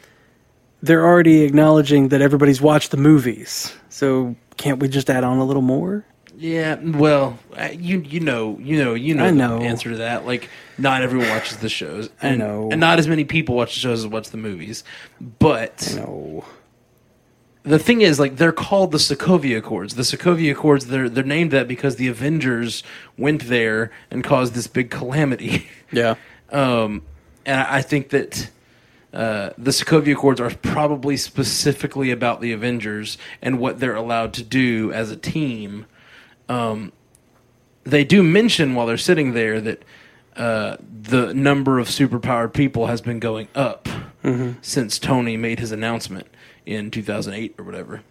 A: they're already acknowledging that everybody's watched the movies. So can't we just add on a little more?
B: Yeah, well, uh, you you know you know you know,
A: I
B: the
A: know.
B: answer to that. Like, not everyone watches the shows.
A: I
B: And,
A: know.
B: and not as many people watch the shows as watch the movies. But
A: No.
B: the thing is, like, they're called the Sokovia Accords. The Sokovia Accords, they're, they're named that because the Avengers went there and caused this big calamity.
A: Yeah.
B: Um, and I I think that uh, the Sokovia Accords are probably specifically about the Avengers and what they're allowed to do as a team. Um, they do mention while they're sitting there that uh, the number of superpowered people has been going up since Tony made his announcement in 2008 or whatever.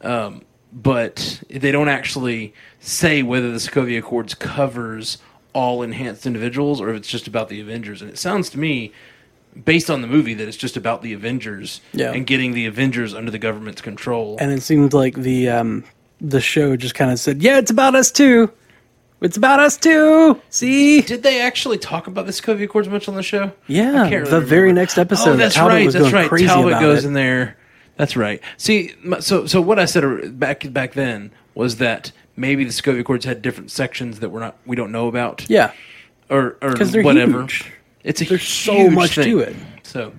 B: Um, but they don't actually say whether the Sokovia Accords covers all enhanced individuals or if it's just about the Avengers. And it sounds to me, based on the movie, that it's just about the Avengers
A: Yeah.
B: and getting the Avengers under the government's control.
A: And it seemed like the um the show just kind of said, "Yeah, it's about us too. It's about us too. See?
B: did they actually talk about the Sokovia Accords much on the show?
A: Yeah,
B: I can't
A: the
B: really
A: very next episode,
B: Oh, that's
A: Talbot
B: right.
A: was
B: That's
A: going
B: right.
A: crazy
B: Talbot
A: about
B: goes
A: it.
B: in there. That's right. See, m- so so what I said er- back back then was that maybe the Sokovia Accords had different sections that we're not we don't know about.
A: Yeah.
B: or or
A: 'Cause they're
B: whatever.
A: huge.
B: It's a
A: There's so
B: huge
A: much
B: thing.
A: to it.
B: So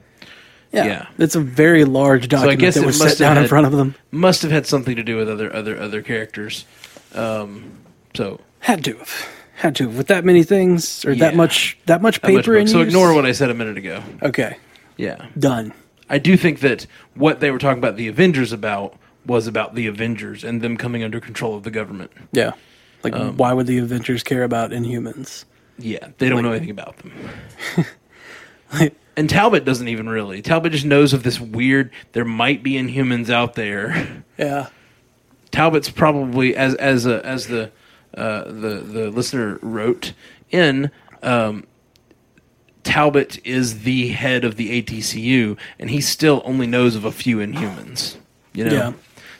A: Yeah.
B: Yeah.
A: It's a very large
B: so I
A: document
B: guess
A: that
B: it
A: was
B: must
A: set down
B: have
A: in
B: had-
A: front of them.
B: Must have had something to do with other other other characters. Um, so
A: Had to have. Had to have. With that many things or that
B: Yeah.
A: much that much
B: that much
A: paper in
B: book. so
A: use?
B: ignore what I said a minute ago.
A: Okay.
B: Yeah,
A: Done.
B: I do think that what they were talking about the Avengers about was about the Avengers and them coming under control of the government.
A: Yeah. Like
B: Um,
A: why would the Avengers care about Inhumans?
B: Yeah, they don't know anything about them. and Talbot doesn't even really. Talbot just knows of this weird. There might be Inhumans out there.
A: Yeah.
B: Talbot's probably as as a, as the uh, the the listener wrote in. Um, Talbot is the head of the ATCU, and he still only knows of a few Inhumans. You know,
A: Yeah.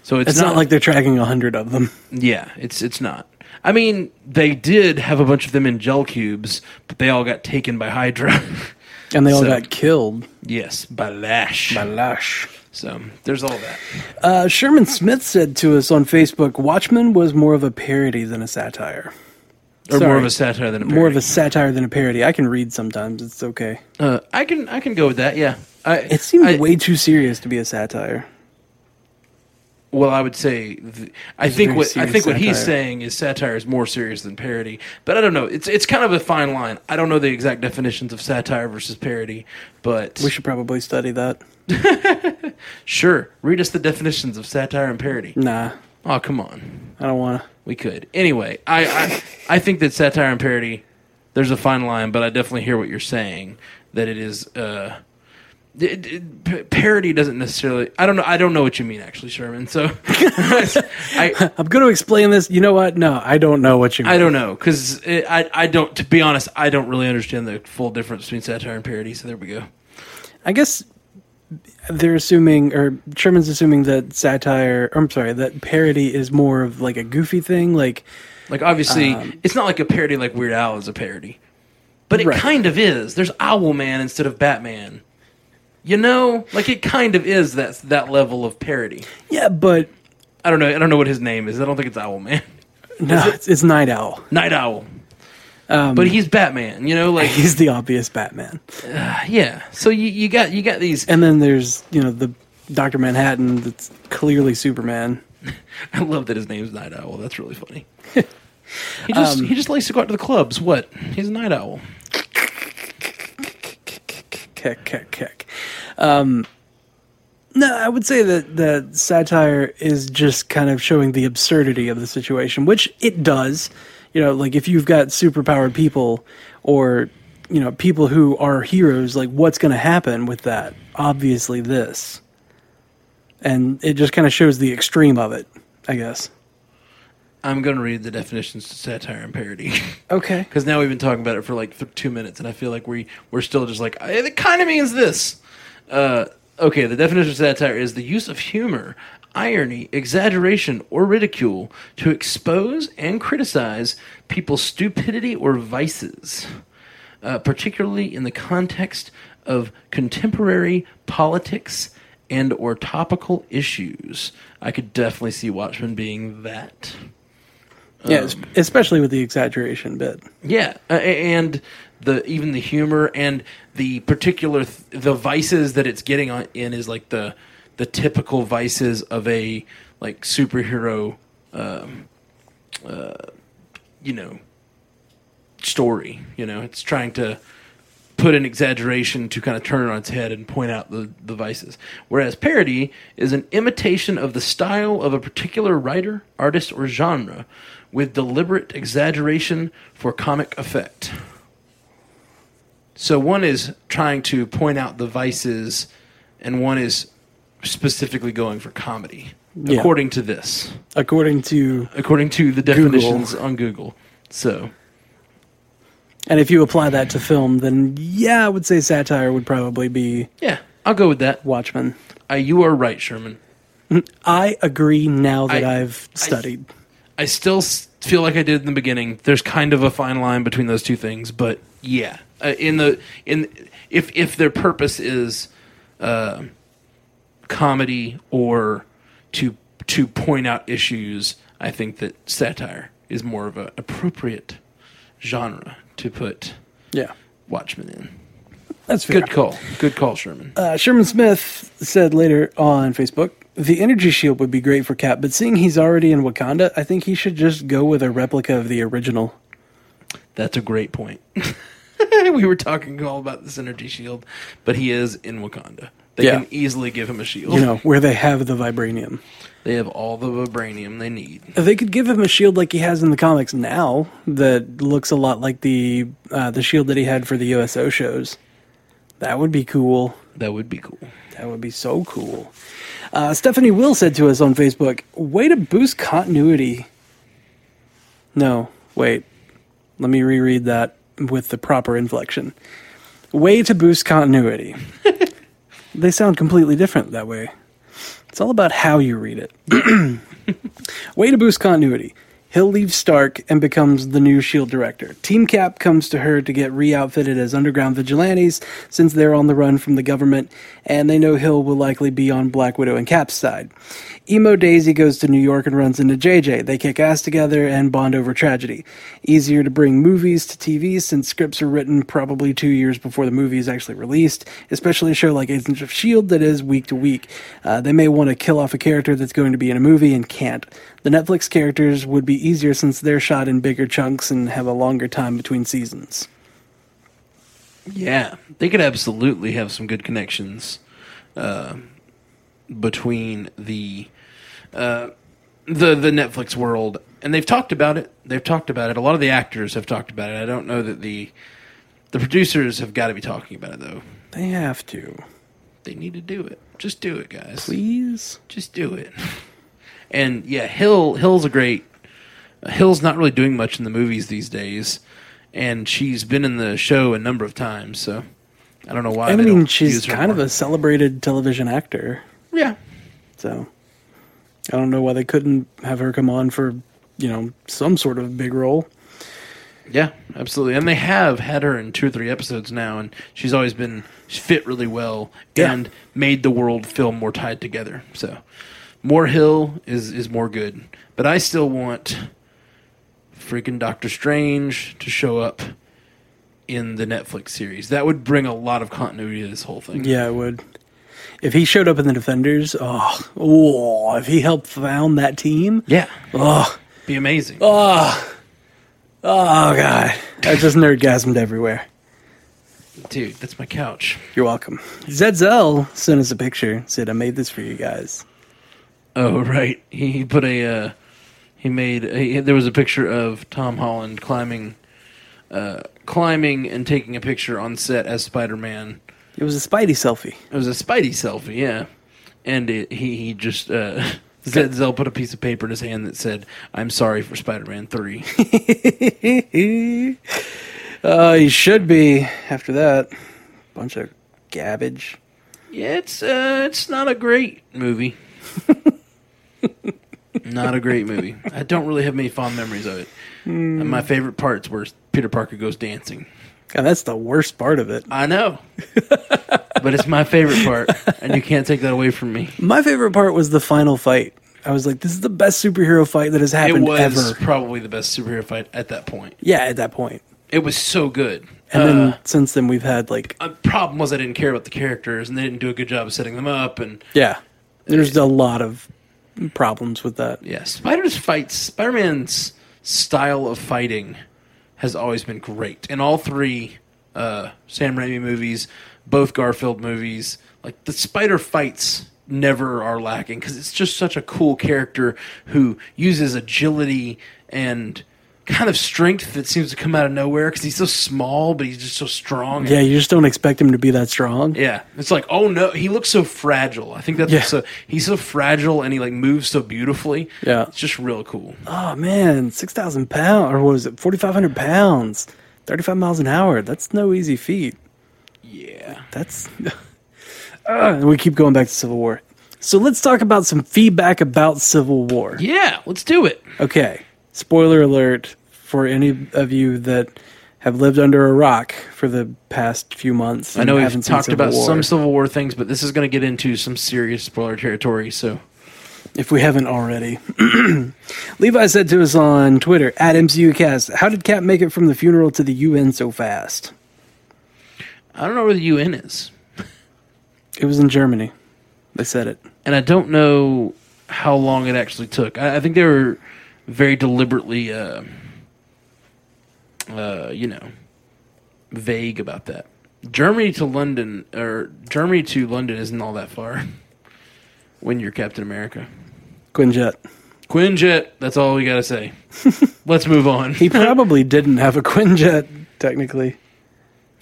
B: so it's,
A: It's not like they're tracking a hundred of them.
B: yeah, it's it's not. I mean, they did have a bunch of them in gel cubes, but they all got taken by Hydra.
A: And they all
B: So-
A: got killed.
B: yes, by Lash.
A: Lash.
B: so there's all that.
A: Uh, Sherman Smith said to us on Facebook, Watchmen was more of a parody than a satire.
B: Or more
A: Sorry.
B: of a satire than a
A: More of a
B: parody.
A: satire than a parody. I can read sometimes. It's okay.
B: Uh, I can I can go with that. Yeah, I,
A: It seemed
B: I-
A: way too serious to be a satire.
B: Well, I would say th- I
A: a
B: think
A: very
B: what I
A: serious
B: think what he's
A: satire.
B: saying is satire is more serious than parody, but I don't know. It's it's kind of a fine line. I don't know the exact definitions of satire versus parody, but
A: We should probably study that.
B: sure, read us the definitions of satire and parody.
A: Nah,
B: Oh, come on.
A: I don't want to.
B: We could. Anyway, I, I I think that satire and parody there's a fine line, but I definitely hear what you're saying that it is uh it, it- p- parody doesn't necessarily I don't know I don't know what you mean actually, Sherman. So I
A: I'm going to explain this. You know what? No, I don't know what you mean.
B: I don't know cuz I I don't to be honest, I don't really understand the full difference between satire and parody, so there we go.
A: I guess they're assuming, or Sherman's assuming that satire, I'm sorry, that parody is more of like a goofy thing. Like,
B: Like obviously, it's not like a parody like Weird Al is a parody, but it
A: Right.
B: kind of is. There's Owlman instead of Batman. You know, like it kind of is that that level of parody.
A: yeah, but
B: I don't know. I don't know what his name is. I don't think it's Owlman.
A: no, it's, it's Night Owl.
B: Night Owl. but he's Batman. You know, like
A: He's the obvious Batman.
B: yeah. So you, you got you got these.
A: And then there's, you know, the Dr. Manhattan that's clearly Superman.
B: I love that his name's Night Owl. That's really funny. He just he just likes to go out to the clubs. What? He's a night owl.
A: Kick, kick, kick. Um, no, I would say that that satire is just kind of showing the absurdity of the situation, which it does. You know, like if you've got superpowered people or you know people who are heroes, like what's going to happen with that? Obviously, this, and it just kind of shows the extreme of it, I guess.
B: I'm gonna read the definitions to satire and parody.
A: Okay.
B: Because now we've been talking about it for like th- two minutes, and I feel like we we're still just like "Eh, it kind of means this. Uh, okay, the definition of satire is the use of humor, irony, exaggeration, or ridicule to expose and criticize people's stupidity or vices, uh, particularly in the context of contemporary politics and or topical issues. I could definitely see Watchmen being that.
A: Yeah, es- especially with the exaggeration bit.
B: Yeah, uh, and the even the humor and the particular th- the vices that it's getting on in is like the the typical vices of a like superhero, um, uh, you know, story. You know, it's trying to put an exaggeration to kind of turn it on its head and point out the, the vices. Whereas parody is an imitation of the style of a particular writer, artist, or genre with deliberate exaggeration for comic effect. So one is trying to point out the vices, and one is specifically going for comedy,
A: Yeah.
B: according to this,
A: According to,
B: according to the definitions on Google. So.
A: and if you apply that to film, then yeah, I would say satire would probably be
B: Yeah, I'll go with that.
A: Watchmen.
B: Uh, you are right, Sherman.
A: I agree now that I,
B: I-
A: have studied.
B: I still s- feel like I did in the beginning. There's kind of a fine line between those two things, but yeah, uh, in the in if if their purpose is uh, comedy or to to point out issues, I think that satire is more of an appropriate genre to put
A: yeah,
B: Watchmen in.
A: that's fair.
B: Good call. Good call, Sherman.
A: Uh, Sherman Smith said later on Facebook, the energy shield would be great for Cap, but seeing he's already in Wakanda, I think he should just go with a replica of the original.
B: That's a great point. we were talking all about this energy shield, but he is in Wakanda. They
A: Yeah.
B: can easily give him a shield.
A: You know, where they have the vibranium.
B: They have all the vibranium they need.
A: They could give him a shield like he has in the comics now, that looks a lot like the uh, the shield that he had for the USO shows. That would be cool.
B: That would be cool.
A: That would be so cool. Uh, Stephanie Will said to us on Facebook, way to boost continuity. No, wait. Let me reread that with the proper inflection. Way to boost continuity. they sound completely different that way. It's all about how you read it. way to boost continuity. He'll leave Stark and becomes the new S.H.I.E.L.D. E director. Team Cap comes to her to get re outfitted as underground vigilantes since they're on the run from the government and they know Hill will likely be on Black Widow and Cap's side. Emo Daisy goes to New York and runs into JJ. They kick ass together and bond over tragedy. Easier to bring movies to TV since scripts are written probably two years before the movie is actually released, especially a show like Agents of S.H.I.E.L.D. E that is week to week. Uh, they may want to kill off a character that's going to be in a movie and can't. The Netflix characters would be easier since they're shot in bigger chunks and have a longer time between seasons.
B: Yeah, they could absolutely have some good connections uh, between the uh, the the Netflix world, and they've talked about it. They've talked about it. A lot of the actors have talked about it. I don't know that the the producers have got to be talking about it though.
A: They have to.
B: They need to do it. Just do it, guys.
A: Please?
B: Just do it. And yeah, Hill Hill's a great. Hill's not really doing much in the movies these days, and she's been in the show a number of times. So I don't know why.
A: I
B: they
A: mean,
B: don't
A: she's
B: use her
A: kind of
B: more.
A: a celebrated television actor,
B: yeah.
A: so I don't know why they couldn't have her come on for, you know, some sort of big role.
B: Yeah, absolutely. And they have had her in two or three episodes now, and she's always been she's fit really well
A: Yeah.
B: and made the world feel more tied together. So more Hill is is more good. But I still want freaking Doctor Strange to show up in the Netflix series. That would bring a lot of continuity to this whole thing.
A: Yeah, I would. If he showed up in the Defenders, oh, oh if he helped found that team,
B: Yeah.
A: oh,
B: Be amazing.
A: oh god, I just nerdgasmed everywhere.
B: Dude, that's my couch.
A: You're welcome. Zedzel sent us a picture. Said I made this for you guys.
B: Oh right, he he put a uh, he made a, there was a picture of Tom Holland climbing, uh, climbing and taking a picture on set as Spider Man.
A: It was a Spidey selfie.
B: It was a Spidey selfie, yeah, and it, he he just uh, Zed Zell put a piece of paper in his hand that said "I'm sorry for Spider Man 3.
A: uh, he should be after that. Bunch of garbage.
B: yeah, it's uh, it's not a great movie. not a great movie. I don't really have many fond memories of it. And my favorite parts were Peter Parker goes dancing.
A: God, that's the worst part of it.
B: I know. but it's my favorite part, and you can't take that away from me.
A: My favorite part was the final fight. I was like, this is the best superhero fight that has
B: It
A: happened
B: was
A: ever.
B: probably the best superhero fight at that point.
A: Yeah, at that point.
B: It was so good.
A: And
B: Uh,
A: then since then, we've had like,
B: the problem was I didn't care about the characters, and they didn't do a good job of setting them up. And
A: yeah, there's a lot of problems with that.
B: yeah, Spider's fights, Spider Man's style of fighting has always been great in all three uh, Sam Raimi movies, both Garfield movies. Like the spider fights never are lacking because it's just such a cool character who uses agility and kind of strength that seems to come out of nowhere because he's so small but he's just so strong. and
A: Yeah, you just don't expect him to be that strong.
B: yeah, it's like oh no, he looks so fragile. I think that's
A: Yeah.
B: what's so he's so fragile and he like moves so beautifully.
A: Yeah.
B: it's just real cool.
A: Oh man, six thousand pounds, or what was it, forty five hundred pounds, thirty five miles an hour. That's no easy feat.
B: Yeah,
A: That's. Ah, and we keep going back to Civil War. So let's talk about some feedback about Civil War.
B: yeah, let's do it.
A: Okay. Spoiler alert for any of you that have lived under a rock for the past few months.
B: I
A: and
B: know
A: haven't
B: we've
A: seen
B: talked
A: Civil
B: about
A: War.
B: some Civil War things, but this is going to get into some serious spoiler territory. So
A: if we haven't already. Levi said to us on Twitter at MCUcast, "How did Cap make it from the funeral to the UN so fast?
B: I don't know where the UN is,
A: It was in Germany. They said it.
B: and I don't know how long it actually took. I, I think they were very deliberately, uh, uh, you know, vague about that. Germany to London, or Germany to London, isn't all that far. When you're Captain America,
A: Quinjet.
B: Quinjet. That's all we gotta say. Let's move on.
A: He probably didn't have a Quinjet technically.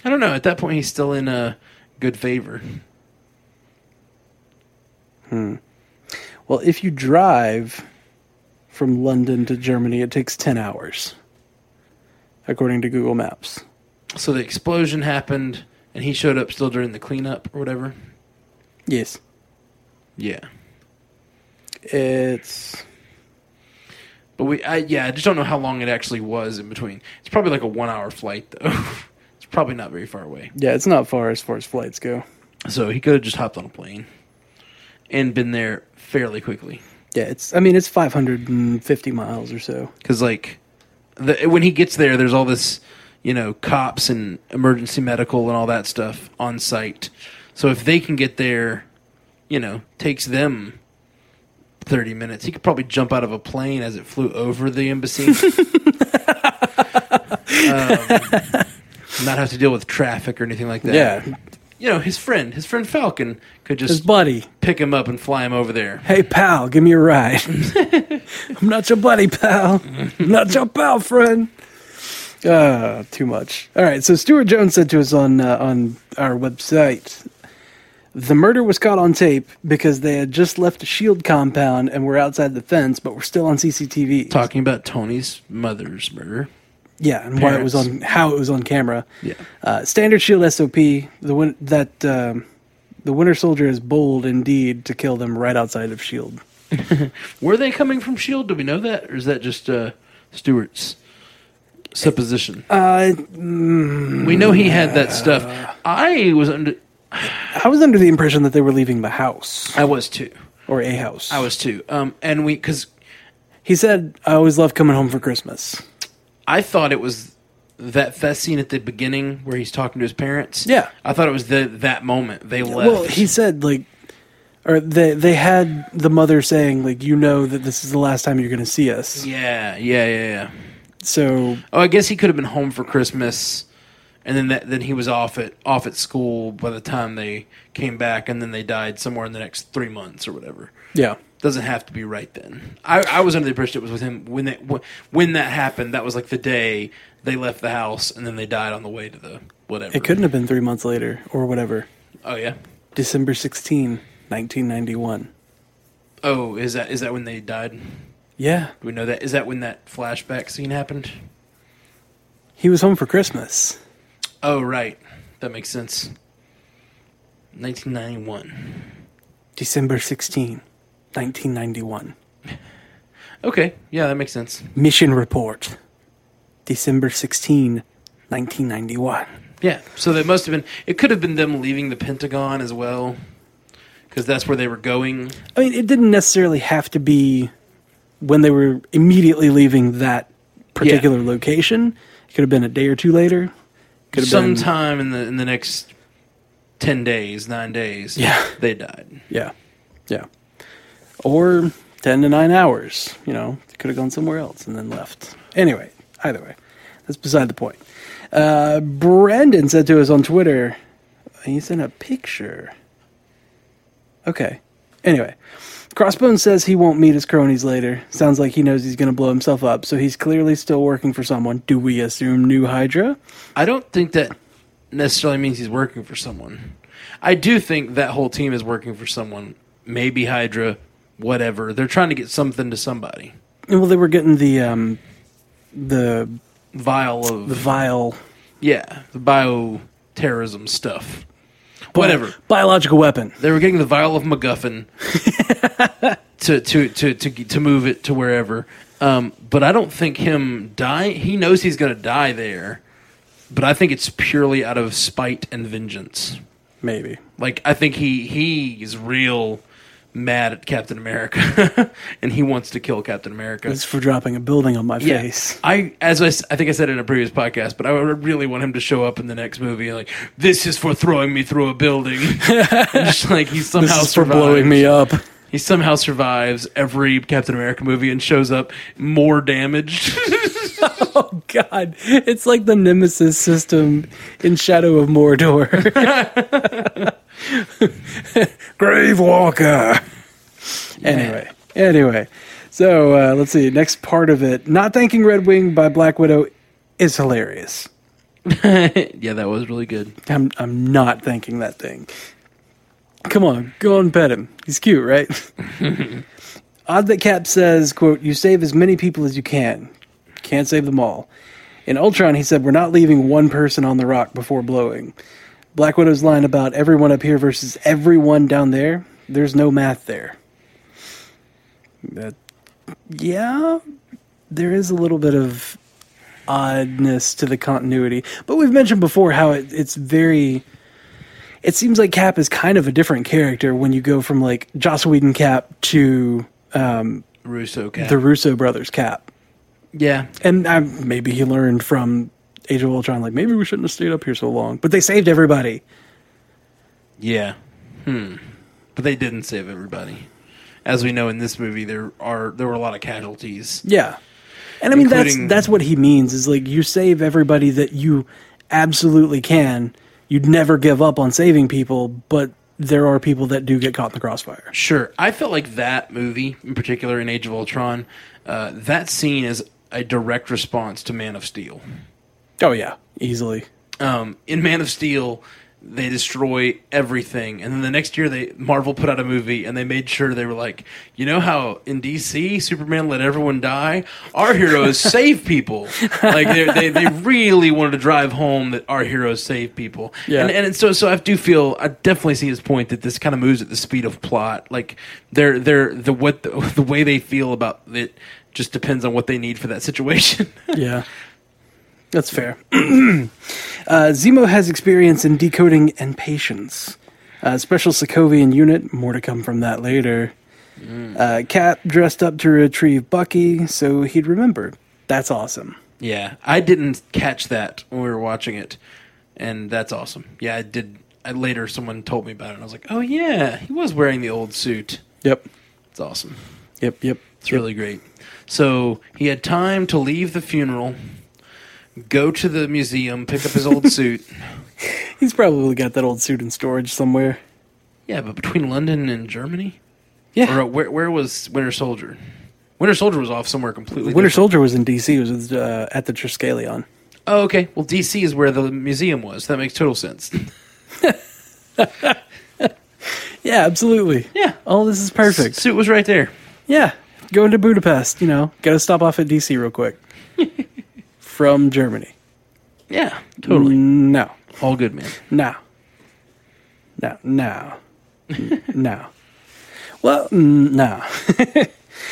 B: I don't know. At that point, he's still in uh, good favor.
A: Well, if you drive from London to Germany, it takes 10 hours, according to Google Maps.
B: So the explosion happened, and he showed up still during the cleanup or whatever.
A: Yes.
B: Yeah,
A: It's
B: But we, I, yeah, I just don't know how long it actually was in between. It's probably like a one hour flight, though. it's probably not very far away.
A: Yeah, it's not far as far as flights go.
B: So he could have just hopped on a plane and been there fairly quickly.
A: Yeah, it's. I mean, it's 550 miles or so.
B: Because, like, the, when he gets there, there's all this, you know, cops and emergency medical and all that stuff on site. So if they can get there, you know, takes them 30 minutes. He could probably jump out of a plane as it flew over the embassy. um, not have to deal with traffic or anything like that.
A: Yeah,
B: You know, his friend, his friend Falcon could
A: his
B: just
A: buddy.
B: pick him up and fly him over there.
A: Hey pal, give me a ride. I'm not your buddy, pal. I'm not your pal, friend. Uh, too much. All right. So Stuart Jones said to us on uh, on our website, the murder was caught on tape because they had just left the Shield compound and were outside the fence, but were still on CCTV.
B: Talking about Tony's mother's murder.
A: Yeah, and why it was on
B: Parents.
A: how it was on camera.
B: Yeah.
A: Uh, standard Shield SOP. The win- that um, the Winter Soldier is bold indeed to kill them right outside of Shield.
B: Were they coming from Shield? E Do we know that, or is that just uh, Stewart's supposition?
A: Uh, Mm.
B: we know he had that stuff. I was under.
A: I was under the impression that they were leaving the house
B: I was too.
A: or a house.
B: I was too. Um, and we because
A: He said, "I always love coming home for Christmas."
B: I thought it was that fest scene at the beginning where he's talking to his parents.
A: Yeah.
B: I thought it was the, that moment they left.
A: Well, he said like, or they they had the mother saying like, "You know that this is the last time you're going to see us."
B: yeah, yeah, yeah, yeah.
A: So
B: Oh, I guess he could have been home for Christmas, and then that, then he was off at off at school by the time they came back, and then they died somewhere in the next three months or whatever.
A: yeah,
B: Doesn't have to be right then. I, I was under the impression it was with him when that when that happened. That was like the day they left the house, and then they died on the way to the whatever.
A: it couldn't have been three months later or whatever.
B: Oh yeah.
A: December 16, 1991.
B: Oh, is that is that when they died? Do
A: Yeah,
B: we know that? Is that when that flashback scene happened?
A: he was home for Christmas.
B: Oh right, that makes sense. 1991.
A: December 16, 1991.
B: Okay, yeah, that makes sense.
A: Mission report. December 16, 1991.
B: Yeah, so they must have been. It could have been them leaving the Pentagon as well, because that's where they were going.
A: I mean, it didn't necessarily have to be when they were immediately leaving that particular location. It could have been a day or two later. Could have been-
B: Sometime in the in the next ten days, nine days.
A: Yeah.
B: they died.
A: Yeah. Yeah. Or 10 to 9 hours. You know, they could have gone somewhere else and then left. Anyway, either way, that's beside the point. Uh, Brandon said to us on Twitter, he sent a picture. Okay. Anyway, Crossbones says he won't meet his cronies later. Sounds like he knows he's going to blow himself up, so he's clearly still working for someone. Do we assume New Hydra?
B: I don't think that necessarily means he's working for someone. I do think that whole team is working for someone. Maybe Hydra, whatever. They're trying to get something to somebody.
A: Well, they were getting the um, the
B: Vial of
A: the vial
B: yeah, the bioterrorism stuff. Whatever.
A: biological weapon.
B: They were getting the vial of MacGuffin to, to to to to move it to wherever. Um, but I don't think him die. He knows he's going to die there, but I think it's purely out of spite and vengeance.
A: Maybe.
B: Like I think he he is real mad at Captain America, and he wants to kill Captain America.
A: It's for dropping a building on my
B: Yeah.
A: face.
B: I as I, s- I think I said in a previous podcast, but I would really want him to show up in the next movie like this is for throwing me through a building. And just like he
A: This
B: somehow
A: is for
B: survives.
A: blowing me up.
B: He somehow survives every Captain America movie and shows up more damaged.
A: Oh God! It's like the Nemesis system in Shadow of Mordor. Grave Walker. Anyway, anyway. So uh, let's see. Next part of it. Not thanking Red Wing by Black Widow is hilarious.
B: yeah, that was really good.
A: I'm I'm not thanking that thing. Come on, go and pet him. He's cute, right? Odd that Cap says, quote, you save as many people as you can. Can't save them all. In Ultron, he said, we're not leaving one person on the rock before blowing. Black Widow's line about everyone up here versus everyone down there, there's no math there. That, yeah, there is a little bit of oddness to the continuity. But we've mentioned before how it, it's very. It seems like Cap is kind of a different character when you go from like Joss Whedon Cap to um,
B: Russo cat.
A: the Russo brothers Cap,
B: yeah,
A: and I, maybe he learned from Age of Ultron. Like maybe we shouldn't have stayed up here so long, but they saved everybody.
B: yeah. Hmm. But they didn't save everybody. As we know in this movie, there are there were a lot of casualties.
A: Yeah. And I mean
B: Including-
A: that's that's what he means is like you save everybody that you absolutely can. You'd never give up on saving people, but there are people that do get caught in the crossfire.
B: Sure. I felt like that movie, in particular in Age of Ultron, uh, that scene is a direct response to Man of Steel.
A: Oh yeah, easily.
B: Um, in Man of Steel, they destroy everything, and then the next year, they Marvel put out a movie, and they made sure they were like, you know how in DC Superman let everyone die, our heroes save people. Like they, they they really wanted to drive home that our heroes save people.
A: Yeah.
B: And, and so so I do feel I definitely see his point that this kind of moves at the speed of plot. Like they're they're the what the, the way they feel about it just depends on what they need for that situation.
A: Yeah. That's fair. uh, Zemo has experience in decoding and patience. Uh, special Sokovian unit, more to come from that later. Uh, Cap dressed up to retrieve Bucky so he'd remember. That's awesome.
B: Yeah, I didn't catch that when we were watching it, and that's awesome. Yeah, I did. I, later, someone told me about it, and I was like, "Oh yeah, he was wearing the old suit.
A: Yep.
B: It's awesome.
A: Yep, yep.
B: It's really great." So he had time to leave the funeral, go to the museum, pick up his old suit.
A: He's probably got that old suit in storage somewhere.
B: Yeah, but between London and Germany,
A: Yeah.
B: or uh, where where was Winter Soldier? Winter Soldier was off somewhere completely.
A: Winter
B: different.
A: Soldier was in DC. It was uh, at the Triskelion.
B: Oh, okay. Well, DC is where the museum was. That makes total sense.
A: Yeah, absolutely.
B: Yeah.
A: All this is perfect.
B: Suit was right there.
A: Yeah. Going to Budapest, you know, got to stop off at DC real quick. From Germany.
B: Yeah, totally.
A: No.
B: All good, man.
A: No. No. No. no. Well, mm, no.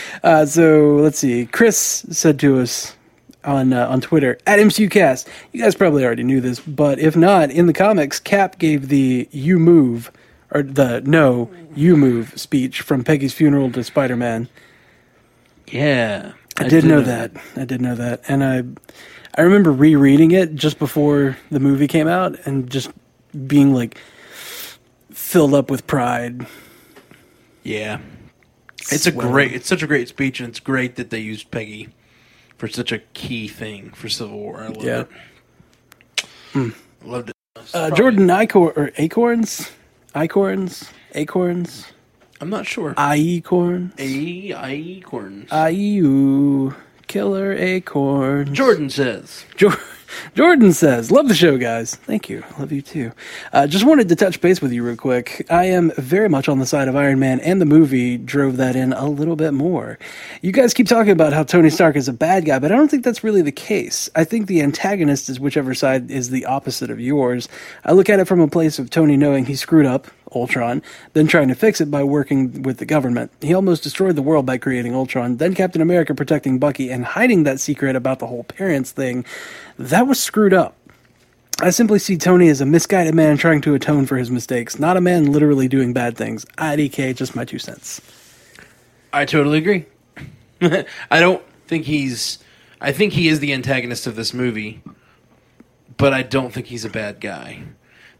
A: uh, so let's see. Chris said to us on uh, on Twitter at MCUcast. You guys probably already knew this, but if not, in the comics, Cap gave the "You move" or the "No, you move" speech from Peggy's funeral to Spider Man.
B: Yeah.
A: I, did know that. I did know that, and I I remember rereading it just before the movie came out, and just being like filled up with pride.
B: Yeah. It's a
A: Swell.
B: great it's such a great speech and it's great that they used Peggy for such a key thing for Civil War. I love
A: Yeah. Hmm.
B: it. Loved it.
A: Uh, Jordan Icor or Acorns, Icorns, Acorns,
B: I'm not sure.
A: Iecorn,
B: A I corns. Uh,
A: Iu, Killer Acorn.
B: Jordan says.
A: Jor- Jordan says, "Love the show, guys. Thank you. Love you too. Uh, just wanted to touch base with you real quick. I am very much on the side of Iron Man, and the movie drove that in a little bit more. You guys keep talking about how Tony Stark is a bad guy, but I don't think that's really the case. I think the antagonist is whichever side is the opposite of yours. I look at it from a place of Tony knowing he screwed up." Ultron, then trying to fix it by working with the government. He almost destroyed the world by creating Ultron, then Captain America protecting Bucky and hiding that secret about the whole parents thing. That was screwed up. I simply see Tony as a misguided man trying to atone for his mistakes, not a man literally doing bad things. IDK, just my two cents.
B: I totally agree. I don't think he's I think he is the antagonist of this movie, but I don't think he's a bad guy.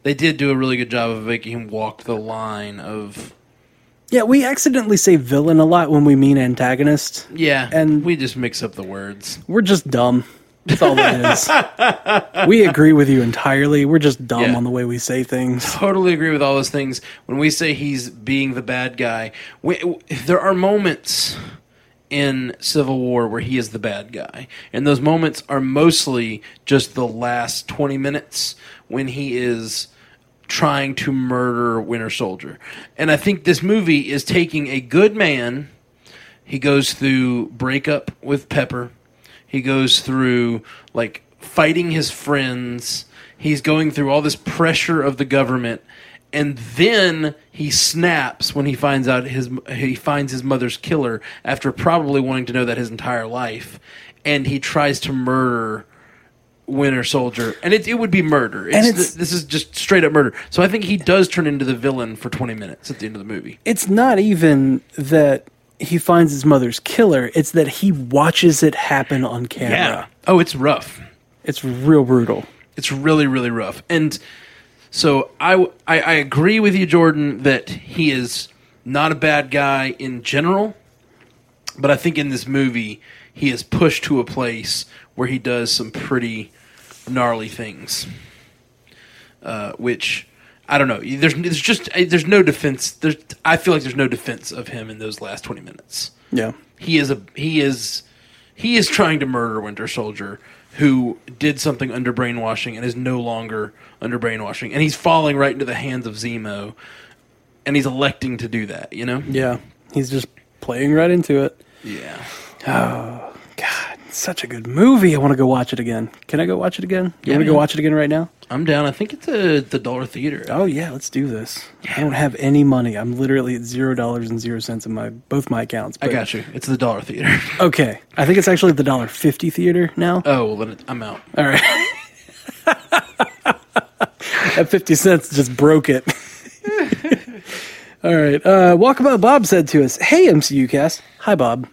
B: They did do a really good job of making him walk the line of
A: Yeah, we accidentally say villain a lot when we mean antagonist.
B: Yeah,
A: And-
B: we just mix up the words.
A: We're just dumb. That's all that is. we agree with you entirely. We're just dumb
B: Yeah.
A: on the way we say things.
B: Totally agree with all those things. When we say he's being the bad guy, we, w- there are moments in Civil War where he is the bad guy, and those moments are mostly just the last twenty minutes when he is trying to murder Winter Soldier. And I think this movie is taking a good man. He goes through breakup with Pepper. He goes through like fighting his friends. He's going through all this pressure of the government and then he snaps when he finds out his he finds his mother's killer after probably wanting to know that his entire life, and he tries to murder Winter Soldier, and it it would be murder. It's,
A: And it's-
B: this is just straight up murder. So I think he does turn into the villain for twenty minutes at the end of the movie.
A: it's not even that he finds his mother's killer it's that he watches it happen on camera
B: Oh, it's rough.
A: it's real brutal
B: It's really, really rough. And so I, w- I- I agree with you, Jordan, that he is not a bad guy in general, but I think in this movie he is pushed to a place where he does some pretty gnarly things, uh, which. I don't know. There's, there's just there's no defense. There's, I feel like there's no defense of him in those last twenty minutes
A: yeah
B: he is a he is he is trying to murder Winter Soldier, who did something under brainwashing and is no longer under brainwashing, and he's falling right into the hands of Zemo, and he's electing to do that. You know?
A: yeah he's just playing right into it
B: Yeah.
A: god it's such a good movie i want to go watch it again can i go watch it again you
B: Yeah,
A: want to go
B: man.
A: watch it again right now
B: I'm down. I think it's a the Dollar Theater.
A: oh yeah let's do this i don't have any money i'm literally at zero dollars and zero cents in my both my accounts
B: I
A: but-
B: got you. It's the Dollar Theater.
A: okay i think it's actually at the dollar fifty theater now
B: Oh, well, then it, I'm out.
A: All right. At 50 cents, just broke it. All right. Uh, Walkabout Bob said to us, Hey, MCU cast. Hi, Bob.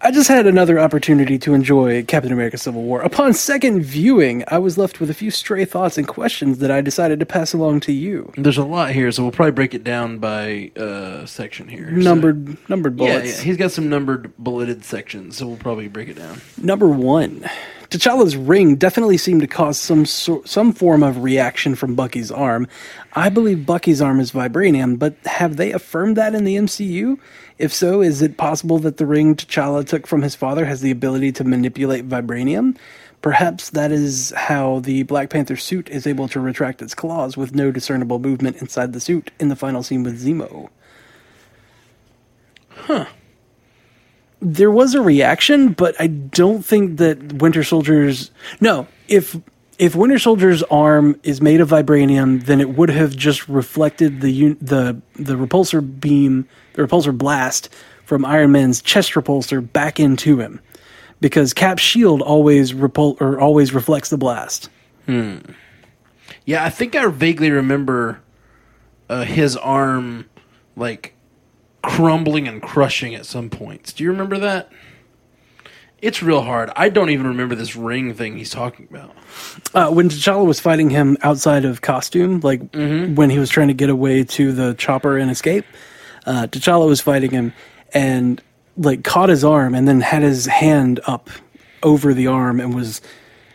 A: I just had another opportunity to enjoy Captain America Civil War. Upon second viewing, I was left with a few stray thoughts and questions that I decided to pass along to you.
B: There's a lot here, so we'll probably break it down by uh, section here. so-
A: Numbered numbered
B: Yeah,
A: bullets.
B: yeah, he's got some numbered bulleted sections, so we'll probably break it down.
A: Number one, T'Challa's ring definitely seemed to cause some sor- some form of reaction from Bucky's arm. I believe Bucky's arm is vibranium, but have they affirmed that in the MCU? If so, is it possible that the ring T'Challa took from his father has the ability to manipulate vibranium? Perhaps that is how the Black Panther suit is able to retract its claws with no discernible movement inside the suit in the final scene with Zemo. there was a reaction, but I don't think that Winter Soldier's no. If if Winter Soldier's arm is made of vibranium, then it would have just reflected the un- the the repulsor beam, the repulsor blast from Iron Man's chest repulsor back into him, because Cap's shield always repul or always reflects the blast.
B: Yeah, I think I vaguely remember uh, his arm like crumbling and crushing at some points. Do you remember that? It's real hard. I don't even remember this ring thing he's talking about.
A: Uh, when T'Challa was fighting him outside of costume, like
B: Mm-hmm.
A: when he was trying to get away to the chopper and escape, uh, T'Challa was fighting him and like caught his arm and then had his hand up over the arm and was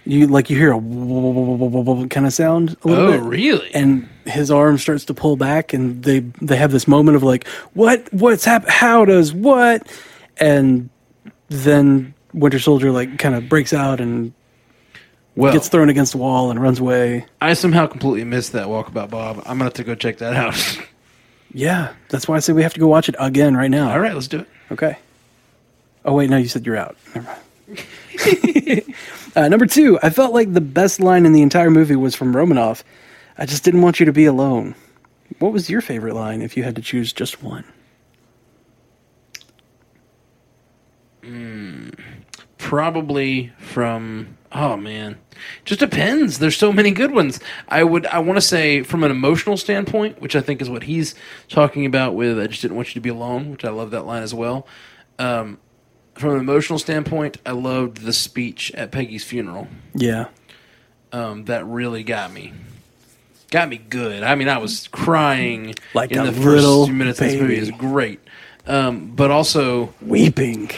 A: you like you hear a kind of sound a little
B: Oh,
A: bit.
B: really?
A: And his arm starts to pull back, and they they have this moment of like, what? What's happened? How does what? And then Winter Soldier like kind of breaks out and
B: Well,
A: gets thrown against the wall and runs away.
B: I somehow completely missed that walkabout, Bob. I'm gonna have to go check that out.
A: Yeah, that's why I say we have to go watch it again right now.
B: All right, let's do it.
A: Okay. Oh wait, no, you said you're out. Never mind. uh, number two, I felt like the best line in the entire movie was from Romanoff. I just didn't want you to be alone. What was your favorite line if you had to choose just one?
B: Probably from. Oh man, just depends. There's so many good ones. I would. I want to say from an emotional standpoint, which I think is what he's talking about with "I just didn't want you to be alone," which I love that line as well. Um, from an emotional standpoint, I loved the speech at Peggy's funeral.
A: Yeah,
B: Um, that really got me. Got me good. I mean, I was crying
A: Like
B: in
A: a
B: the
A: little
B: first few minutes of this movie. It was
A: baby.
B: great, um, but also
A: weeping.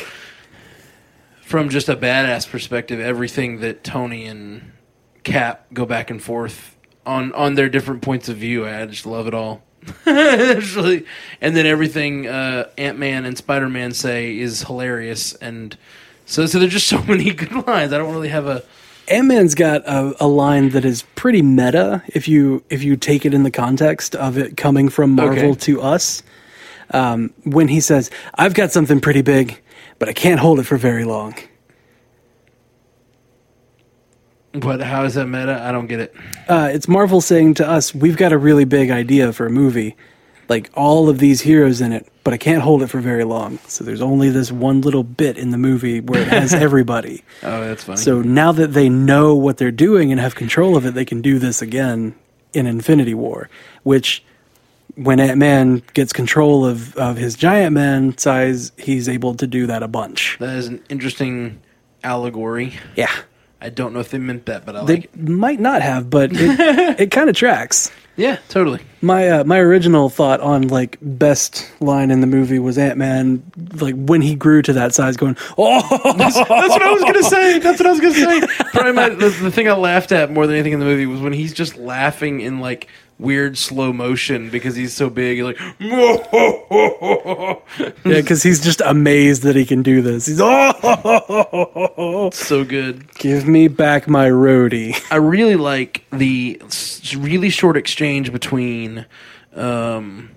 B: from just a badass perspective, everything that Tony and Cap go back and forth on on their different points of view, I just love it all. Actually, and then everything uh, Ant Man and Spider Man say is hilarious, and so so there's just so many good lines. I don't really have a
A: Ant Man's got a, a line that is pretty meta if you if you take it in the context of it coming from Marvel
B: Okay.
A: to us. Um, when he says, "I've got something pretty big, but I can't hold it for very long."
B: But how is that meta? I don't get it.
A: Uh, it's Marvel saying to us, we've got a really big idea for a movie, like all of these heroes in it, but I can't hold it for very long. So there's only this one little bit in the movie where it has everybody.
B: Oh, that's funny.
A: So now that they know what they're doing and have control of it, they can do this again in Infinity War, which when Ant Man gets control of, of his giant man size, he's able to do that a bunch.
B: that is an interesting allegory.
A: Yeah.
B: I don't know if they meant that, but I
A: They
B: like it.
A: might not have, but it, it kind of tracks.
B: Yeah, totally.
A: My uh, my original thought on like best line in the movie was Ant Man, like when he grew to that size, going, "Oh,
B: That's what I was gonna say. That's what I was gonna say. Probably my, the, the thing I laughed at more than anything in the movie was when he's just laughing in like weird slow motion because he's so big. He's like,
A: yeah," because he's just amazed that he can do this. He's, "Oh,
B: so good.
A: give me back my roadie."
B: I really like the s- really short exchange between um,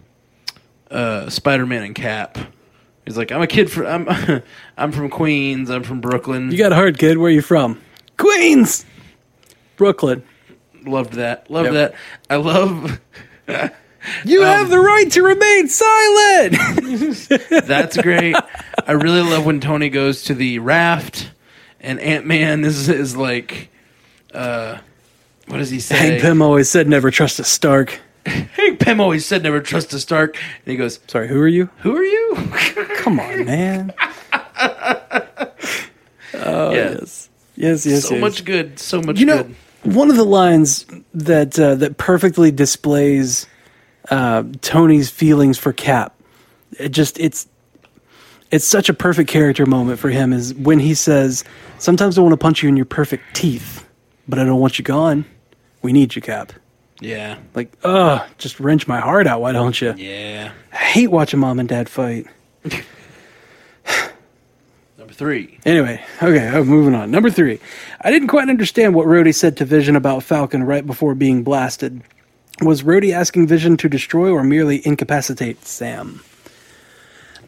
B: uh, Spider-Man and Cap. He's like, "I'm a kid from I'm I'm from Queens. I'm from Brooklyn.
A: You got hard, kid. Where you from? Queens, Brooklyn.
B: Loved that. Loved that. I love."
A: You
B: Um,
A: have the right to remain silent.
B: That's great. I really love when Tony goes to the raft, and Ant Man is is like, uh, what does he say?
A: Hank Pym always said, "Never trust a Stark."
B: Hank Pym always said never trust a Stark, and he goes,
A: Sorry, who are you?
B: "Who are you?"
A: Come on, man.
B: yes,
A: Oh, Yes, yes,
B: so
A: yes.
B: much good, so much
A: You know,
B: good.
A: one of the lines that uh, that perfectly displays uh, Tony's feelings for Cap. It just it's it's such a perfect character moment for him is when he says, "Sometimes I want to punch you in your perfect teeth, but I don't want you gone. We need you, Cap."
B: Yeah,
A: Like, ugh, just wrench my heart out. Why don't you?
B: yeah.
A: I hate watching mom and dad fight.
B: Number three.
A: Anyway, okay, oh, moving on. Number three. I didn't quite understand what Rhodey said to Vision about Falcon right before being blasted. Was Rhodey asking Vision to destroy or merely incapacitate Sam?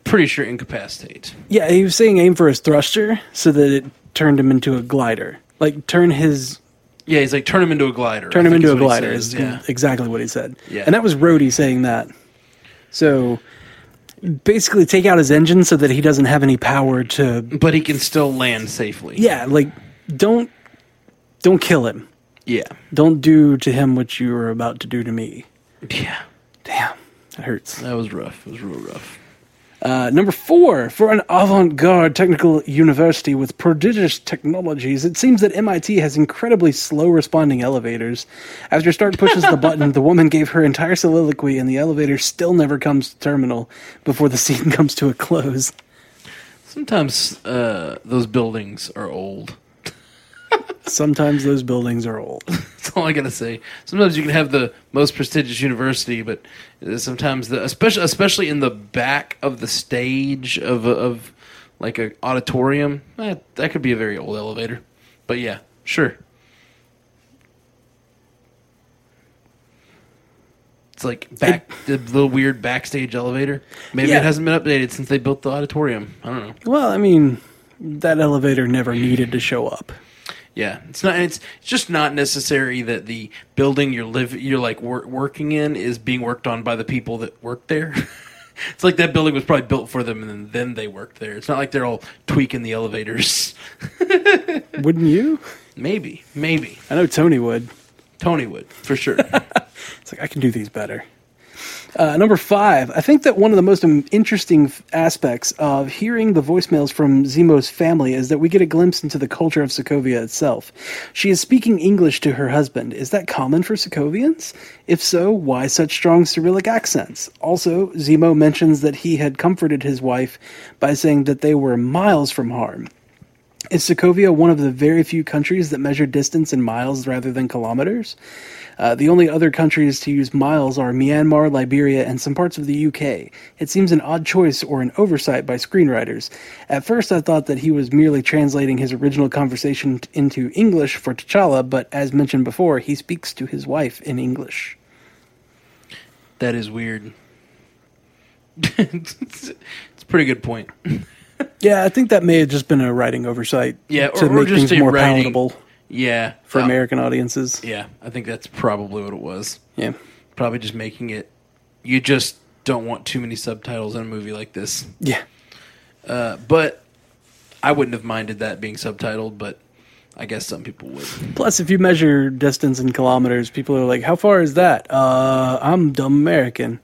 B: Pretty sure incapacitate.
A: Yeah, he was saying aim for his thruster so that it turned him into a glider. Like turn his
B: Yeah, he's like turn him into a glider.
A: turn
B: I
A: him
B: think
A: into
B: is
A: a
B: what he
A: glider is
B: says, Yeah,
A: exactly what he said.
B: Yeah.
A: And that was Rhodey saying that. So basically take out his engine so that he doesn't have any power to
B: but he can still land safely.
A: Yeah, like don't don't kill him.
B: yeah,
A: Don't do to him what you were about to do to me.
B: yeah.
A: Damn, that hurts.
B: That was rough. It was real rough.
A: Uh, number four, for an avant garde technical university with prodigious technologies, it seems that MIT has incredibly slow responding elevators. After Stark pushes the button, the woman gave her entire soliloquy, and the elevator still never comes to terminal before the scene comes to a close.
B: Sometimes uh, those buildings are old.
A: Sometimes those buildings are old.
B: That's all I gotta say. Sometimes you can have the most prestigious university, but uh, sometimes the especially especially in the back of the stage of a, of like a auditorium eh, that could be a very old elevator. But yeah, sure. It's like back the, the weird backstage elevator. Maybe
A: Yeah.
B: it hasn't been updated since they built the auditorium. I don't know.
A: Well, I mean, that elevator never needed to show up.
B: Yeah, it's not. It's it's just not necessary that the building you're live you're like wor- working in is being worked on by the people that work there. it's like that building was probably built for them, and then, then they worked there. It's not like they're all tweaking the elevators.
A: Wouldn't you?
B: Maybe, maybe
A: I know Tony would.
B: Tony would for sure.
A: It's like I can do these better. Uh, number five, I think that one of the most um, interesting f- aspects of hearing the voicemails from Zemo's family is that we get a glimpse into the culture of Sokovia itself. She is speaking English to her husband. Is that common for Sokovians? If so, why such strong Cyrillic accents? Also, Zemo mentions that he had comforted his wife by saying that they were miles from harm. Is Sokovia one of the very few countries that measure distance in miles rather than kilometers? Uh, the only other countries to use miles are Myanmar, Liberia, and some parts of the UK. It seems an odd choice or an oversight by screenwriters. At first, I thought that he was merely translating his original conversation t- into English for T'Challa, but as mentioned before, he speaks to his wife in English.
B: that is weird. it's, it's a pretty good point.
A: Yeah, I think that may have just been a writing oversight
B: Yeah, or, or just a writing, Yeah.
A: for
B: Oh,
A: American audiences.
B: Yeah, I think that's probably what it was.
A: Yeah.
B: Probably just making it. You just don't want too many subtitles in a movie like this.
A: Yeah.
B: But I wouldn't have minded that being subtitled, but I guess some people would.
A: Plus, if you measure distance in kilometers, people are like, "How far is that?" Uh, I'm dumb American.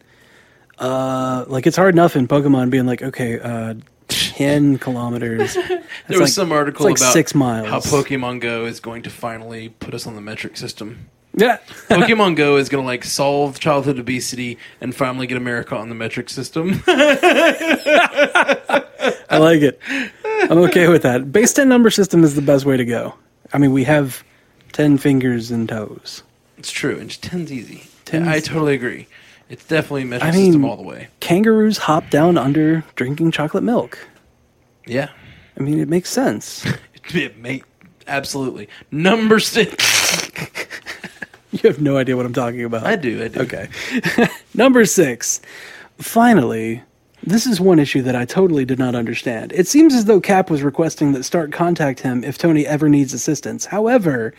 A: Uh, like it's hard enough in Pokemon being like, okay, uh, ten kilometers. there
B: there was some article
A: like
B: about
A: six miles.
B: how Pokemon Go is going to finally put us on the metric system.
A: yeah.
B: Pokemon Go is going to like solve childhood obesity and finally get America on the metric system.
A: I like it. I'm okay with that. Base ten number system is the best way to go. I mean, we have ten fingers and toes.
B: it's true, and just ten's easy.
A: Ten's-
B: I totally agree. It's definitely a metric
A: I mean-
B: system all the way.
A: Kangaroos hop down under drinking chocolate milk.
B: Yeah,
A: I mean, it makes sense.
B: it may, absolutely number six.
A: You have no idea what I'm talking about.
B: I do. I do.
A: Okay. Number six. Finally, this is one issue that I totally did not understand. It seems as though Cap was requesting that Stark contact him if Tony ever needs assistance. However,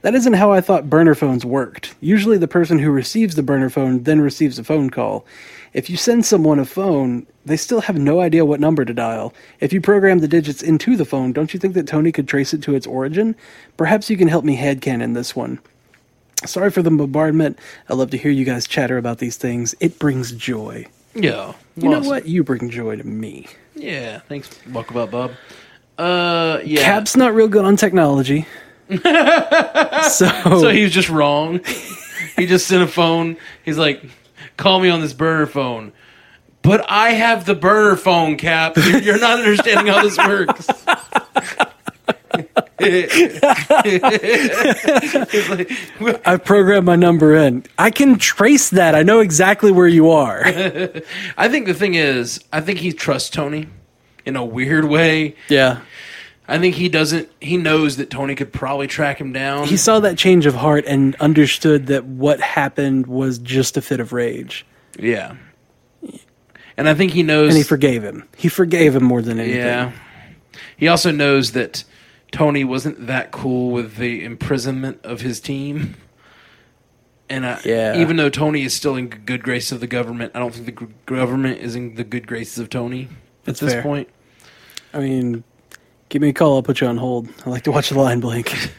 A: that isn't how I thought burner phones worked. Usually, the person who receives the burner phone then receives a phone call. If you send someone a phone, they still have no idea what number to dial. If you program the digits into the phone, don't you think that Tony could trace it to its origin? Perhaps you can help me headcanon this one. Sorry for the bombardment. I love to hear you guys chatter about these things. It brings joy.
B: Yeah.
A: You know
B: Awesome.
A: what? You bring joy to me.
B: Yeah. Thanks. Welcome up, Bob. Uh, yeah.
A: Cap's not real good on technology. so,
B: So he was just wrong. he just sent a phone. He's like, call me on this burner phone. But I have the burner phone, Cap. You're, you're not understanding how this works. He's like, "Well,
A: I programmed my number in. I can trace that. I know exactly where you are.
B: I think the thing is, I think he trusts Tony in a weird way.
A: yeah.
B: I think he doesn't. He knows that Tony could probably track him down.
A: He saw that change of heart and understood that what happened was just a fit of rage.
B: yeah, and I think he knows.
A: And he forgave him. He forgave him more than anything.
B: Yeah. He also knows that Tony wasn't that cool with the imprisonment of his team. And I,
A: Yeah.
B: even though Tony is still in good grace of the government, I don't think the g- government is in the good graces of Tony
A: That's
B: at this
A: fair.
B: point.
A: I mean, give me a call. I'll put you on hold. I like to watch the line blink.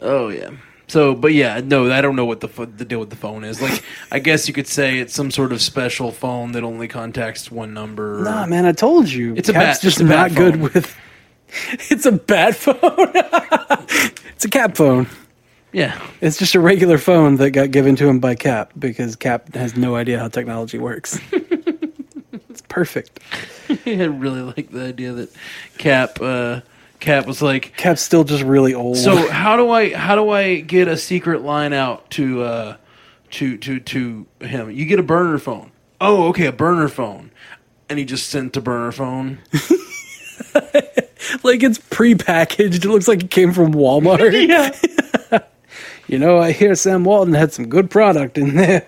B: Oh yeah. So, but yeah, no, I don't know what the pho- the deal with the phone is. Like, I guess you could say it's some sort of special phone that only contacts one number. or-
A: Nah, man, I told you.
B: It's a
A: Cap's
B: bat-
A: just
B: it's a
A: not
B: bat
A: good
B: phone.
A: with. It's a bat phone. it's a cap phone.
B: Yeah,
A: It's just a regular phone that got given to him by Cap because Cap has no idea how technology works. it's perfect.
B: I really like the idea that Cap uh, Cap was like,
A: Cap's still just really old.
B: So how do I how do I get a secret line out to uh to to to him? You get a burner phone. Oh, okay, a burner phone. And he just sent a burner phone.
A: like it's prepackaged. It looks like it came from Walmart.
B: yeah.
A: you know, I hear Sam Walton had some good product in there.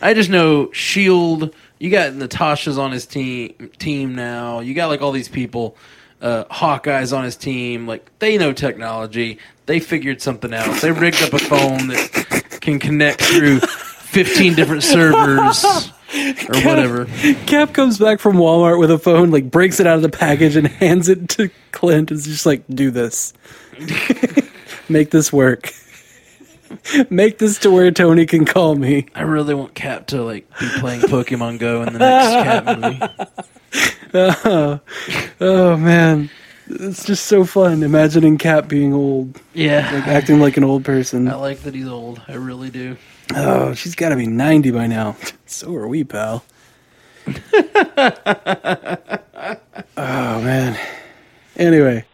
B: I just know Shield. You got Natasha's on his team team now. You got like all these people. Uh, Hawkeye's on his team. Like they know technology. They figured something out. They rigged up a phone that can connect through fifteen different servers or whatever.
A: Cap comes back from Walmart with a phone, like breaks it out of the package and hands it to Clint. It's just like, do this, make this work, make this to where Tony can call me.
B: I really want Cap to like be playing Pokemon Go in the next Cap movie.
A: Oh man, it's just so fun imagining Cap being old,
B: Yeah,
A: acting like an old person.
B: I like that he's old. I really do.
A: Oh, she's got to be ninety by now. So are we, pal. oh man. Anyway,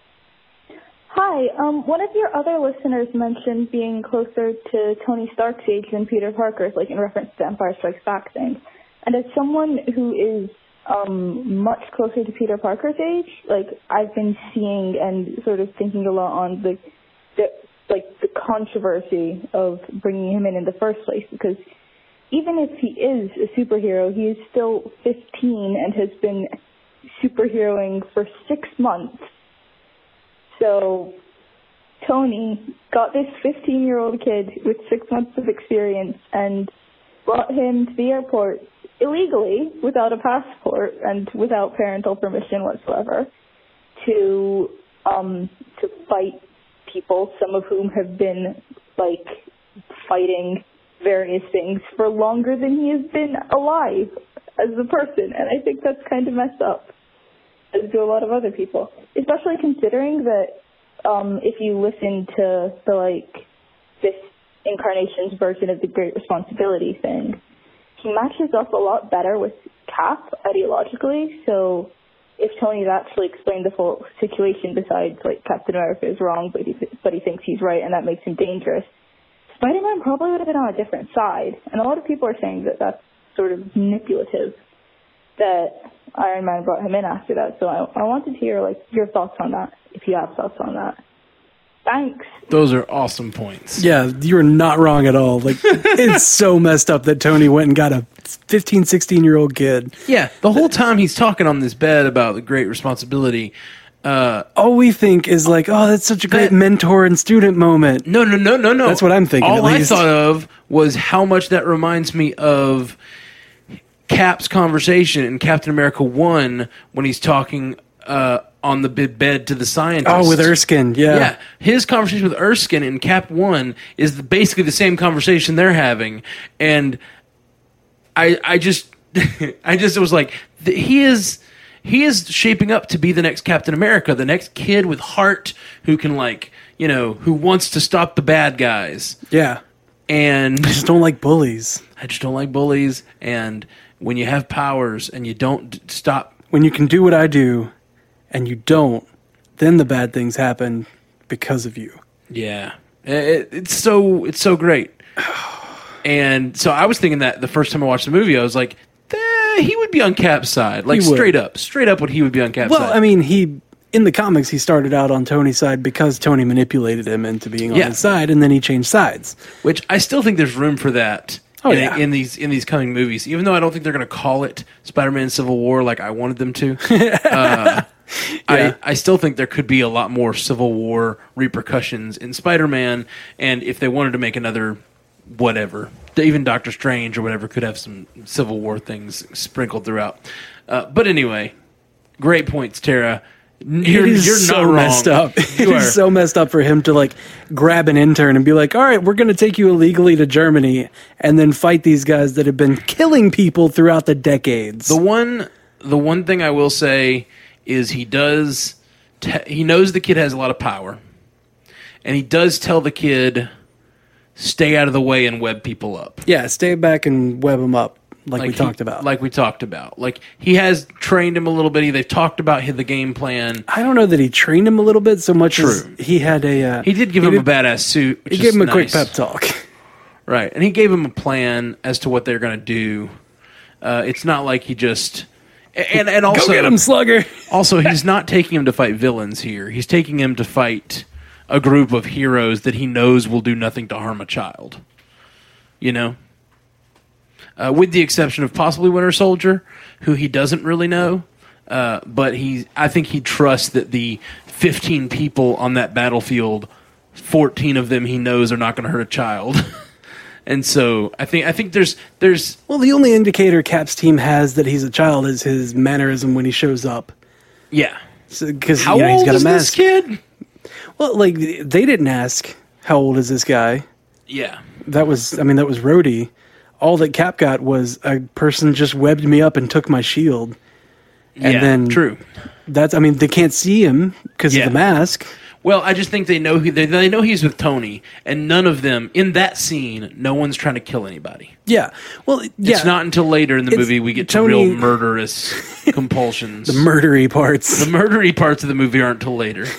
E: Hi. Um, one of your other listeners mentioned being closer to Tony Stark's age than Peter Parker's, like in reference to Empire Strikes Back thing. And as someone who is um, much closer to Peter Parker's age, like I've been seeing and sort of thinking a lot on the, the like the controversy of bringing him in in the first place because even if he is a superhero, he is still 15 and has been superheroing for six months. So Tony got this 15 year old kid with six months of experience and brought him to the airport illegally without a passport and without parental permission whatsoever to um to fight people some of whom have been like fighting various things for longer than he has been alive as a person and I think that's kind of messed up as do a lot of other people especially considering that um if you listen to the like this incarnation's version of the great responsibility thing he matches up a lot better with Cap ideologically. So if Tony's actually explained the whole situation, besides like Captain America is wrong, but he but he thinks he's right, and that makes him dangerous, Spider-Man probably would have been on a different side. And a lot of people are saying that that's sort of manipulative that Iron Man brought him in after that. So I, I wanted to hear like your thoughts on that, if you have thoughts on that. Thanks.
B: Those are awesome points.
A: Yeah, you're not wrong at all. Like, it's so messed up that Tony went and got a 15, 16 year old kid.
B: Yeah, the whole time he's talking on this bed about the great responsibility. Uh,
A: All we think is like, oh, that's such a great
B: That-
A: mentor and student moment.
B: no, no, no, no, no.
A: That's what I'm thinking,
B: All
A: at
B: I
A: least.
B: thought of was how much that reminds me of Cap's conversation in Captain America One when he's talking uh, on the big bed to the scientist.
A: Oh, with Erskine, yeah.
B: Yeah, his conversation with Erskine in Cap One is the, basically the same conversation they're having, and I, I just, I just was like, th- he is, he is shaping up to be the next Captain America, the next kid with heart who can like, you know, who wants to stop the bad guys,
A: Yeah.
B: and
A: Just don't like bullies.
B: I just don't like bullies, and when you have powers and you don't d- stop
A: When you can do what I do and you don't, then the bad things happen because of you.
B: Yeah, It- it, it's so it's so great. And so I was thinking that the first time I watched the movie, I was like, eh, he would be on Cap's side, like
A: He would.
B: straight up, straight up, what he would be on Cap's
A: Well,
B: side.
A: I mean, he in the comics he started out on Tony's side because Tony manipulated him into being on
B: Yeah.
A: his side, and then he changed sides.
B: which I still think there's room for that.
A: Oh,
B: in,
A: yeah.
B: in these in these coming movies, even though I don't think they're going to call it Spider-Man: Civil War like I wanted them to, uh, I I still think there could be a lot more Civil War repercussions in Spider-Man, and if they wanted to make another whatever, even Doctor Strange or whatever could have some Civil War things sprinkled throughout. Uh, but anyway, great points, Tara. You're,
A: it is
B: you're
A: so
B: not wrong.
A: messed up. It
B: You are
A: is so messed up for him to like grab an intern and be like, "All right, we're going to take you illegally to Germany and then fight these guys that have been killing people throughout the decades."
B: The one, the one thing I will say is he does. Te- he knows the kid has a lot of power, and he does tell the kid, "Stay out of the way and web people up."
A: yeah, stay back and web them up like, we
B: he-
A: talked about.
B: Like we talked about. Like he has trained him a little bit. He- They've talked about hi- the game plan.
A: I don't know that he trained him a little bit so much as
B: True.
A: he had a uh,
B: He did give him a badass suit.
A: he
B: Which
A: gave
B: is
A: him a quick
B: nice.
A: pep talk.
B: Right, and he gave him a plan as to what they're going to do. Uh, it's not like he just a- and and also
A: Go get him, Slugger.
B: Also, he's not taking him to fight villains here. He's taking him to fight a group of heroes that he knows will do nothing to harm a child. You know? Uh, with the exception of possibly Winter Soldier, who he doesn't really know. Uh, but he, I think he trusts that the 15 people on that battlefield, 14 of them he knows are not going to hurt a child. and so I think I think there's there's
A: Well, the only indicator Cap's team has that he's a child is his mannerism when he shows up.
B: yeah.
A: Because
B: How
A: you know,
B: old
A: he's got
B: is
A: a
B: this
A: mask.
B: kid?
A: Well, like they didn't ask how old is this guy.
B: Yeah.
A: That was, I mean, that was Rhodey. All that Cap got was a person just webbed me up and took my shield. And
B: yeah,
A: then
B: true.
A: That's, I mean, they can't see him because
B: Yeah.
A: of the mask.
B: Well, I just think they know he, they, they know he's with Tony, and none of them in that scene. No one's trying to kill anybody.
A: Yeah. Well, yeah.
B: It's not until later in the
A: It's-
B: movie we get to
A: Tony-
B: real murderous compulsions. the,
A: murdery parts.
B: murdery parts of the movie aren't till later.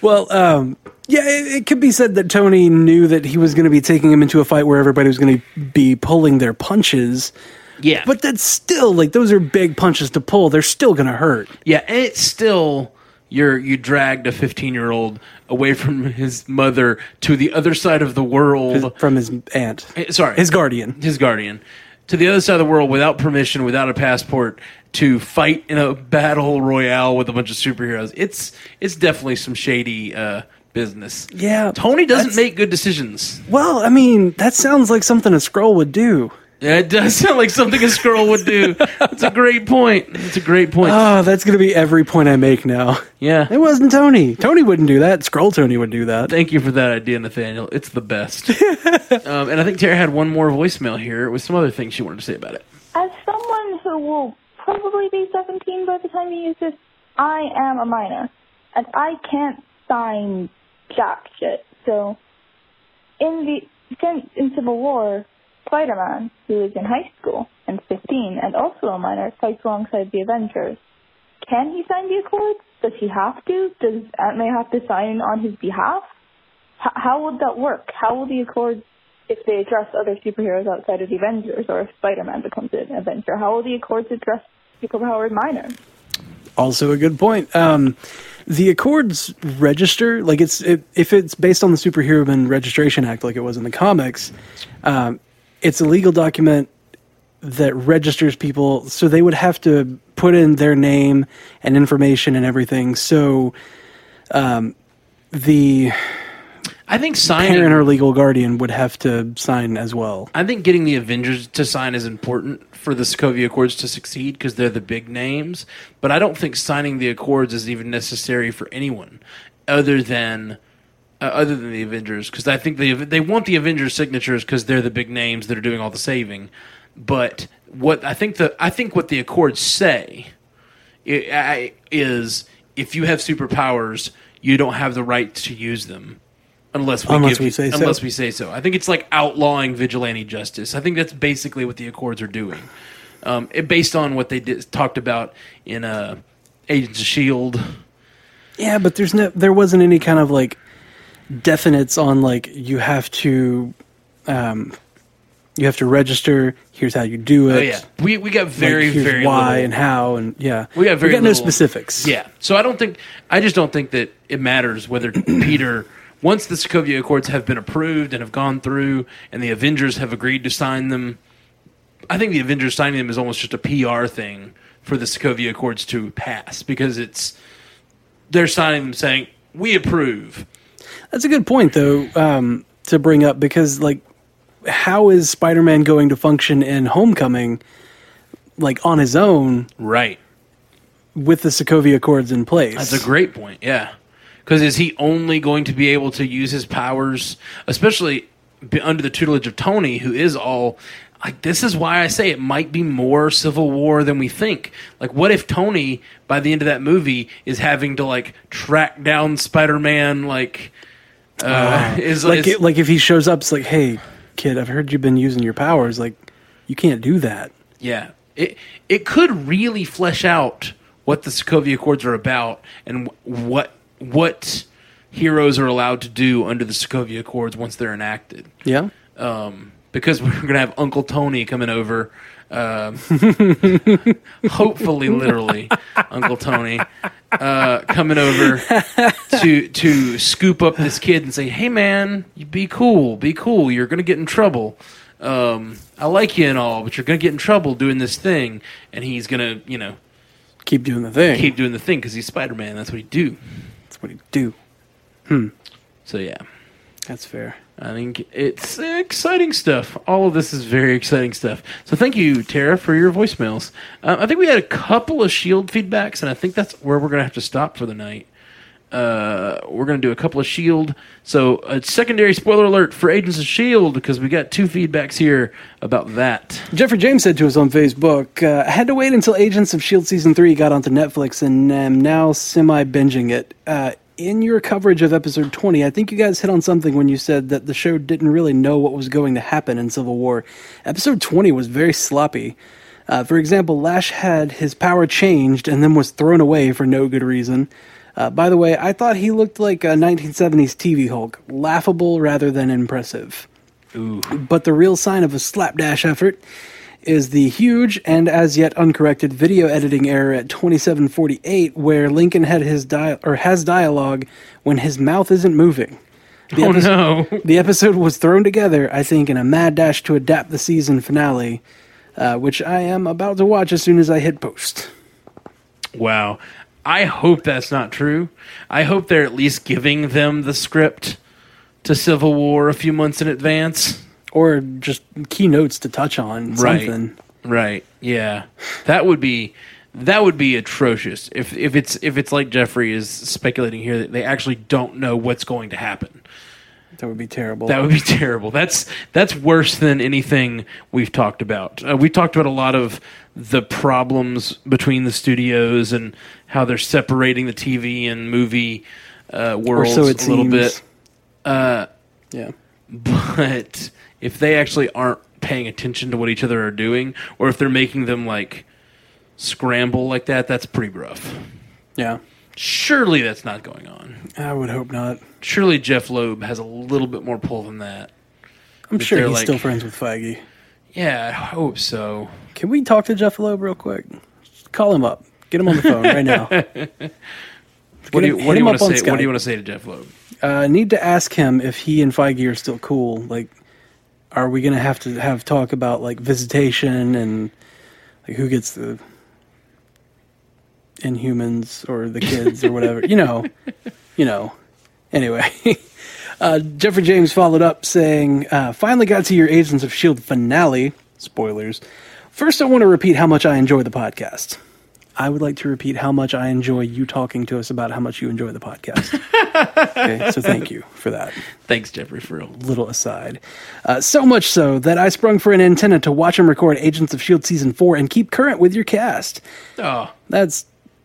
A: Well, um, yeah, it, it could be said that Tony knew that he was going to be taking him into a fight where everybody was going to be pulling their punches.
B: yeah,
A: But that's still like those are big punches to pull. They're still going to hurt.
B: yeah, and it's still you're you dragged a 15 year old away from his mother to the other side of the world.
A: from his aunt.
B: Eh, Sorry,
A: His guardian.
B: his guardian to the other side of the world without permission, without a passport, to fight in a battle royale with a bunch of superheroes. It's it's definitely some shady uh, business.
A: Yeah,
B: Tony doesn't
A: that's-
B: make good decisions.
A: Well, I mean, that sounds like something a scroll would do.
B: Yeah, it does sound like something a squirrel would do. That's a great point. That's a great point.
A: Oh, that's gonna be every point I make now. It
B: yeah.
A: wasn't Tony. Tony wouldn't do that. Scroll Tony would do that.
B: Thank you for that idea, Nathaniel. It's the best. um, and I think Tara had one more voicemail here with some other things she wanted to say about it.
E: As someone who will probably be 17 by the time you use this, I am a minor. And I can't sign jack shit. So, in the, since in Civil War, Spider-Man, who is in high school and 15 and also a minor, fights alongside the Avengers. Can he sign the Accords? Does he have to? Does Aunt May have to sign on his behalf? H- how would that work? How will the Accords if they address other superheroes outside of the Avengers, or if Spider-Man becomes an Avenger, how will the Accords address superpowered minors?
A: Also a good point. Um, the Accords register, like it's it, if it's based on the Superhuman Registration Act, like it was in the comics, um, it's a legal document that registers people. So they would have to put in their name and information and everything. So um, the
B: I think signing.
A: parent or legal guardian would have to sign as well.
B: I think getting the Avengers to sign is important for the Sokovia Accords to succeed because they're the big names. But I don't think signing the Accords is even necessary for anyone other than uh, other than the Avengers because I think they they want the Avengers signatures because they're the big names that are doing all the saving. But what I think the I think what the Accords say i I, is if you have superpowers, you don't have the right to use them unless we,
A: Unless
B: give
A: we
B: you-
A: say so.
B: unless we say so. I think it's like outlawing vigilante justice. I think that's basically what the Accords are doing, um, it, based on what they did, talked about in uh, Agents of Shield.
A: Yeah, but there's no there wasn't any kind of like definites on like you have to um you have to register, here's how you do it.
B: Oh yeah, we we got
A: like,
B: very
A: here's
B: very
A: why
B: little-
A: and how and yeah.
B: We got very
A: we got no
B: little-
A: specifics.
B: Yeah. So I don't think I just don't think that it matters whether Peter once the Sokovia Accords have been approved and have gone through and the Avengers have agreed to sign them, I think the Avengers signing them is almost just a PR thing for the Sokovia Accords to pass because it's they're signing them saying, We approve.
A: That's a good point though, um to bring up because like how is Spider-Man going to function in Homecoming like on his own
B: Right.
A: with the Sokovia Accords in place?
B: That's a great point. Yeah, because is he only going to be able to use his powers, especially be under the tutelage of Tony, who is all like this is why I say it might be more civil war than we think. Like, what if Tony by the end of that movie is having to like track down Spider Man? Like, uh, is
A: like
B: is-
A: it, like if he shows up, it's like, hey, kid, I've heard you've been using your powers. Like, you can't do that.
B: Yeah. It it could really flesh out what the Sokovia Accords are about and wh- what what heroes are allowed to do under the Sokovia Accords once they're enacted.
A: Yeah,
B: Um, because we're going to have Uncle Tony coming over. Um hopefully, literally, Uncle Tony uh, coming over to to scoop up this kid and say, "Hey, man, you be cool, be cool. You're going to get in trouble. Um, I like you and all, but you're going to get in trouble doing this thing." And he's going to, you know,
A: keep doing the thing.
B: keep doing the thing because he's Spider Man. That's what he do.
A: That's what he do.
B: So yeah.
A: That's fair.
B: I think it's exciting stuff. All of this is very exciting stuff. So thank you, Tara, for your voicemails. Um, I think we had a couple of Shield E feedbacks, and I think that's where we're going to have to stop for the night. Uh, we're going to do a couple of Shield. E So a secondary spoiler alert for Agents of Shield because we got two feedbacks here about that.
A: Jeffrey James said to us on Facebook, uh, I had to wait until Agents of S.H.I.E.L.D. E Season 3 got onto Netflix and am now semi binging it. Uh, in your coverage of episode 20, I think you guys hit on something when you said that the show didn't really know what was going to happen in Civil War. Episode 20 was very sloppy. Uh, for example, Lash had his power changed and then was thrown away for no good reason. Uh, by the way, I thought he looked like a 1970s TV Hulk, laughable rather than impressive. But the real sign of a slapdash effort is the huge and as yet uncorrected video editing error at 2748 where Lincoln had his dia- or has dialogue when his mouth isn't moving. The,
B: Oh
A: epi-
B: no!
A: the episode was thrown together, I think, in a mad dash to adapt the season finale. uh, which I am about to watch as soon as I hit post.
B: Wow. I hope that's not true. I hope they're at least giving them the script to Civil War a few months in advance.
A: Or just keynotes to touch on
B: Right.
A: something.
B: Right. Yeah. That would be that would be atrocious if if it's if it's like Jeffrey is speculating here that they actually don't know what's going to happen.
A: That would be terrible.
B: That would be terrible. That's that's worse than anything we've talked about. Uh, we talked about a lot of the problems between the studios and how they're separating the TV and movie uh,
A: or
B: worlds
A: so it
B: a little
A: seems.
B: bit. Uh,
A: yeah.
B: But if they actually aren't paying attention to what each other are doing, or if they're making them like scramble like that, that's pretty rough.
A: Yeah.
B: Surely that's not going on.
A: I would hope not.
B: Surely Jeff Loeb has a little bit more pull than that.
A: I'm sure
B: they're
A: he's
B: like-
A: still friends with Feige.
B: Yeah, I hope so.
A: Can we talk to Jeff Loeb real quick? Just call him up. Get him on the phone right now.
B: What do you,
A: hit
B: what do
A: him
B: you want
A: up on
B: to say? What
A: Skype.
B: do you want to say to Jeff Loeb?
A: uh, need to ask him if he and Feige are still cool. Like, are we going to have to have talk about like visitation and like who gets the Inhumans or the kids or whatever? you know, you know. Anyway, uh, Jeffrey James followed up saying, uh, "Finally got to your Agents of Shield E finale. Spoilers. First, I want to repeat how much I enjoy the podcast." I would like to repeat how much I enjoy you talking to us about how much you enjoy the podcast. Okay, so thank you for that
B: Thanks, Jeffrey, for real.
A: little aside. Uh, so much so that I sprung for an antenna to watch and record Agents of S.H.I.E.L.D. E Season 4 and keep current with your cast.
B: Oh,
A: That's.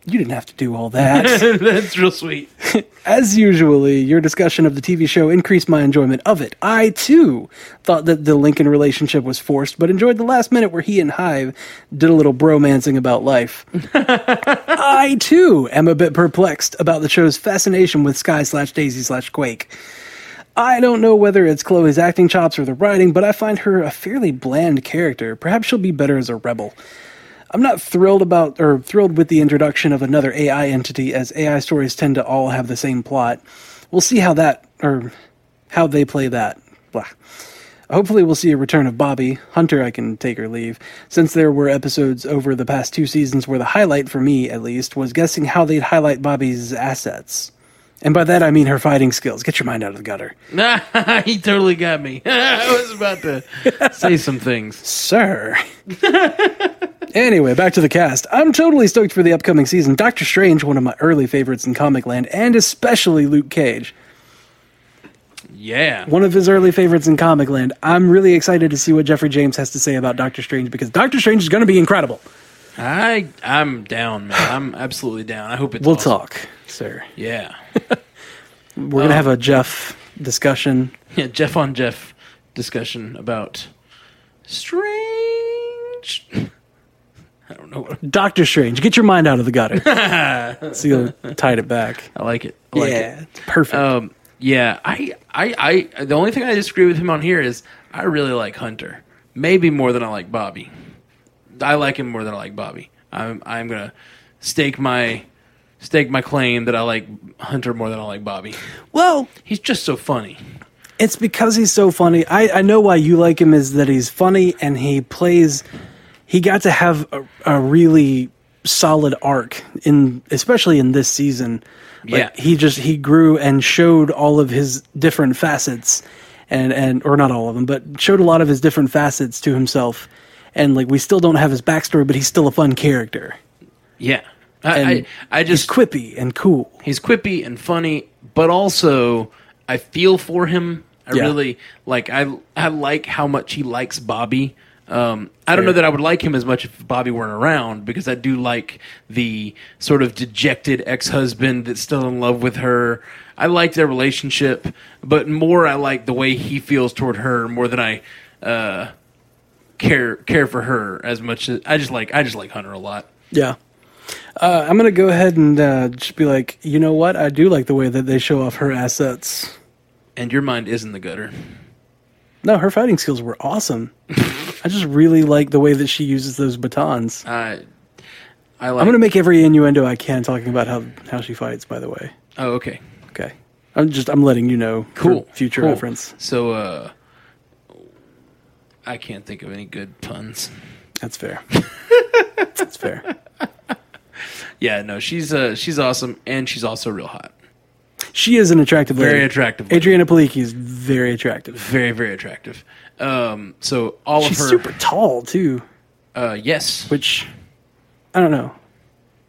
A: You didn't have to do all that.
B: that's real sweet.
A: As usually, your discussion of the TV show increased my enjoyment of it. I, too, thought that the Lincoln relationship was forced, but enjoyed the last minute where he and Hive did a little bromancing about life. I, too, am a bit perplexed about the show's fascination with Sky slash Daisy slash Quake. I don't know whether it's Chloe's acting chops or the writing, but I find her a fairly bland character. Perhaps she'll be better as a rebel. I'm not thrilled about or thrilled with the introduction of another AI entity, as AI stories tend to all have the same plot. We'll see how that or how they play that. Blah. Hopefully, we'll see a return of Bobby Hunter. I can take or leave, since there were episodes over the past two seasons where the highlight for me, at least, was guessing how they'd highlight Bobby's assets. And by that I mean her fighting skills. Get your mind out of the gutter.
B: Nah, he totally got me. I was about to say some things.
A: sir. anyway, back to the cast. I'm totally stoked for the upcoming season. Doctor Strange, one of my early favorites in comic land, and especially Luke Cage,
B: Yeah.
A: one of his early favorites in comic land. I'm really excited to see what Jeffrey James has to say about Doctor Strange because Doctor Strange is going to be incredible.
B: I I'm down, man. I'm absolutely down. I hope it's
A: We'll
B: awesome.
A: talk, sir.
B: Yeah.
A: We're going to have a Jeff discussion.
B: Yeah, Jeff on Jeff discussion about strange I don't know what
A: Doctor Strange, get your mind out of the gutter. see, you tied it back.
B: I like it. I like it.
A: it's perfect.
B: Um yeah, I, I I the only thing I disagree with him on here is I really like Hunter. Maybe more than I like Bobby. I like him more than I like Bobby. I'm I'm gonna stake my stake my claim that I like Hunter more than I like Bobby.
A: well,
B: He's just so funny.
A: It's because he's so funny. I, I know why you like him is that he's funny and he plays. He got to have a, a really solid arc in, especially in this season.
B: Yeah.
A: he just he grew and showed all of his different facets, and and or not all of them, but showed a lot of his different facets to himself. And like we still don't have his backstory, but he's still a fun character.
B: Yeah. I,
A: And
B: I, I
A: He's
B: just
A: quippy and cool.
B: he's quippy and funny, but also I feel for him. I
A: Yeah.
B: really like I I like how much he likes Bobby. Um, I don't know that I would like him as much if Bobby weren't around because I do like the sort of dejected ex-husband that's still in love with her. I like their relationship, but more I like the way he feels toward her more than I uh, care care for her as much as I just like I just like Hunter a lot.
A: Yeah. Uh, I'm going to go ahead and uh, just be like, you know what? I do like the way that they show off her assets.
B: And your mind is in the gutter.
A: No, her fighting skills were awesome. I just really like the way that she uses those batons.
B: I I like
A: I'm going to make every innuendo I can talking about how, how she fights, by the way.
B: Oh, okay.
A: Okay. I'm just, I'm letting you know. for
B: Cool.
A: future
B: Cool.
A: reference.
B: So, uh, I can't think of any good puns.
A: That's fair. That's fair.
B: Yeah, no, she's uh, she's awesome, and she's also real hot.
A: She is an attractive lady.
B: Very attractive lady.
A: Adriana Palicki is very attractive.
B: Very, very attractive. Um, so all
A: She's
B: of her,
A: super tall too,
B: uh, yes,
A: which I don't know.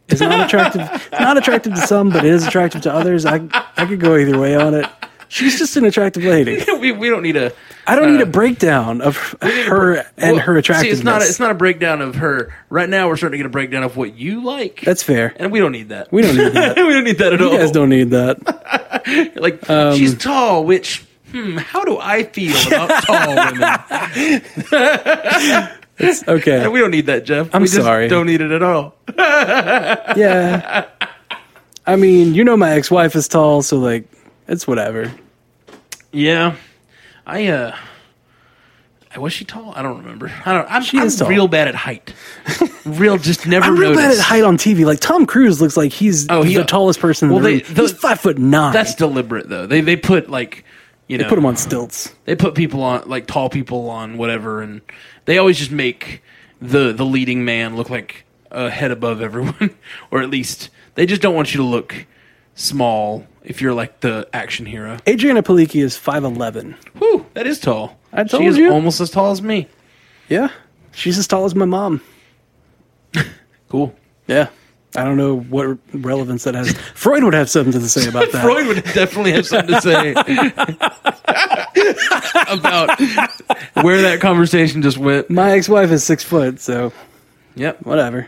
A: Is not attractive. it's not attractive to some, but it is attractive to others. I I could go either way on it. She's just an attractive lady.
B: we, we don't need a.
A: I don't need
B: Uh,
A: a breakdown of her and
B: well,
A: her
B: See,
A: attractiveness.
B: it's not a, it's not a breakdown of her. Right now, we're starting to get a breakdown of what you like.
A: That's fair.
B: and we don't need that.
A: We don't need that.
B: we don't need that at all.
A: You guys don't Um, need that.
B: Like she's tall, which hmm, how do I feel about tall women?
A: Okay.
B: We don't need that, Jeff.
A: I'm
B: we just
A: sorry.
B: Don't need it at all.
A: yeah. I mean, you know, my ex-wife is tall, so like, it's whatever.
B: Yeah, I uh, I was she tall? I don't remember. I don't. I'm,
A: She
B: I'm
A: is tall.
B: real bad at height. real, just never
A: I'm real bad
B: noticed.
A: at height on TV. Like Tom Cruise looks like he's
B: Oh, he-
A: the tallest person.
B: Well,
A: in the
B: they-
A: room.
B: those-
A: he's five foot nine.
B: That's deliberate though. They they put like you know
A: Put him on stilts.
B: they put people on like tall people on whatever and they always just make the the leading man look like a head above everyone or at least they just don't want you to look small if you're like the action hero
A: Adriana Palicki is five eleven.
B: Whew, that is tall
A: I told
B: she is
A: you.
B: almost as tall as me
A: Yeah, she's as tall as my mom.
B: cool
A: Yeah, I don't know what relevance that has. Freud would have something to say about that.
B: Freud would definitely have something to say about where that conversation just went.
A: My ex-wife is six foot, so
B: Yep.
A: whatever.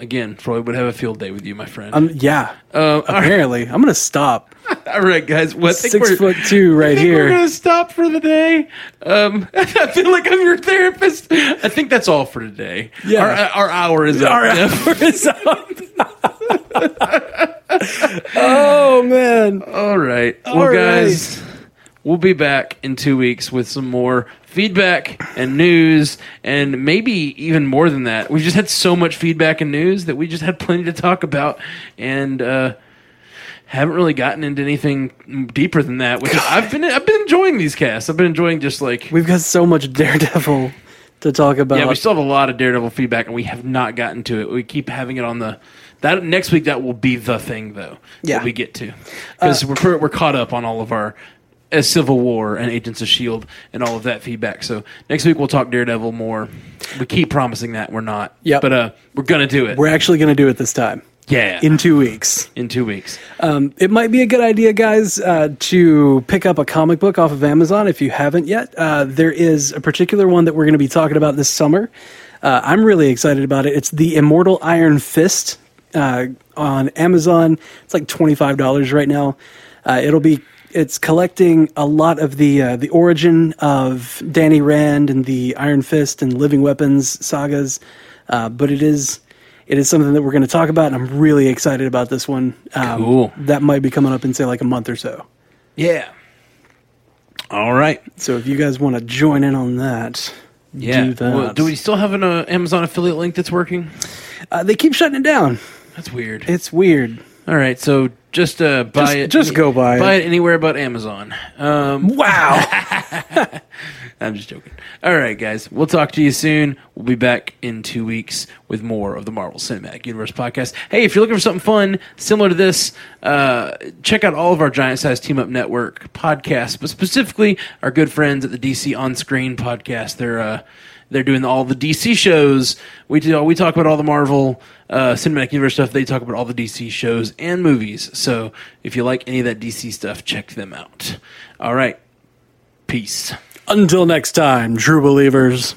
B: Again, Freud would have a field day with you, my friend.
A: Um, yeah,
B: Uh, all right,
A: apparently, I'm gonna stop.
B: all right, guys. What? I think
A: Six
B: we're-
A: foot two,
B: I
A: right
B: think we're
A: here.
B: gonna stop for the day. Um, I feel like I'm your therapist. I think that's all for today.
A: Yeah.
B: our, our hour is up.
A: Our
B: Jeff.
A: hour is up. oh man.
B: All right,
A: All
B: well,
A: right.
B: guys, we'll be back in two weeks with some more feedback and news, and maybe even more than that. We've just had so much feedback and news that we just had plenty to talk about, and. uh haven't really gotten into anything deeper than that. Which I've been I've been enjoying these casts. I've been enjoying just like
A: We've got so much Daredevil to talk about.
B: Yeah, we still have a lot of Daredevil feedback, and we have not gotten to it. We keep having it on the that next week. That will be the thing, though.
A: Yeah. Uh,
B: that we get to because we're per- we're caught up on all of our uh, Civil War and Agents of Shield E and all of that feedback. So next week we'll talk Daredevil more. We keep promising that we're not.
A: Yep.
B: but uh, we're gonna do it.
A: We're actually going to do it this time
B: yeah,
A: in two weeks.
B: in two weeks.
A: Um, it might be a good idea, guys, uh, to pick up a comic book off of Amazon if you haven't yet. Uh, there is a particular one that we're going to be talking about this summer. Uh, I'm really excited about it. It's The Immortal Iron Fist uh, on Amazon. It's like $25 right now. Uh, it'll be it's collecting a lot of the uh, the origin of Danny Rand and the Iron Fist and Living Weapons sagas, uh, but it is it is something that we're going to talk about, and I'm really excited about this one. Um,
B: Cool.
A: That might be coming up in say like a month or so.
B: Yeah. All right.
A: So if you guys want to join in on that,
B: Yeah.
A: do that.
B: Well, do we still have an uh, Amazon affiliate link that's working?
A: uh, they keep shutting it down.
B: That's weird.
A: It's weird.
B: All right, so just uh, buy
A: Just-
B: it.
A: just go buy it.
B: Buy it anywhere but Amazon. Um,
A: Wow.
B: I'm just joking. All right, guys, we'll talk to you soon. We'll be back in two weeks with more of the Marvel Cinematic Universe podcast. Hey, if you're looking for something fun similar to this, uh, check out all of our Giant Size Team Up Network podcasts, but specifically our good friends at the DC On Screen podcast. They're uh, they're doing all the DC shows. We do we talk about all the Marvel uh, Cinematic Universe stuff. They talk about all the DC shows and movies. So if you like any of that DC stuff, check them out. All right, peace.
A: Until next time, true believers.